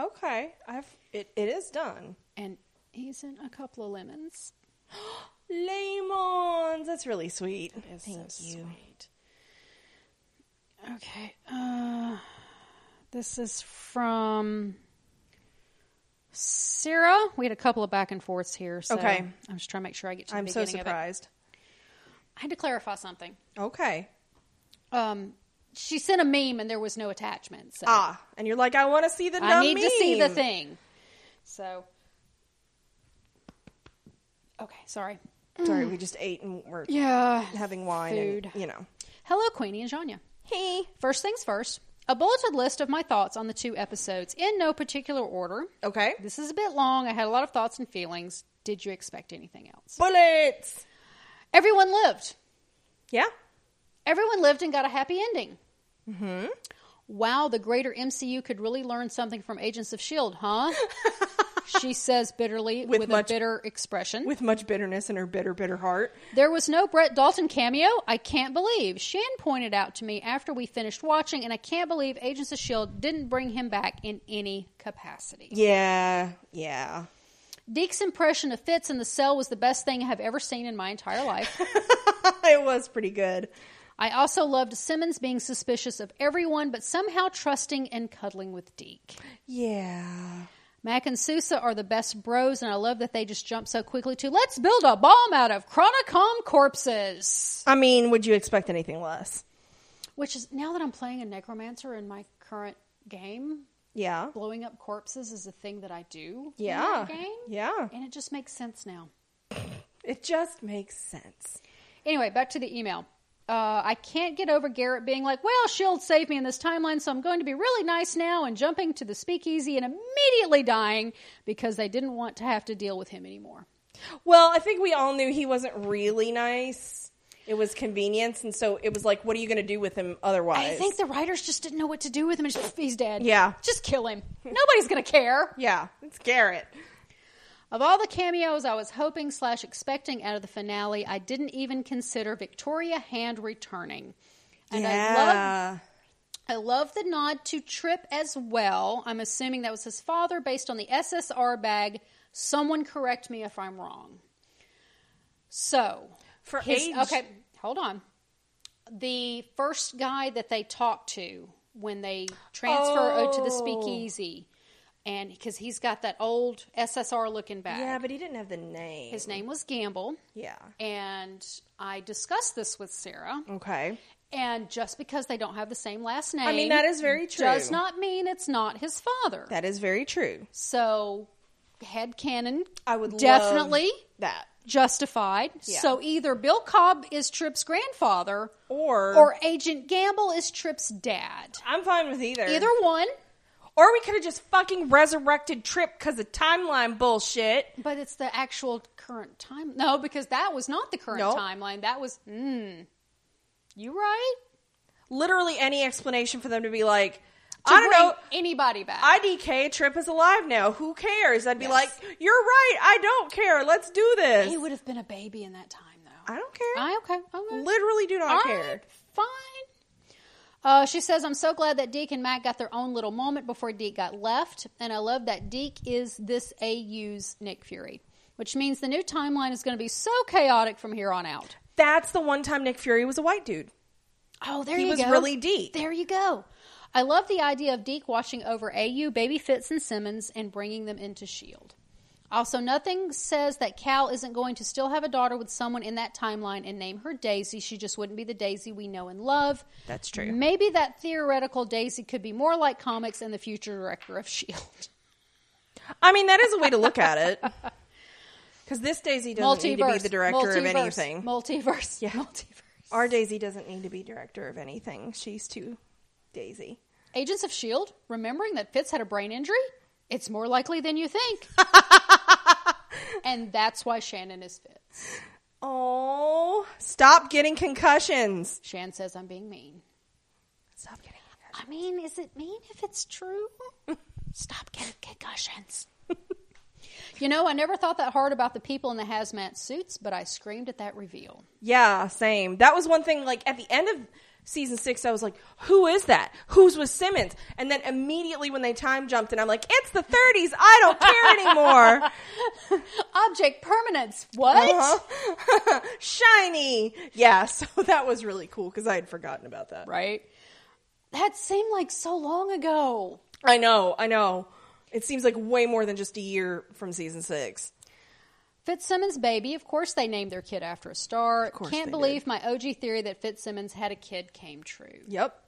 A: Okay, I've it, it is done.
B: And he's in a couple of lemons.
A: Lemons, that's really sweet.
B: is so
A: Thank you.
B: sweet. Okay. Uh, this is from Sarah. We had a couple of back and forths here. So
A: Okay.
B: I'm just trying to make sure I get to the
A: I'm so
B: beginning of it.
A: surprised.
B: I had to clarify something.
A: Okay.
B: Um, she sent a meme and there was no attachment. So
A: Ah, and you're like, I want to see the.
B: I
A: dumb
B: need to see the
A: meme.
B: thing. So. Okay, sorry.
A: Sorry, we just ate and we're
B: Mm. Yeah.
A: having wine.
B: Food.
A: And, you know.
B: Hello, Queenie and Janya.
A: Hey.
B: First things first, a bulleted list of my thoughts on the two episodes in no particular order.
A: Okay.
B: This is a bit long. I had a lot of thoughts and feelings. Did you expect anything else?
A: Bullets.
B: Everyone lived.
A: Yeah.
B: Everyone lived and got a happy ending. Mm-hmm. Wow, the greater MCU could really learn something from Agents of S.H.I.E.L.D., E huh? she says bitterly with,
A: With
B: a
A: much-
B: bitter expression.
A: with much bitterness in her bitter, bitter heart.
B: There was no Brett Dalton cameo. I can't believe. Shan pointed out to me after we finished watching, and I can't believe Agents of S.H.I.E.L.D. E didn't bring him back in any capacity.
A: Yeah, yeah.
B: Deke's impression of Fitz in the cell was the best thing I have ever seen in my entire life.
A: it was pretty good.
B: I also loved Simmons being suspicious of everyone, but somehow trusting and cuddling with Deke.
A: Yeah.
B: Mac and Sousa are the best bros, and I love that they just jump so quickly to let's build a bomb out of chronocom corpses.
A: I mean, would you expect anything less?
B: Which is now that I'm playing a necromancer in my current game,
A: Yeah.
B: blowing up corpses is a thing that I do.
A: Yeah.
B: In that game.
A: Yeah.
B: And it just makes sense now.
A: It just makes sense.
B: Anyway, back to the email. Uh, I can't get over Garrett being like, well, Shield saved me in this timeline, so I'm going to be really nice now, and jumping to the speakeasy and immediately dying because they didn't want to have to deal with him anymore.
A: Well, I think we all knew he wasn't really nice. It was convenience, and so it was like, what are you going to do with him otherwise?
B: I think the writers just didn't know what to do with him. It's just, he's dead.
A: Yeah.
B: Just kill him. Nobody's going to care.
A: yeah, it's Garrett.
B: Of all the cameos I was hoping slash expecting out of the finale, I didn't even consider Victoria Hand returning. And I love I love the nod to Trip as well. I'm assuming that was his father based on the SSR bag. Someone correct me if I'm wrong. So,
A: For
B: his-
A: age-
B: okay, hold on. The first guy that they talk to when they transfer o to the
A: Oh.
B: speakeasy, and because he's got that old SSR looking bag,
A: yeah, but he didn't have the name.
B: his name was Gamble,
A: Yeah.
B: and I discussed this with Sarah.
A: Okay.
B: And just because they don't have the same last name,
A: mean, that is very true.
B: Does not mean it's not his father.
A: That is very true.
B: so, head canon,
A: I would love
B: definitely
A: that.
B: justified.
A: Yeah.
B: So either Bill Cobb is Tripp's grandfather,
A: Or,
B: or Agent Gamble is Tripp's dad.
A: I'm fine with either.
B: Either one,
A: Or we could have just fucking resurrected Trip because of timeline bullshit.
B: but it's the actual current time. No, because that was not the current
A: Nope.
B: timeline. That was, mm, you right?
A: Literally any explanation for them to be like,
B: To
A: I don't
B: bring
A: know.
B: anybody back.
A: IDK Trip is alive now. Who cares? I'd be
B: Yes.
A: like, you're right. I don't care. Let's do this.
B: he would have been a baby in that time, though.
A: I don't care.
B: I okay. okay.
A: Literally do not
B: All
A: care.
B: right, fine. Uh, she says, I'm so glad that Deke and Matt got their own little moment before Deke got left. And I love that Deke is this AU's Nick Fury, which means the new timeline is going to be so chaotic from here on out.
A: That's the one time Nick Fury was a white dude.
B: Oh, there
A: He
B: you
A: was
B: go.
A: really Deke.
B: There you go. I love the idea of Deke watching over AU, Baby Fitz, and Simmons and bringing them into S.H.I.E.L.D. E Also, nothing says that Cal isn't going to still have a daughter with someone in that timeline and name her Daisy. She just wouldn't be the Daisy we know and love.
A: That's true.
B: Maybe that theoretical Daisy could be more like comics and the future director of S.H.I.E.L.D.
A: I mean, that is a way to look at it. Because this Daisy doesn't need to be
B: Multiverse.
A: the director of
B: multiverse,
A: anything.
B: Multiverse. Yeah. Multiverse.
A: Our Daisy doesn't need to be director of anything. She's too Daisy.
B: Agents of S.H.I.E.L.D., E remembering that Fitz had a brain injury, it's more likely than you think. and that's why Shannon is Fitz.
A: Oh, stop getting concussions.
B: Shan says, I'm being mean.
A: Stop getting concussions.
B: I mean, is it mean if it's true? Stop getting concussions. you know, I never thought that hard about the people in the hazmat suits, but I screamed at that reveal.
A: Yeah, same. That was one thing. Like at the end of season six, I was like, "Who is that? Who's with Simmons?" And then immediately when they time jumped, and I'm like, "It's the 30s. I don't care anymore."
B: Object permanence. What?
A: Uh-huh. Shiny. Yeah, so that was really cool because I had forgotten about that.
B: Right? That seemed like so long ago.
A: I know, I know. It seems like way more than just a year from season six.
B: Fitzsimmons' baby, of course they named their kid after a star.
A: course
B: Can't
A: they
B: believe my OG theory that Fitzsimmons had a kid came true.
A: Yep.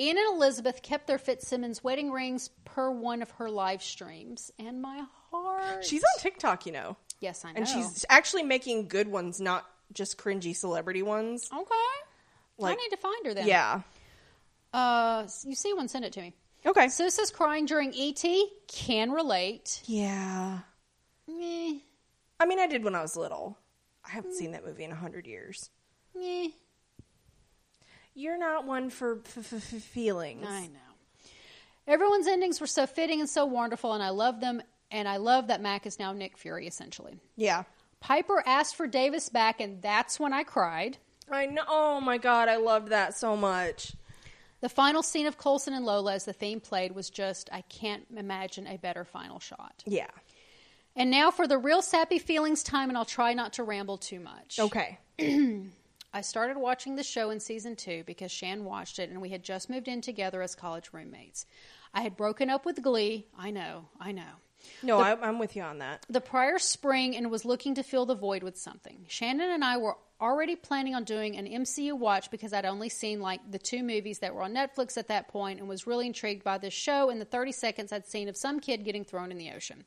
B: Ian and Elizabeth kept their Fitzsimmons wedding rings per one of her live streams. And my heart.
A: She's on TikTok, you know.
B: Yes, I know.
A: And she's actually making good ones, not just cringy celebrity ones.
B: Okay.
A: Like-
B: I need to find her then.
A: Yeah.
B: Uh, you see one, send it to me.
A: Okay.
B: Sousa's crying during ET. Can relate.
A: Yeah.
B: Meh.
A: I mean, I did when I was little. I haven't seen that movie in a hundred years.
B: Meh.
A: You're not one for f- f- f- feelings.
B: I know. Everyone's endings were so fitting and so wonderful, and I love them. And I love that Mac is now Nick Fury, essentially.
A: Yeah.
B: Piper asked for Davis back, and that's when I cried.
A: I know. Oh my god, I loved that so much.
B: The final scene of Colson and Lola as the theme played was just, I can't imagine a better final shot.
A: Yeah.
B: And now for the real sappy feelings time, and I'll try not to ramble too much.
A: Okay.
B: I started watching the show in season two because Shan watched it, and we had just moved in together as college roommates. I had broken up with Glee. I know, I know.
A: No, I, I'm with you on that.
B: The prior spring and was looking to fill the void with something. Shannon and I were already planning on doing an MCU watch because I'd only seen like the two movies that were on Netflix at that point and was really intrigued by this show and the 30 seconds I'd seen of some kid getting thrown in the ocean.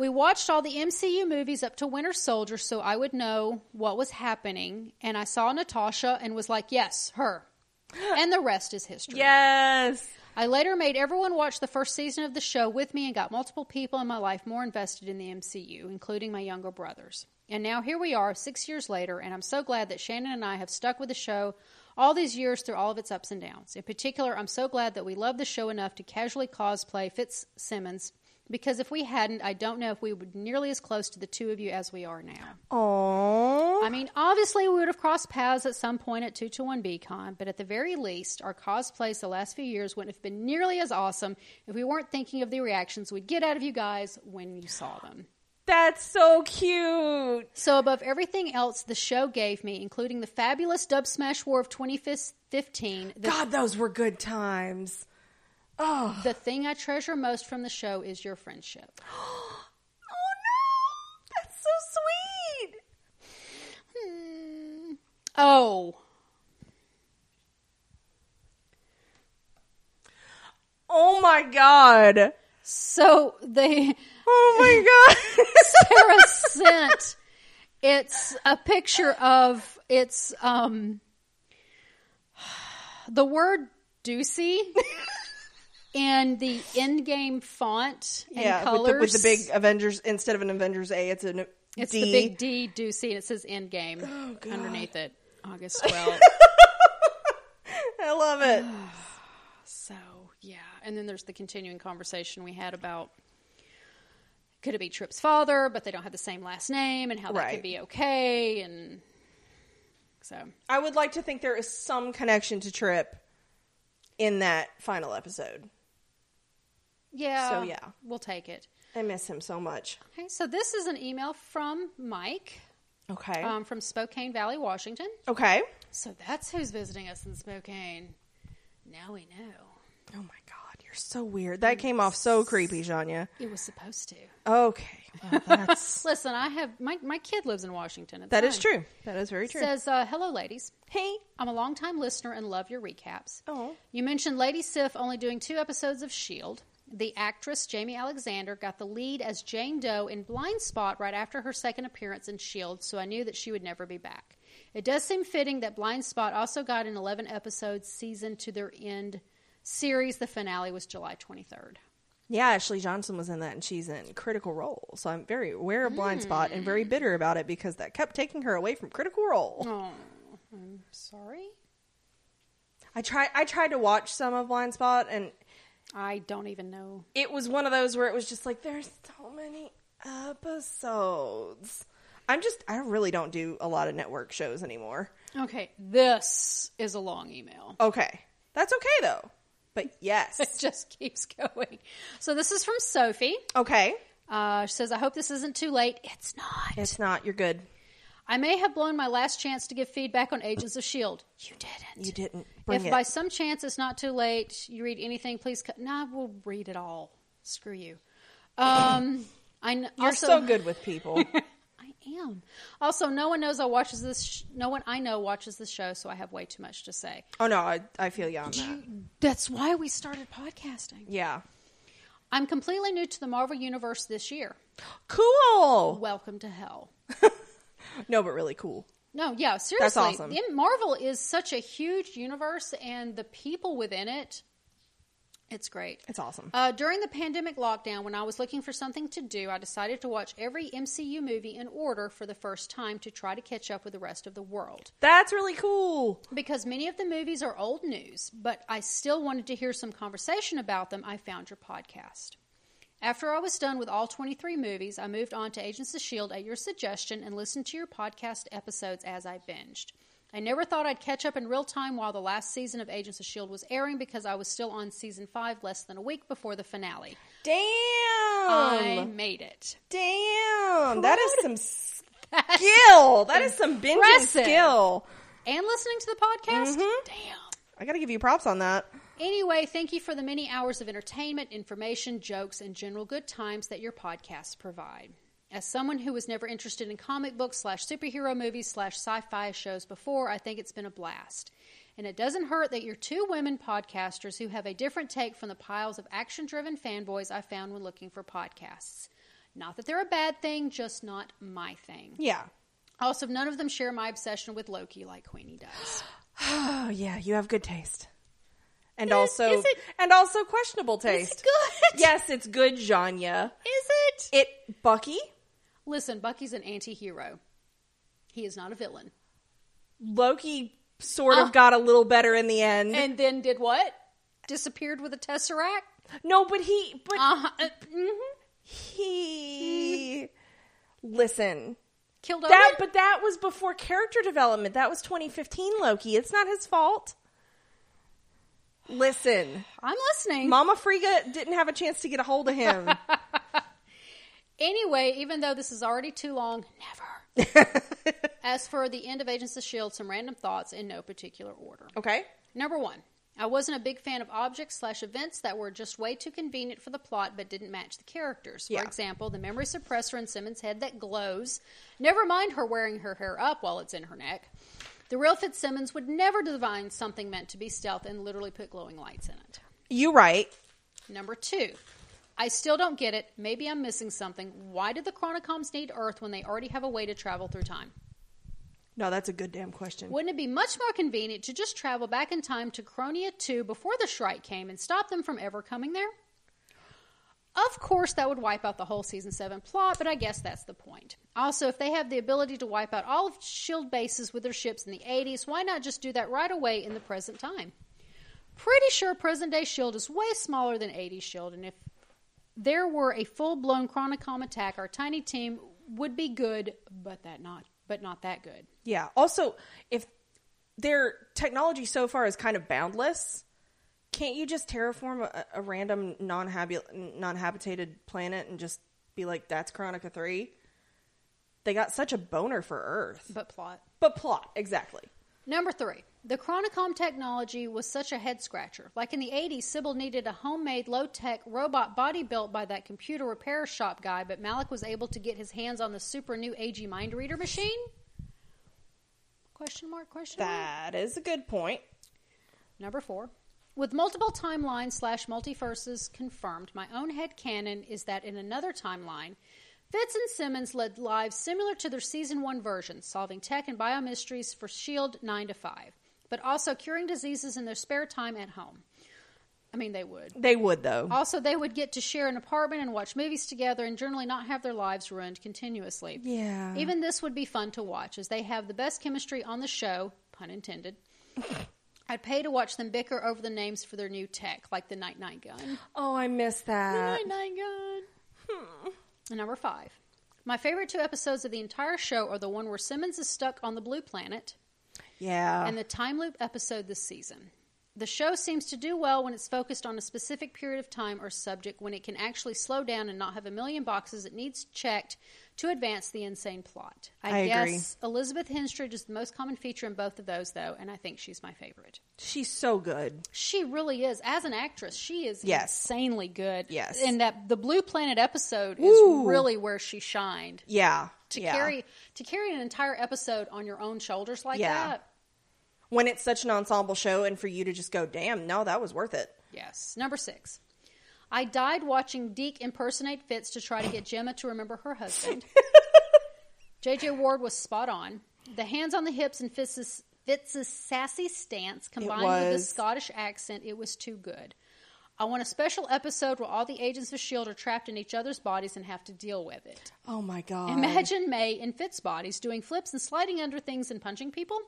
B: we watched all the MCU movies up to Winter Soldier so I would know what was happening and I saw Natasha and was like, "Yes, her." And the rest is history.
A: Yes.
B: I later made everyone watch the first season of the show with me and got multiple people in my life more invested in the MCU, including my younger brothers. And now here we are, six years later, and I'm so glad that Shannon and I have stuck with the show all these years through all of its ups and downs. In particular, I'm so glad that we love the show enough to casually cosplay Fitzsimmons, because if we hadn't, I don't know if we would be nearly as close to the two of you as we are now.
A: Aww.
B: I mean, obviously, we would have crossed paths at some point at 2 to 1 BCon, but at the very least, our cosplays the last few years wouldn't have been nearly as awesome if we weren't thinking of the reactions we'd get out of you guys when you saw them.
A: That's so cute.
B: So, above everything else, the show gave me, including the fabulous Dub Smash War of 2015, the,
A: God, those were good times. Oh.
B: the thing I treasure most from the show is your friendship.
A: Oh no. That's so sweet.
B: Hmm. Oh,
A: Oh my god.
B: so they.
A: Oh my god.
B: Sarah sent. It's a picture of it's um the word "doocy" in the end game font and
A: yeah, with
B: colors.
A: the, with the big Avengers instead of an Avengers A, it's an
B: it's
A: D. Oh,
B: the big D "doocy" and it says end game underneath it. August twelfth.
A: I love it.
B: so yeah, and then there's the continuing conversation we had about. Could it be Tripp's father, but they don't have the same last name, and how that
A: Right.
B: could be okay, and so
A: I would like to think there is some connection to Trip in that final episode.
B: Yeah.
A: So, yeah.
B: We'll take it.
A: I miss him so much.
B: Okay, so this is an email from Mike
A: Okay.
B: um, from Spokane Valley, Washington.
A: okay.
B: So that's who's visiting us in Spokane. Now we know.
A: Oh my god, you're so weird. That came off so creepy, Janya.
B: It was supposed to.
A: Okay. Well, that's
B: Listen, I have my my kid lives in Washington. It's
A: that is
B: fine.
A: true. That is very true.
B: Says, uh, hello, ladies.
A: hey.
B: I'm a longtime listener and love your recaps.
A: Oh.
B: You mentioned Lady Sif only doing two episodes of S.H.I.E.L.D. E The actress Jamie Alexander got the lead as Jane Doe in Blind Spot right after her second appearance in S.H.I.E.L.D., so I knew that she would never be back. It does seem fitting that Blind Spot also got an 11 episode season to their end series. The finale was July 23rd.
A: Yeah, Ashley Johnson was in that and she's in Critical Role. So I'm very aware of Blind Spot and very bitter about it because that kept taking her away from Critical Role.
B: Oh, I'm sorry.
A: I try I tried to watch some of Blind Spot and
B: I don't even know.
A: it was one of those where it was just like there's so many episodes. I'm just I really don't do a lot of network shows anymore.
B: Okay, this is a long email.
A: Okay. That's okay though. But
B: It
A: yes.
B: just keeps going. So this is from Sophie.
A: Okay.
B: Uh, she says, I hope this isn't too late. It's not.
A: It's not. You're good.
B: I may have blown my last chance to give feedback on Agents of S.H.I.E.L.D. E You didn't.
A: You didn't bring
B: if
A: it.
B: by some chance it's not too late, you read anything, please cut. Nah, we'll read it all. Screw you. Um, I kn-
A: You're
B: also,
A: so good with people.
B: I am. Also, no one knows I watches this. Sh- no one I know watches this show, so I have way too much to say.
A: oh no, I, I feel you on that.
B: That's why we started podcasting.
A: Yeah.
B: I'm completely new to the Marvel Universe this year.
A: Cool.
B: Welcome to hell.
A: No, but really cool.
B: No, yeah, seriously.
A: awesome.
B: The- Marvel is such a huge universe, and the people within it, it's great.
A: It's awesome.
B: Uh, during the pandemic lockdown, when I was looking for something to do, I decided to watch every MCU movie in order for the first time to try to catch up with the rest of the world.
A: That's really cool.
B: Because many of the movies are old news, but I still wanted to hear some conversation about them, I found your podcast. After I was done with all 23 movies, I moved on to Agents of S.H.I.E.L.D. E at your suggestion and listened to your podcast episodes as I binged. I never thought I'd catch up in real time while the last season of Agents of S.H.I.E.L.D. E was airing because I was still on season 5 less than a week before the finale.
A: Damn. Um.
B: I made it.
A: Damn. That is some skill. That is some binging
B: impressive.
A: skill.
B: And listening to the podcast? Damn.
A: I got to give you props on that.
B: Anyway, thank you for the many hours of entertainment, information, jokes, and general good times that your podcasts provide. As someone who was never interested in comic books slash superhero movies slash sci-fi shows before, I think it's been a blast. And it doesn't hurt that you're two women podcasters who have a different take from the piles of action-driven fanboys I found when looking for podcasts. Not that they're a bad thing, just not my thing.
A: Yeah.
B: Also, none of them share my obsession with Loki like Queenie does.
A: Oh, yeah. You have good taste. And
B: Is-
A: also,
B: is it-
A: and also questionable taste.
B: It's good.
A: Yes, it's good, Janya.
B: Is it?
A: It, Bucky,
B: Listen, Bucky's an anti hero. He is not a villain.
A: Loki sort
B: Uh.
A: of got a little better in the end.
B: And then did what? Disappeared with a tesseract?
A: no, but he, but
B: Uh, uh, mhm.
A: he, listen.
B: Killed
A: That,
B: Odin?
A: but that was before character development. That was 2015 Loki. It's not his fault. Listen,
B: I'm listening.
A: Mama Friga didn't have a chance to get a hold of him.
B: Anyway, even though this is already too long, never. As for the end of Agents of S.H.I.E.L.D., E some random thoughts in no particular order.
A: okay.
B: Number one, I wasn't a big fan of objects slash events that were just way too convenient for the plot but didn't match the characters. For
A: Yeah.
B: example, the memory suppressor in Simmons' head that glows. Never mind her wearing her hair up while it's in her neck. The real Fitzsimmons would never design something meant to be stealth and literally put glowing lights in it.
A: You right.
B: Number two, I still don't get it. Maybe I'm missing something. Why did the Chronicoms need Earth when they already have a way to travel through time?
A: No, that's a good damn question.
B: Wouldn't it be much more convenient to just travel back in time to Cronia 2 before the Shrike came and stop them from ever coming there? Of course, that would wipe out the whole season 7 plot, but I guess that's the point. Also, if they have the ability to wipe out all of S.H.I.E.L.D. E bases with their ships in the 80s, why not just do that right away in the present time? Pretty sure present day S.H.I.E.L.D. E is way smaller than 80s S.H.I.E.L.D., E and if there were a full blown Chronicom attack, our tiny team would be good, but that not but not that good.
A: Yeah. Also, if their technology so far is kind of boundless, can't you just terraform a, a random non-habi- non-habitated planet and just be like, "That's Chronica 3? They got such a boner for Earth,
B: But plot.
A: but plot exactly.
B: Number three, the Chronicom technology was such a head scratcher. Like in the 80s, Sybil needed a homemade, low tech robot body built by that computer repair shop guy, but Malik was able to get his hands on the super new AG mind reader machine? Question mark, question mark.
A: That is a good point.
B: Number four. With multiple timelines slash multiverses confirmed, my own head canon is that in another timeline, Fitz and Simmons led lives similar to their season one version, solving tech and bio mysteries for S.H.I.E.L.D. 9 to 5, but also curing diseases in their spare time at home. I mean, they would.
A: They would though.
B: Also, they would get to share an apartment and watch movies together and generally not have their lives ruined continuously.
A: Yeah.
B: Even this would be fun to watch, as they have the best chemistry on the show, pun intended. I'd pay to watch them bicker over the names for their new tech, like the Night Night Gun.
A: oh, I miss that.
B: Night Night Gun. Hmm. And Number five. My favorite two episodes of the entire show are the one where Simmons is stuck on the blue planet
A: Yeah.
B: and the time loop episode this season. The show seems to do well when it's focused on a specific period of time or subject when it can actually slow down and not have a million boxes it needs checked to advance the insane plot. I,
A: I agree.
B: guess Elizabeth Henstridge is the most common feature in both of those, though, and I think she's my favorite.
A: She's so good.
B: She really is. As an actress, she is
A: Yes.
B: insanely good.
A: Yes.
B: And that the Blue Planet episode
A: Ooh.
B: is really where she shined.
A: Yeah.
B: To
A: yeah.
B: carry to carry an entire episode on your own shoulders like
A: Yeah.
B: that.
A: when it's such an ensemble show, and for you to just go, "Damn, no, that was worth it."
B: Yes. Number six. I died watching Deke impersonate Fitz to try to get Gemma to remember her husband. JJ Ward was spot on. The hands on the hips and Fitz's, Fitz's sassy stance combined with the
A: was.
B: Scottish accent, it was too good. I want a special episode where all the agents of S.H.I.E.L.D. E are trapped in each other's bodies and have to deal with it.
A: Oh my god!
B: Imagine May in Fitz bodies doing flips and sliding under things and punching people.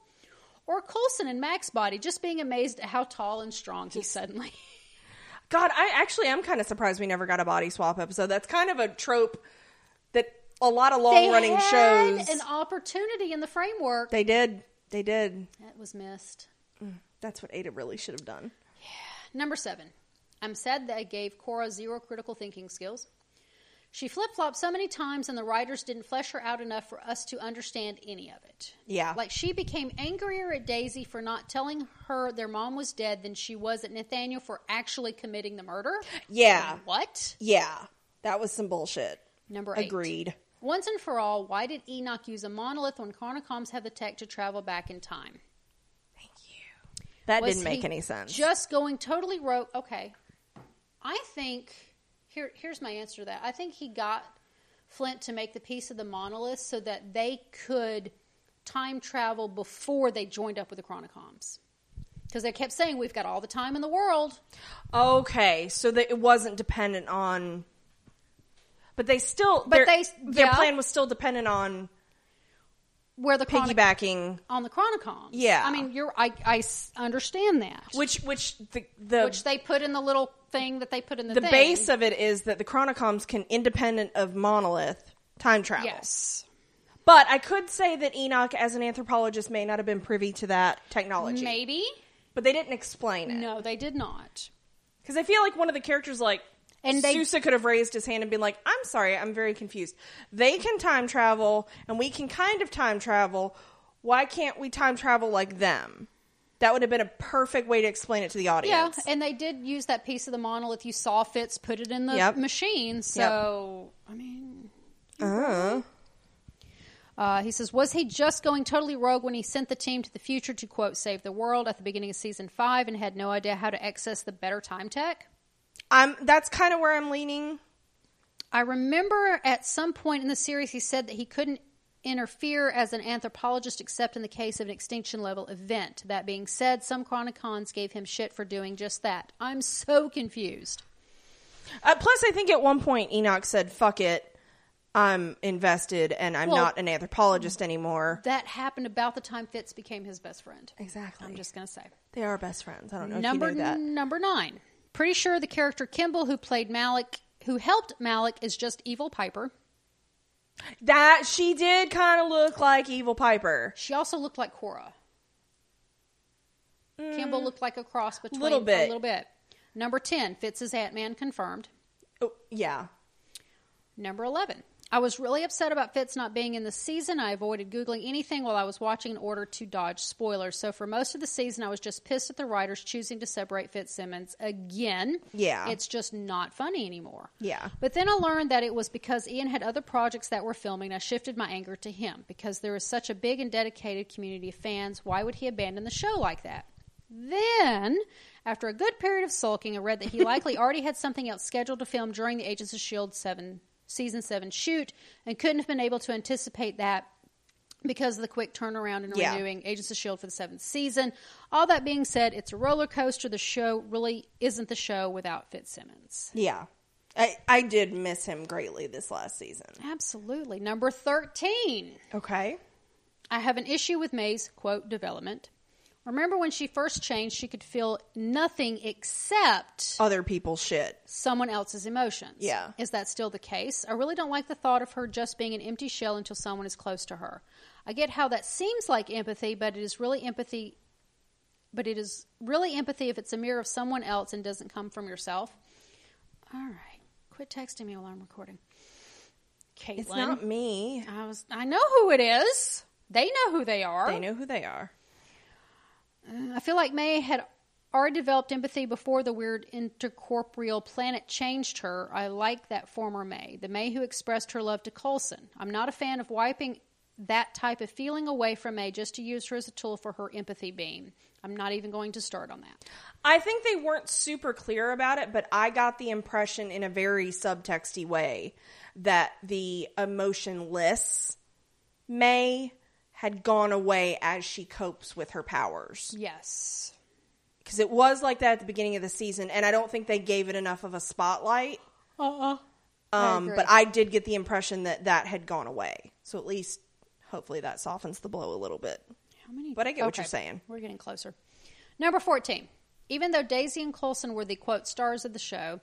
B: Or Coulson in Mac's body just being amazed at how tall and strong he suddenly
A: God, I actually am kind of surprised we never got a body swap episode. That's kind of a trope that a lot of long running
B: had
A: shows.
B: an opportunity in the framework
A: they did. They did.
B: that was missed.
A: That's what Ada really should have done.
B: Number seven, I'm sad that I gave Cora zero critical thinking skills. She flip flopped so many times, and the writers didn't flesh her out enough for us to understand any of it.
A: Yeah.
B: Like she became angrier at Daisy for not telling her their mom was dead than she was at Nathaniel for actually committing the murder.
A: Yeah.
B: What?
A: Yeah. That was some bullshit.
B: Number eight.
A: Agreed.
B: Once and for all, why did Enoch use a monolith when Carnicoms have the tech to travel back in time?
A: Thank you. That
B: Was
A: didn't make
B: he
A: any sense.
B: Just going totally rogue. Okay, I think here here's my answer to that. I think he got Flint to make the piece of the monolith so that they could time travel before they joined up with the Chronicoms. Because they kept saying we've got all the time in the world.
A: okay, so that it wasn't dependent on. But they still. But
B: they-
A: Their
B: yeah.
A: plan was still dependent on
B: Where the Chronic-
A: piggybacking.
B: on the Chronicoms.
A: Yeah.
B: I mean, you're I, I s- understand that.
A: Which, which the the,
B: Which they put in the little thing that they put in the
A: the
B: thing.
A: base of it is that the Chronicoms can, independent of Monolith, time travel.
B: yes.
A: But I could say that Enoch, as an anthropologist, may not have been privy to that technology.
B: Maybe.
A: But they didn't explain it.
B: No, they did not.
A: Because I feel like one of the characters, like,
B: And they-
A: Sousa could have raised his hand and been like, I'm sorry, I'm very confused. They can time travel, and we can kind of time travel. Why can't we time travel like them? That would have been a perfect way to explain it to the
B: Yeah,
A: audience.
B: and they did use that piece of the monolith you saw Fitz put it in the
A: Yep. Uh-huh.
B: machine. So, I mean, uh, he says, was he just going totally rogue when he sent the team to the future to quote save the world at the beginning of season five and had no idea how to access the better time tech?
A: I'm, that's kind of where I'm leaning.
B: I remember at some point in the series he said that he couldn't interfere as an anthropologist except in the case of an extinction level event. That being said, some chronicons gave him shit for doing just that. I'm so confused.
A: Uh, plus, I think at one point Enoch said, "Fuck it, I'm invested, and I'm
B: Well-
A: not an anthropologist anymore."
B: That happened about the time Fitz became his best friend.
A: Exactly.
B: I'm just going to say.
A: they are best friends. I don't know
B: Number
A: if you knew that.
B: number 9. Pretty sure the character Kimball who played Malik who helped Malik is just evil Piper.
A: That she did kind of look like Evil Piper,
B: She also looked like Cora. Kimball looked like a cross between
A: Mm. Little bit.
B: A little bit. Number 10, Fitz's Ant Man confirmed.
A: oh, yeah,
B: Number 11, I was really upset about Fitz not being in the season. I avoided Googling anything while I was watching in order to dodge spoilers. So for most of the season, I was just pissed at the writers choosing to separate Fitzsimmons again.
A: Yeah.
B: It's just not funny anymore.
A: Yeah.
B: But then I learned that it was because Ian had other projects that were filming. I shifted my anger to him because there is such a big and dedicated community of fans. Why would he abandon the show like that? Then, after a good period of sulking, I read that he likely already had something else scheduled to film during the Agents of Shield E seven season seven shoot and couldn't have been able to anticipate that because of the quick turnaround and
A: Yeah.
B: renewing Agents of Shield E for the seventh season. All that being said, it's a roller coaster. The show really isn't the show without Fitzsimmons.
A: yeah. I I did miss him greatly this last season.
B: Absolutely. Number 13.
A: Okay,
B: I have an issue with May's quote development. Remember when she first changed, she could feel nothing except
A: other people's shit.
B: someone else's emotions.
A: Yeah.
B: Is that still the case? I really don't like the thought of her just being an empty shell until someone is close to her. I get how that seems like empathy, but it is really empathy but it is really empathy if it's a mirror of someone else and doesn't come from yourself. All right. Quit texting me while I'm recording. Caitlin.
A: It's not me.
B: I was. I know who it is. They know who they are.
A: They know who they are.
B: I feel like May had already developed empathy before the weird intercorporeal planet changed her. I like that former May, the May who expressed her love to Coulson. I'm not a fan of wiping that type of feeling away from May just to use her as a tool for her empathy beam. I'm not even going to start on that.
A: I think they weren't super clear about it, but I got the impression in a very subtexty way that the emotionless May had gone away as she copes with her powers.
B: Yes.
A: Because it was like that at the beginning of the season, and I don't think they gave it enough of a spotlight.
B: Uh. uh
A: Um, but I did get the impression that that had gone away. So at least, hopefully, that softens the blow a little bit.
B: How many?
A: But I get what you're saying.
B: We're getting closer. Number 14. Even though Daisy and Coulson were the quote stars of the show,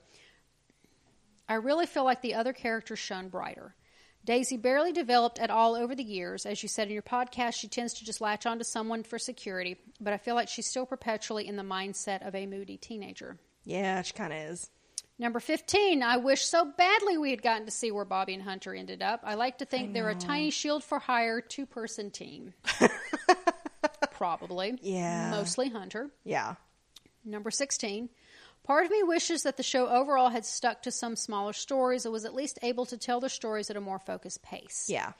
B: I really feel like the other characters shone brighter. Daisy barely developed at all over the years. As you said in your podcast, she tends to just latch onto someone for security, but I feel like she's still perpetually in the mindset of a moody teenager.
A: Yeah, she kind of is.
B: Number 15, I wish so badly we had gotten to see where Bobby and Hunter ended up. I like to think they're a tiny shield for hire two person team. Probably.
A: Yeah.
B: Mostly Hunter.
A: Yeah.
B: Number 16, part of me wishes that the show overall had stuck to some smaller stories or was at least able to tell their stories at a more focused pace.
A: Yeah.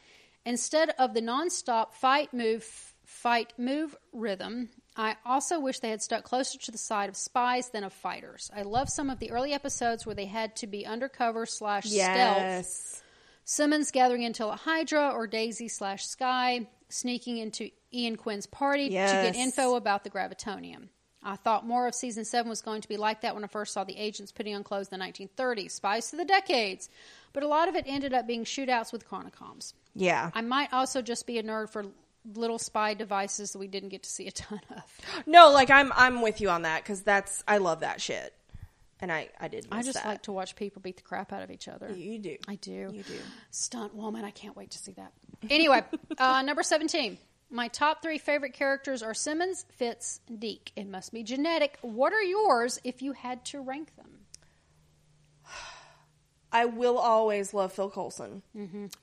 B: Instead of the nonstop fight move f- fight move rhythm, I also wish they had stuck closer to the side of spies than of fighters. I love some of the early episodes where they had to be undercover slash stealth.
A: Yes.
B: Simmons gathering intel at Hydra or Daisy slash Sky sneaking into Ian Quinn's party to
A: Yes.
B: get info about the gravitonium. I thought more of season seven was going to be like that when I first saw the agents putting on clothes in the 1930s, spies to the decades, but a lot of it ended up being shootouts with chronocoms.
A: Yeah.
B: I might also just be a nerd for little spy devices that we didn't get to see a ton of.
A: No, like I'm I'm with you on that because that's I love that shit, and I I did.
B: I
A: miss
B: just
A: that.
B: like to watch people beat the crap out of each other.
A: you do.
B: I do.
A: You do.
B: Stunt woman. I can't wait to see that. Anyway, uh, number 17. My top three favorite characters are Simmons, Fitz, and Deke. It must be genetic. What are yours if you had to rank them?
A: I will always love Phil Coulson.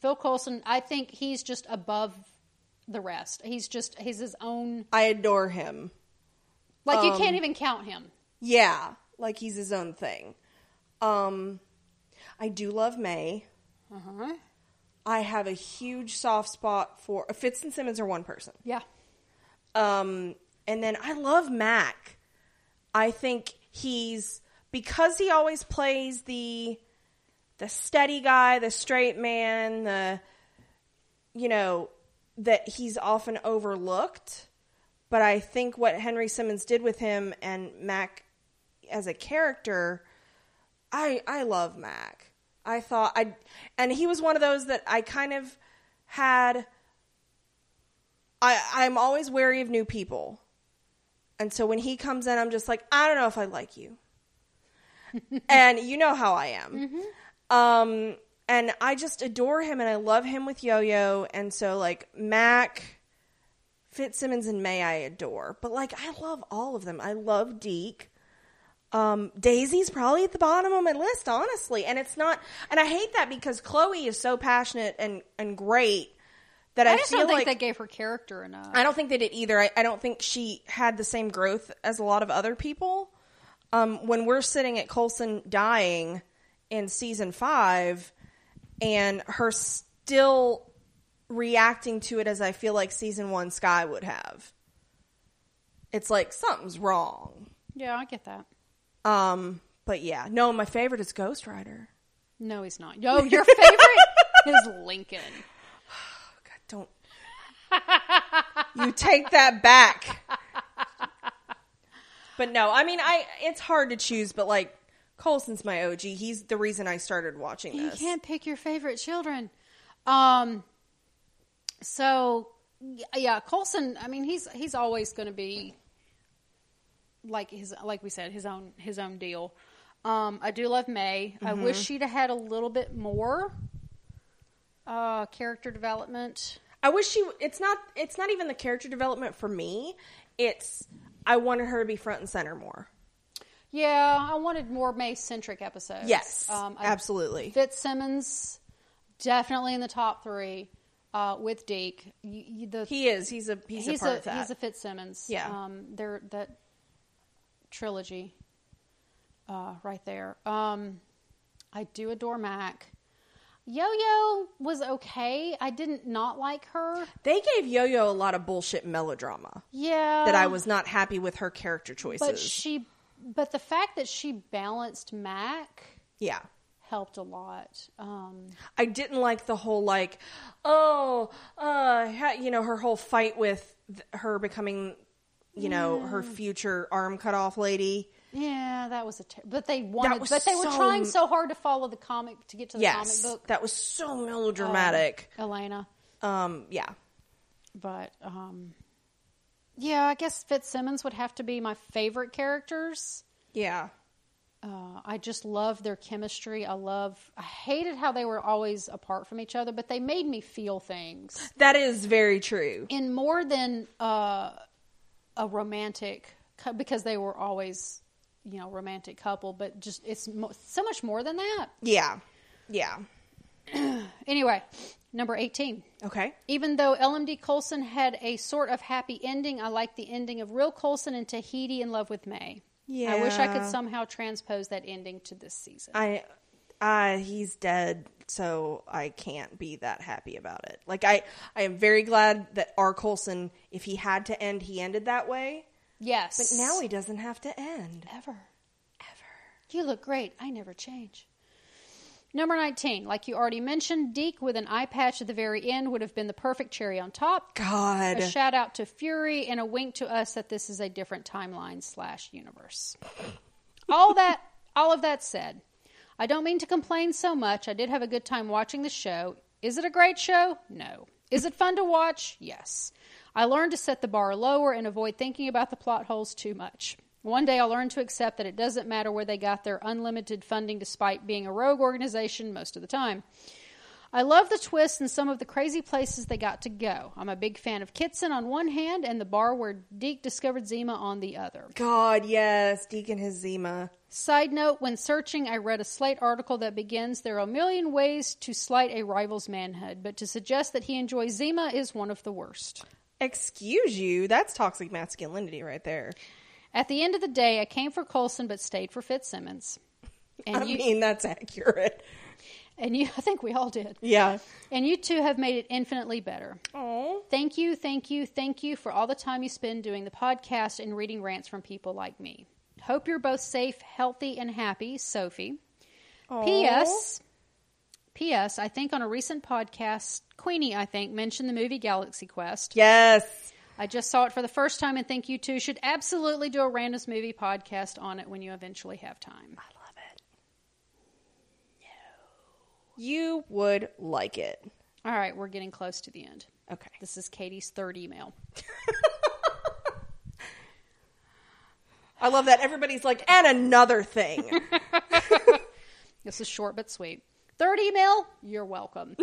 B: Phil Coulson, I think he's just above the rest. He's just, he's his own,
A: I adore him.
B: like you
A: Um,
B: can't even count him.
A: Yeah, like he's his own thing. Um, I do love May.
B: Uh-huh.
A: I have a huge soft spot for Fitz and Simmons are one person.
B: Yeah.
A: Um, and then I love Mac. I think he's because he always plays the the steady guy, the straight man, the you know that he's often overlooked. But I think what Henry Simmons did with him and Mac as a character, I I love Mac. I thought I and he was one of those that I kind of had I, I'm always wary of new people. And so when he comes in, I'm just like, I don't know if I like you. and you know how I am.
B: Mm-hmm.
A: Um, and I just adore him and I love him with Yo Yo. And so, like, Mac, Fitzsimmons, and May, I adore. But, like, I love all of them. I love Deke. Um, Daisy's probably at the bottom of my list, honestly. And it's not, and I hate that because Chloe is so passionate and, and great that I,
B: I just
A: feel
B: don't think
A: like
B: they gave her character enough.
A: I don't think they did either. I, I don't think she had the same growth as a lot of other people. Um, when we're sitting at Colson dying in season five, and her still reacting to it as I feel like season one Sky would have, it's like something's wrong.
B: yeah, I get that.
A: Um, but yeah, no, my favorite is Ghost Rider.
B: No, he's not. Yo, your favorite is Lincoln.
A: Oh, God, don't. you take that back. But no, I mean, I it's hard to choose, but like Colson's my OG. He's the reason I started watching
B: You
A: this.
B: can't pick your favorite children. Um. So y- yeah, Colson. I mean, he's he's always going to be like his like we said his own his own deal. Um, I do love May. I wish she'd have had a little bit more uh, character development.
A: I wish she. It's not. It's not even the character development for me. It's I wanted her to be front and center more.
B: Yeah, I wanted more May centric episodes. Um,
A: Yes,
B: I
A: absolutely.
B: Fitzsimmons, definitely in the top three uh, with Deke. You, you, the,
A: he is. He's a. He's, a
B: he's,
A: part
B: a,
A: of that.
B: he's a Fitzsimmons.
A: Yeah.
B: um, they're that trilogy uh, right there. Um, I do adore Mac. Yo Yo was okay. I didn't not like her.
A: they gave Yo Yo a lot of bullshit melodrama
B: Yeah,
A: that I was not happy with her character choices.
B: Um, But she, but the fact that she balanced Mac
A: yeah.
B: helped a lot. Um,
A: I didn't like the whole like, oh, uh, ha- you know, her whole fight with th- her becoming, you know, her future arm cut off lady.
B: Yeah, that was a. Ter- but they wanted,
A: was
B: but they were
A: so-
B: trying so hard to follow the comic to get to the
A: yes,
B: comic book.
A: that was so melodramatic.
B: Elena,
A: Um, yeah,
B: but um, Yeah, I guess Fitzsimmons would have to be my favorite characters.
A: Yeah.
B: Uh, I just love their chemistry. I love. I hated how they were always apart from each other, but they made me feel things
A: That is very true.
B: in more than uh, a romantic cou- because they were always, you know, romantic couple. But just it's mo- so much more than that.
A: Yeah. Yeah.
B: Anyway, number eighteen.
A: Okay.
B: Even though LMD Colson had a sort of happy ending, I like the ending of Real Colson and Tahiti in Love with May. I wish I could
A: Yeah.
B: somehow transpose that ending to this season.
A: I uh he's dead, so I can't be that happy about it. Like I I am very glad that R. Colson, if he had to end, he ended that way.
B: yes.
A: But now he doesn't have to end.
B: Ever. Ever. You look great. I never change. Number 19. Like you already mentioned, Deke with an eye patch at the very end would have been the perfect cherry on top.
A: God.
B: A shout out to Fury and a wink to us that this is a different timeline slash universe. All that, all of that said, I don't mean to complain so much. I did have a good time watching the show. Is it a great show? No. Is it fun to watch? Yes. I learned to set the bar lower and avoid thinking about the plot holes too much. One day I'll learn to accept that it doesn't matter where they got their unlimited funding despite being a rogue organization most of the time. I love the twists and some of the crazy places they got to go. I'm a big fan of Kitson on one hand and the bar where Deke discovered Zima on the other.
A: God, yes, Deacon Hazima.
B: Side note when searching, I read a Slate article that begins There are a million ways to slight a rival's manhood, but to suggest that he enjoys Zima is one of the worst.
A: Excuse you, that's toxic masculinity right there.
B: At the end of the day, I came for Colson but stayed for Fitzsimmons. And
A: I
B: you
A: mean, that's accurate.
B: and you I think we all did.
A: Yeah.
B: And you two have made it infinitely better.
A: Oh.
B: Thank you, thank you, thank you for all the time you spend doing the podcast and reading rants from people like me. Hope you're both safe, healthy, and happy, Sophie. P.S. P.S. I think on a recent podcast, Queenie, I think, mentioned the movie Galaxy Quest.
A: Yes.
B: I just saw it for the first time and think you two should absolutely do a randoms movie podcast on it when you eventually have time.
A: I love it. No. You would like it.
B: All right, we're getting close to the end.
A: Okay.
B: This is Katie's third email.
A: I love that everybody's like, and another thing.
B: This is short but sweet. Third email, you're welcome.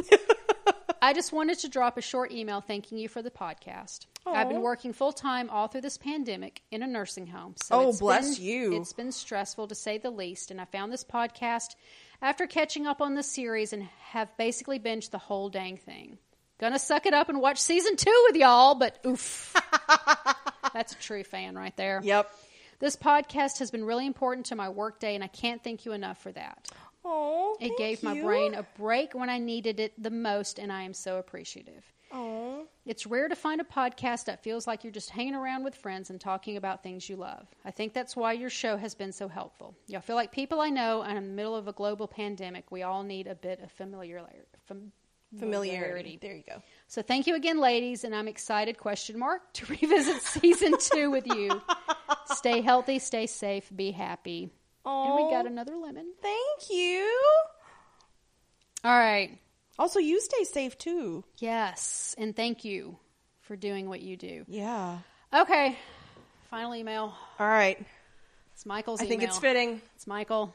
B: I just wanted to drop a short email thanking you for the podcast. I've
A: Aw.
B: been working full time all through this pandemic in a nursing home. So
A: Oh,
B: it's
A: bless
B: been-
A: you.
B: It's been stressful to say the least, and I found this podcast after catching up on the series and have basically binged the whole dang thing. Gonna suck it up and watch season two with y'all, but oof. That's a true fan right there.
A: yep.
B: This podcast has been really important to my workday, and I can't thank you enough for that.
A: Oh.
B: It gave my brain a break when I needed it the most, and I am so appreciative.
A: Oh.
B: It's rare to find a podcast that feels like you're just hanging around with friends and talking about things you love. I think that's why your show has been so helpful. Y'all feel like people I know, and in the middle of a global pandemic, we all need a bit of familiarity. Fam-
A: Familiarity. There you go.
B: So thank you again, ladies, and I'm excited, question mark, to revisit season two with you. stay healthy, stay safe, be happy. And we
A: Aw.
B: got another lemon.
A: Thank you.
B: All right.
A: Also, you stay safe too.
B: Yes, and thank you for doing what you do.
A: Yeah.
B: Okay, final email.
A: All right.
B: It's Michael's
A: I
B: email.
A: think it's fitting.
B: It's Michael.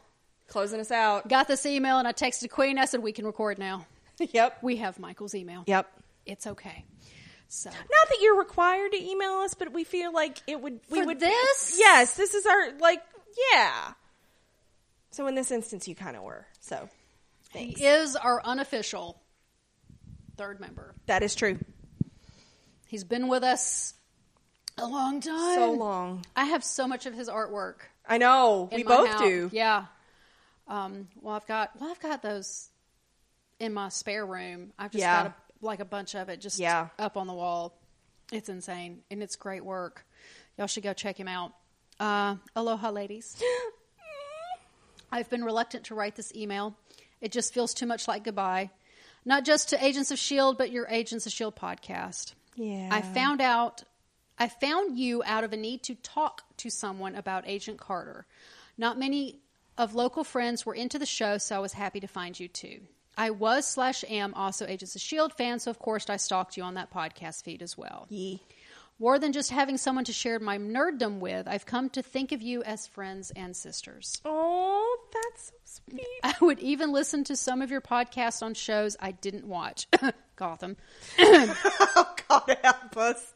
A: Closing us out.
B: Got this email and I texted Queen. I said, we can record now.
A: yep.
B: We have Michael's email.
A: Yep.
B: It's okay. So,
A: Not that you're required to email us, but we feel like it would. We
B: For
A: would
B: this?
A: Yes, this is our like. Yeah. So in this instance, you kind of were. So
B: he
A: thanks.
B: is our unofficial third member.
A: that is true.
B: He's been with us a long time.
A: So long.
B: I have so much of his artwork.
A: I know.
B: in
A: we
B: my
A: both
B: house.
A: do.
B: Yeah. Um, well, I've got well, I've got those in my spare room. I've just
A: Yeah.
B: got a, like a bunch of it just
A: Yeah.
B: up on the wall. It's insane, and it's great work. Y'all should go check him out. Uh, aloha, ladies. I've been reluctant to write this email. It just feels too much like goodbye. Not just to Agents of Shield, E but your Agents of Shield E podcast.
A: Yeah.
B: I found out I found you out of a need to talk to someone about Agent Carter. Not many of local friends were into the show, so I was happy to find you too. I was E slash am also Agents of Shield fan, so of course I stalked you on that podcast feed as well.
A: Ye.
B: More than just having someone to share my nerddom with, I've come to think of you as friends and sisters.
A: Oh, that's so sweet.
B: I would even listen to some of your podcasts on shows I didn't watch, Gotham,
A: oh, God help us.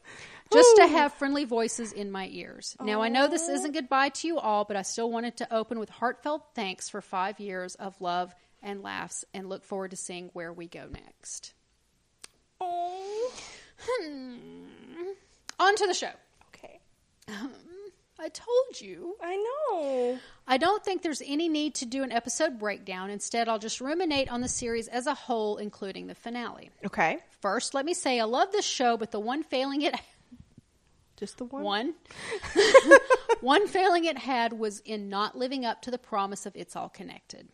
B: just to have friendly voices in my ears. Now, I know this isn't goodbye to you all, but I still wanted to open with heartfelt thanks for five years of love and laughs and look forward to seeing where we go next.
A: Oh,
B: On to the show.
A: okay.
B: I told you.
A: I know.
B: I don't think there's any need to do an episode breakdown. Instead, I'll just ruminate on the series as a whole, including the finale.
A: Okay.
B: First, let me say I love this show, but the one failing it
A: Just the one.
B: one one failing it had was in not living up to the promise of it's all connected.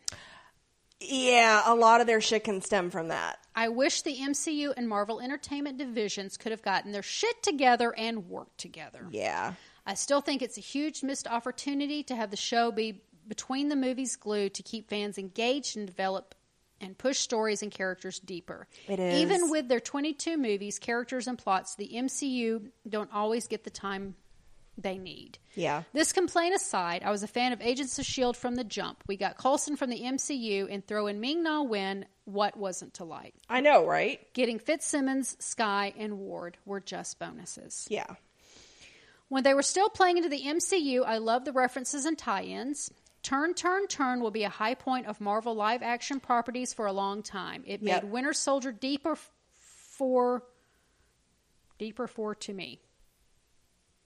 A: Yeah, a lot of their shit can stem from that.
B: I wish the MCU and Marvel Entertainment divisions could have gotten their shit together and worked together.
A: Yeah.
B: I still think it's a huge missed opportunity to have the show be between the movies glue to keep fans engaged and develop and push stories and characters deeper.
A: It is.
B: Even with their 22 movies, characters and plots, the MCU don't always get the time they need.
A: Yeah.
B: This complaint aside, I was a fan of Agents of S.H.I.E.L.D. from the jump. We got Coulson from the MCU and throw in Ming Na Wen, what wasn't to like?
A: I know, right?
B: Getting Fitzsimmons, Sky, and Ward were just bonuses.
A: Yeah.
B: When they were still playing into the MCU, I love the references and tie ins. Turn, Turn, Turn will be a high point of Marvel live action properties for a long time. It
A: Yep.
B: made Winter Soldier deeper f- for. Deeper for to me.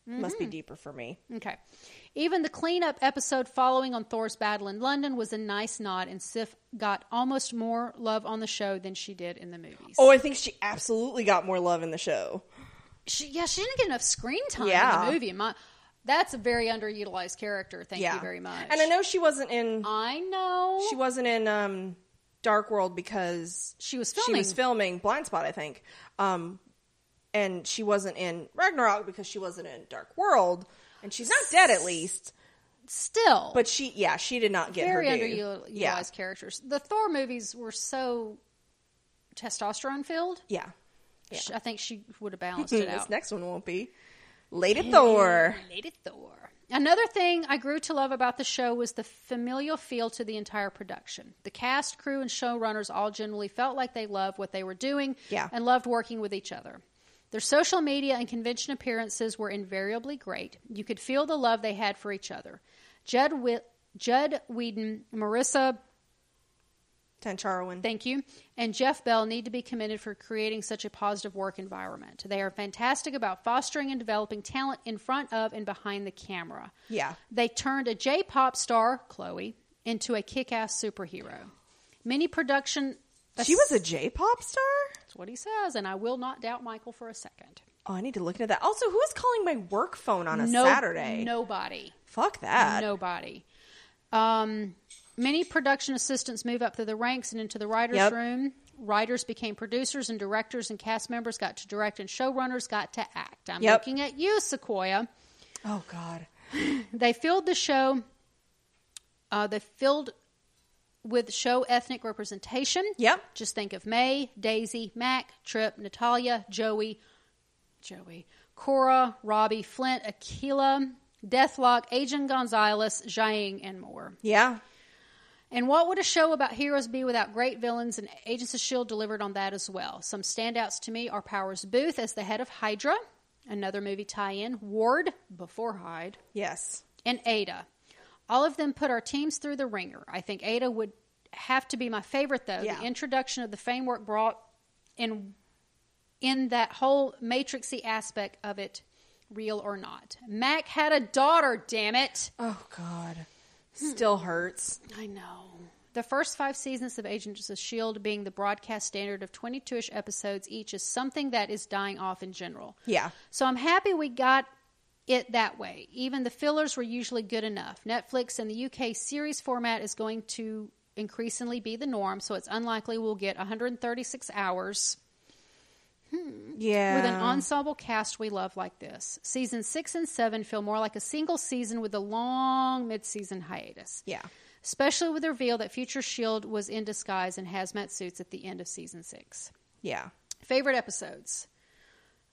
A: Must be deeper for me.
B: Okay. Even the cleanup episode following on Thor's battle in London was a nice nod, and Sif got almost more love on the show than she did in the movies.
A: Oh, I think she absolutely got more love in the show.
B: she, yeah, she didn't get enough screen time in
A: Yeah.
B: the movie. in My, that's a very underutilized character. Thank
A: yeah.
B: you very much.
A: And I know she wasn't in
B: I know.
A: she wasn't in um Dark World because
B: She was
A: she
B: filming.
A: was filming Blind Spot, I think. Um and she wasn't in Ragnarok because she wasn't in Dark World. And she's not dead at least.
B: Still,
A: But she yeah, she did not get
B: very
A: her due.
B: underutilized
A: Yeah.
B: characters. The Thor movies were so testosterone filled.
A: Yeah. Hmm, Mm-hmm.
B: I think she would have balanced it
A: This
B: out.
A: next one won't be. Lady Thor.
B: Lady Thor. Another thing I grew to love about the show was the familial feel to the entire production. The cast, crew, and showrunners all generally felt like they loved what they were doing
A: Yeah.
B: and loved working with each other. Their social media and convention appearances were invariably great. You could feel the love they had for each other. Judd, Whe- Judd Whedon, Marissa
A: Tancharwin.
B: Thank you. And Jeff Bell need to be commended for creating such a positive work environment. They are fantastic about fostering and developing talent in front of and behind the camera.
A: Yeah.
B: They turned a J pop star, Chloe, into a kick ass superhero. Many production.
A: She was a J pop star?
B: That's what he says, and I will not doubt Michael for a second.
A: Oh, I need to look into that. Also, who is calling my work phone on a
B: No-
A: Saturday? Uh,
B: Nobody.
A: Fuck that.
B: Nobody. Um, many production assistants move up through the ranks and into the writers'
A: Yep.
B: room. Writers became producers and directors, and cast members got to direct, and showrunners got to act. I'm
A: Yep.
B: looking at you, Sequoia.
A: Oh God.
B: They filled the show. Uh, they filled with show ethnic representation.
A: Yep.
B: Just think of May, Daisy, Mac, Tripp, Natalia, Joey, Joey, Cora, Robbie, Flint, Aquila, Deathlock, Agent Gonzalez, Zhang, and more.
A: Yeah.
B: And what would a show about heroes be without great villains? And Agents of S.H.I.E.L.D. E delivered on that as well. Some standouts to me are Powers Booth as the head of Hydra, another movie tie in, Ward, before Hyde,
A: Yes.
B: and Ada. All of them put our teams through the ringer. I think Ada would have to be my favorite, though.
A: Yeah.
B: The introduction of the framework brought in, in that whole matrixy aspect of it, real or not. Mac had a daughter, damn it.
A: Oh God. Still hurts.
B: I know. The first five seasons of Agents of S.H.I.E.L.D. E being the broadcast standard of 22 ish episodes each is something that is dying off in general.
A: Yeah.
B: So I'm happy we got it that way. Even the fillers were usually good enough. Netflix and the UK series format is going to increasingly be the norm, so it's unlikely we'll get 136 hours
A: Yeah.
B: with an ensemble cast we love like this. Season 6 and 7 feel more like a single season with a long mid-season hiatus
A: Yeah.
B: especially with the reveal that future shield was in disguise in hazmat suits at the end of season six
A: Yeah.
B: favorite episodes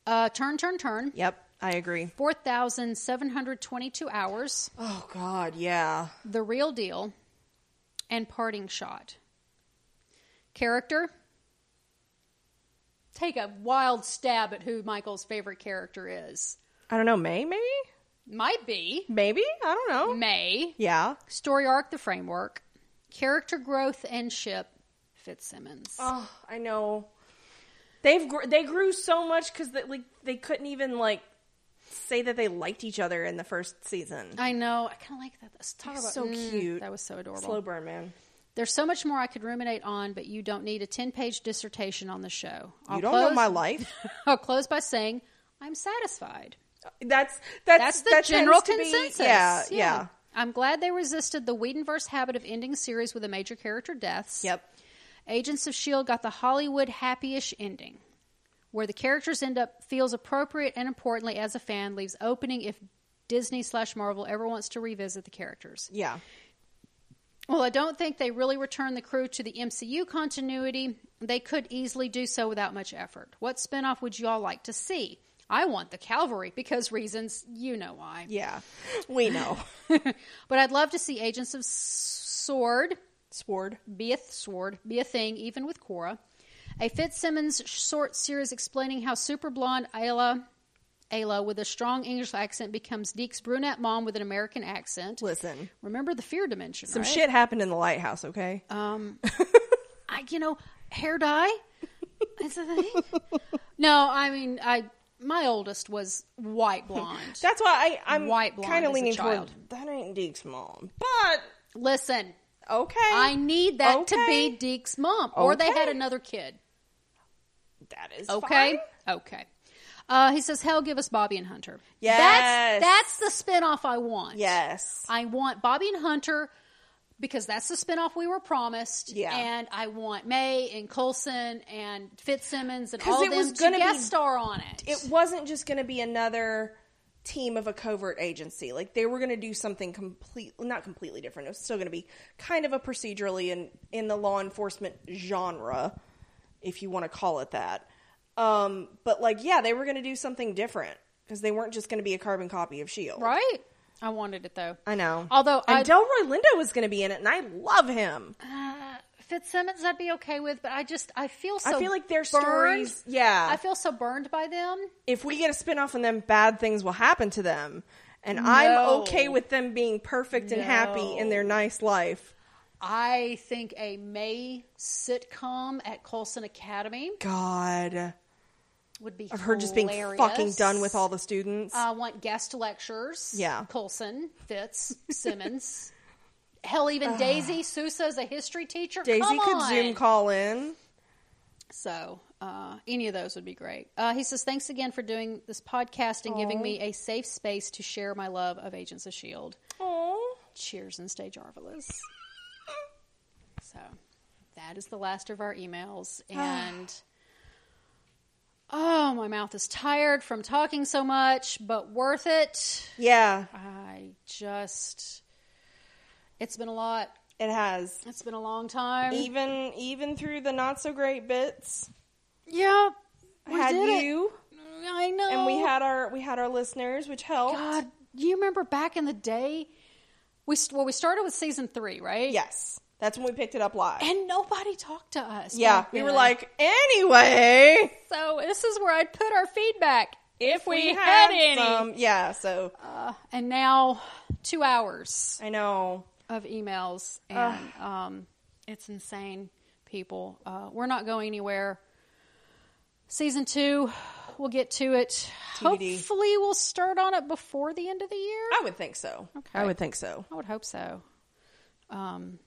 B: uh, turn turn turn
A: Yep. I agree.
B: 4,722 hours,
A: Oh God, yeah.
B: The Real Deal, and Parting Shot. Character? Take a wild stab at who Michael's favorite character is.
A: I don't know. May maybe
B: Might be
A: maybe I don't know.
B: May.
A: Yeah.
B: Story arc, the framework. Character growth and ship, Fitzsimmons.
A: Oh, I know. They've gr- they grew so much because that like they couldn't even like say that they liked each other in the first season.
B: I know. I kind of like that. Let's talk about
A: so
B: mm,
A: cute.
B: That was so adorable.
A: Slow burn, man.
B: There's so much more I could ruminate on, but you don't need a 10 page dissertation on the show. I'll
A: you don't
B: close,
A: know my life.
B: I'll close by saying I'm satisfied.
A: That's that's
B: That's the
A: that tends
B: general
A: to be-
B: consensus.
A: yeah, yeah,
B: I'm glad they resisted the Whedonverse habit of ending series with a major character deaths.
A: Yep.
B: Agents of S.H.I.E.L.D. E got the Hollywood happy-ish ending, where the characters end up feels appropriate and importantly, as a fan, leaves opening if Disney slash Marvel ever wants to revisit the characters.
A: Yeah.
B: Well, I don't think they really return the crew to the MCU continuity. They could easily do so without much effort. What spinoff would you all like to see? I want the Calvary because reasons you know why.
A: Yeah. We know.
B: But I'd love to see Agents of S- Sword
A: Sword.
B: be a th- sword, be a thing, even with Cora. A Fitzsimmons short series explaining how super blonde Ayla, Ayla with a strong English accent becomes Deke's brunette mom with an American accent.
A: Listen.
B: Remember the fear dimension,
A: Some
B: right?
A: shit happened in the lighthouse, okay?
B: Um, I, you know, hair dye. That's the thing. No, I mean, I my oldest was white blonde.
A: That's why I, I'm
B: White blonde
A: kind
B: as
A: of
B: a
A: leaning toward
B: child.
A: that ain't Deke's mom, but
B: Listen,
A: okay,
B: I need that to
A: Okay.
B: be Deke's mom, or they had
A: Okay.
B: another kid.
A: that is
B: Okay.
A: fine.
B: Okay. Uh, he says, "Hell, give us Bobby and Hunter."
A: Yes.
B: that's that's the spinoff I want.
A: Yes.
B: I want Bobby and Hunter because that's the spinoff we were promised.
A: Yeah.
B: and I want May and Colson and Fitzsimmons and
A: 'Cause
B: all
A: it
B: of them
A: was
B: to
A: gonna
B: guest
A: be-
B: star on it.
A: it wasn't just going to be another team of a covert agency. Like they were going to do something complete, not completely different. It was still going to be kind of a procedurally in in the law enforcement genre, if you want to call it that. Um, but like, yeah, they were going to do something different because they weren't just going to be a carbon copy of Shield.
B: right? I wanted it though.
A: E I know.
B: Although
A: and
B: I-
A: Delroy Lindo was going to be in it, and I love him.
B: Uh, Fitzsimmons, I'd be okay with, but I just I feel so.
A: I feel like their
B: burned.
A: stories. Yeah,
B: I feel so burned by them.
A: if we get a spinoff on them, bad things will happen to them. And I'm
B: No.
A: okay with them being perfect and happy in their nice life.
B: I think a May sitcom at Colson Academy
A: God.
B: would be.
A: Of her just being fucking done with all the students.
B: I want guest lectures.
A: Yeah.
B: Colson, Fitz, Simmons. Hell, even Daisy Sousa is a history teacher.
A: Daisy
B: Uh, Come
A: could
B: on.
A: Zoom call in.
B: So, uh, any of those would be great. Uh, he says, "Thanks again for doing this podcast and giving me a safe space to share my love of Agents of Shield."
A: Oh,
B: Cheers and stay jarvelous. so that is the last of our emails. And oh, my mouth is tired from talking so much, but worth it.
A: Yeah,
B: I just, it's been a lot.
A: it has.
B: It's been a long time.
A: Even even through the not so great bits,
B: yeah. We
A: had
B: did
A: you
B: It. I know.
A: and we had our we had our listeners, which helped.
B: God, you remember back in the day? We, st- well, we started with season three, right?
A: Yes, that's when we picked it up live.
B: And nobody talked to us.
A: yeah,
B: back
A: we were
B: then.
A: like, anyway,
B: So this is where I'd put our feedback if we,
A: we
B: had, any.
A: some- yeah, so
B: Uh, and now two hours
A: I know.
B: of emails, and um, it's insane. People, uh, we're not going anywhere. Season two, we'll get to it.
A: TBD.
B: Hopefully, we'll start on it before the end of the year.
A: I would think so.
B: Okay.
A: I would think so.
B: I would hope so. Um,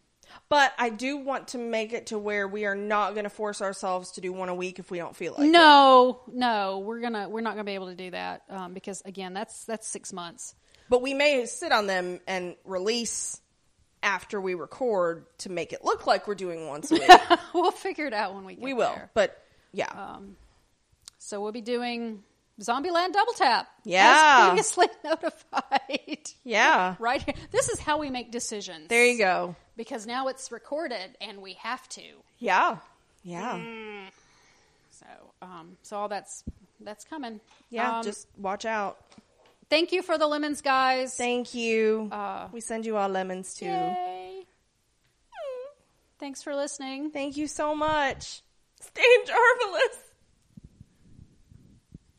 A: But I do want to make it to where we are not going to force ourselves to do one a week if we don't feel like it.
B: no, no, we're gonna we're not gonna be able to do that um, because again, that's that's six months.
A: But we may sit on them and release after we record to make it look like we're doing once a week.
B: we'll figure it out when we get
A: we will.
B: there.
A: But yeah.
B: So we'll be doing Zombieland Double Tap.
A: Yeah.
B: As previously notified.
A: yeah.
B: right here. This is how we make decisions.
A: There you go.
B: Because now it's recorded and we have to.
A: Yeah. Yeah.
B: So, um, so all that's that's coming.
A: Yeah,
B: Um,
A: just watch out.
B: thank you for the lemons, guys.
A: Thank you.
B: Uh,
A: we send you all lemons too.
B: Yay. Thanks for listening.
A: Thank you so much. Stay jarvelous.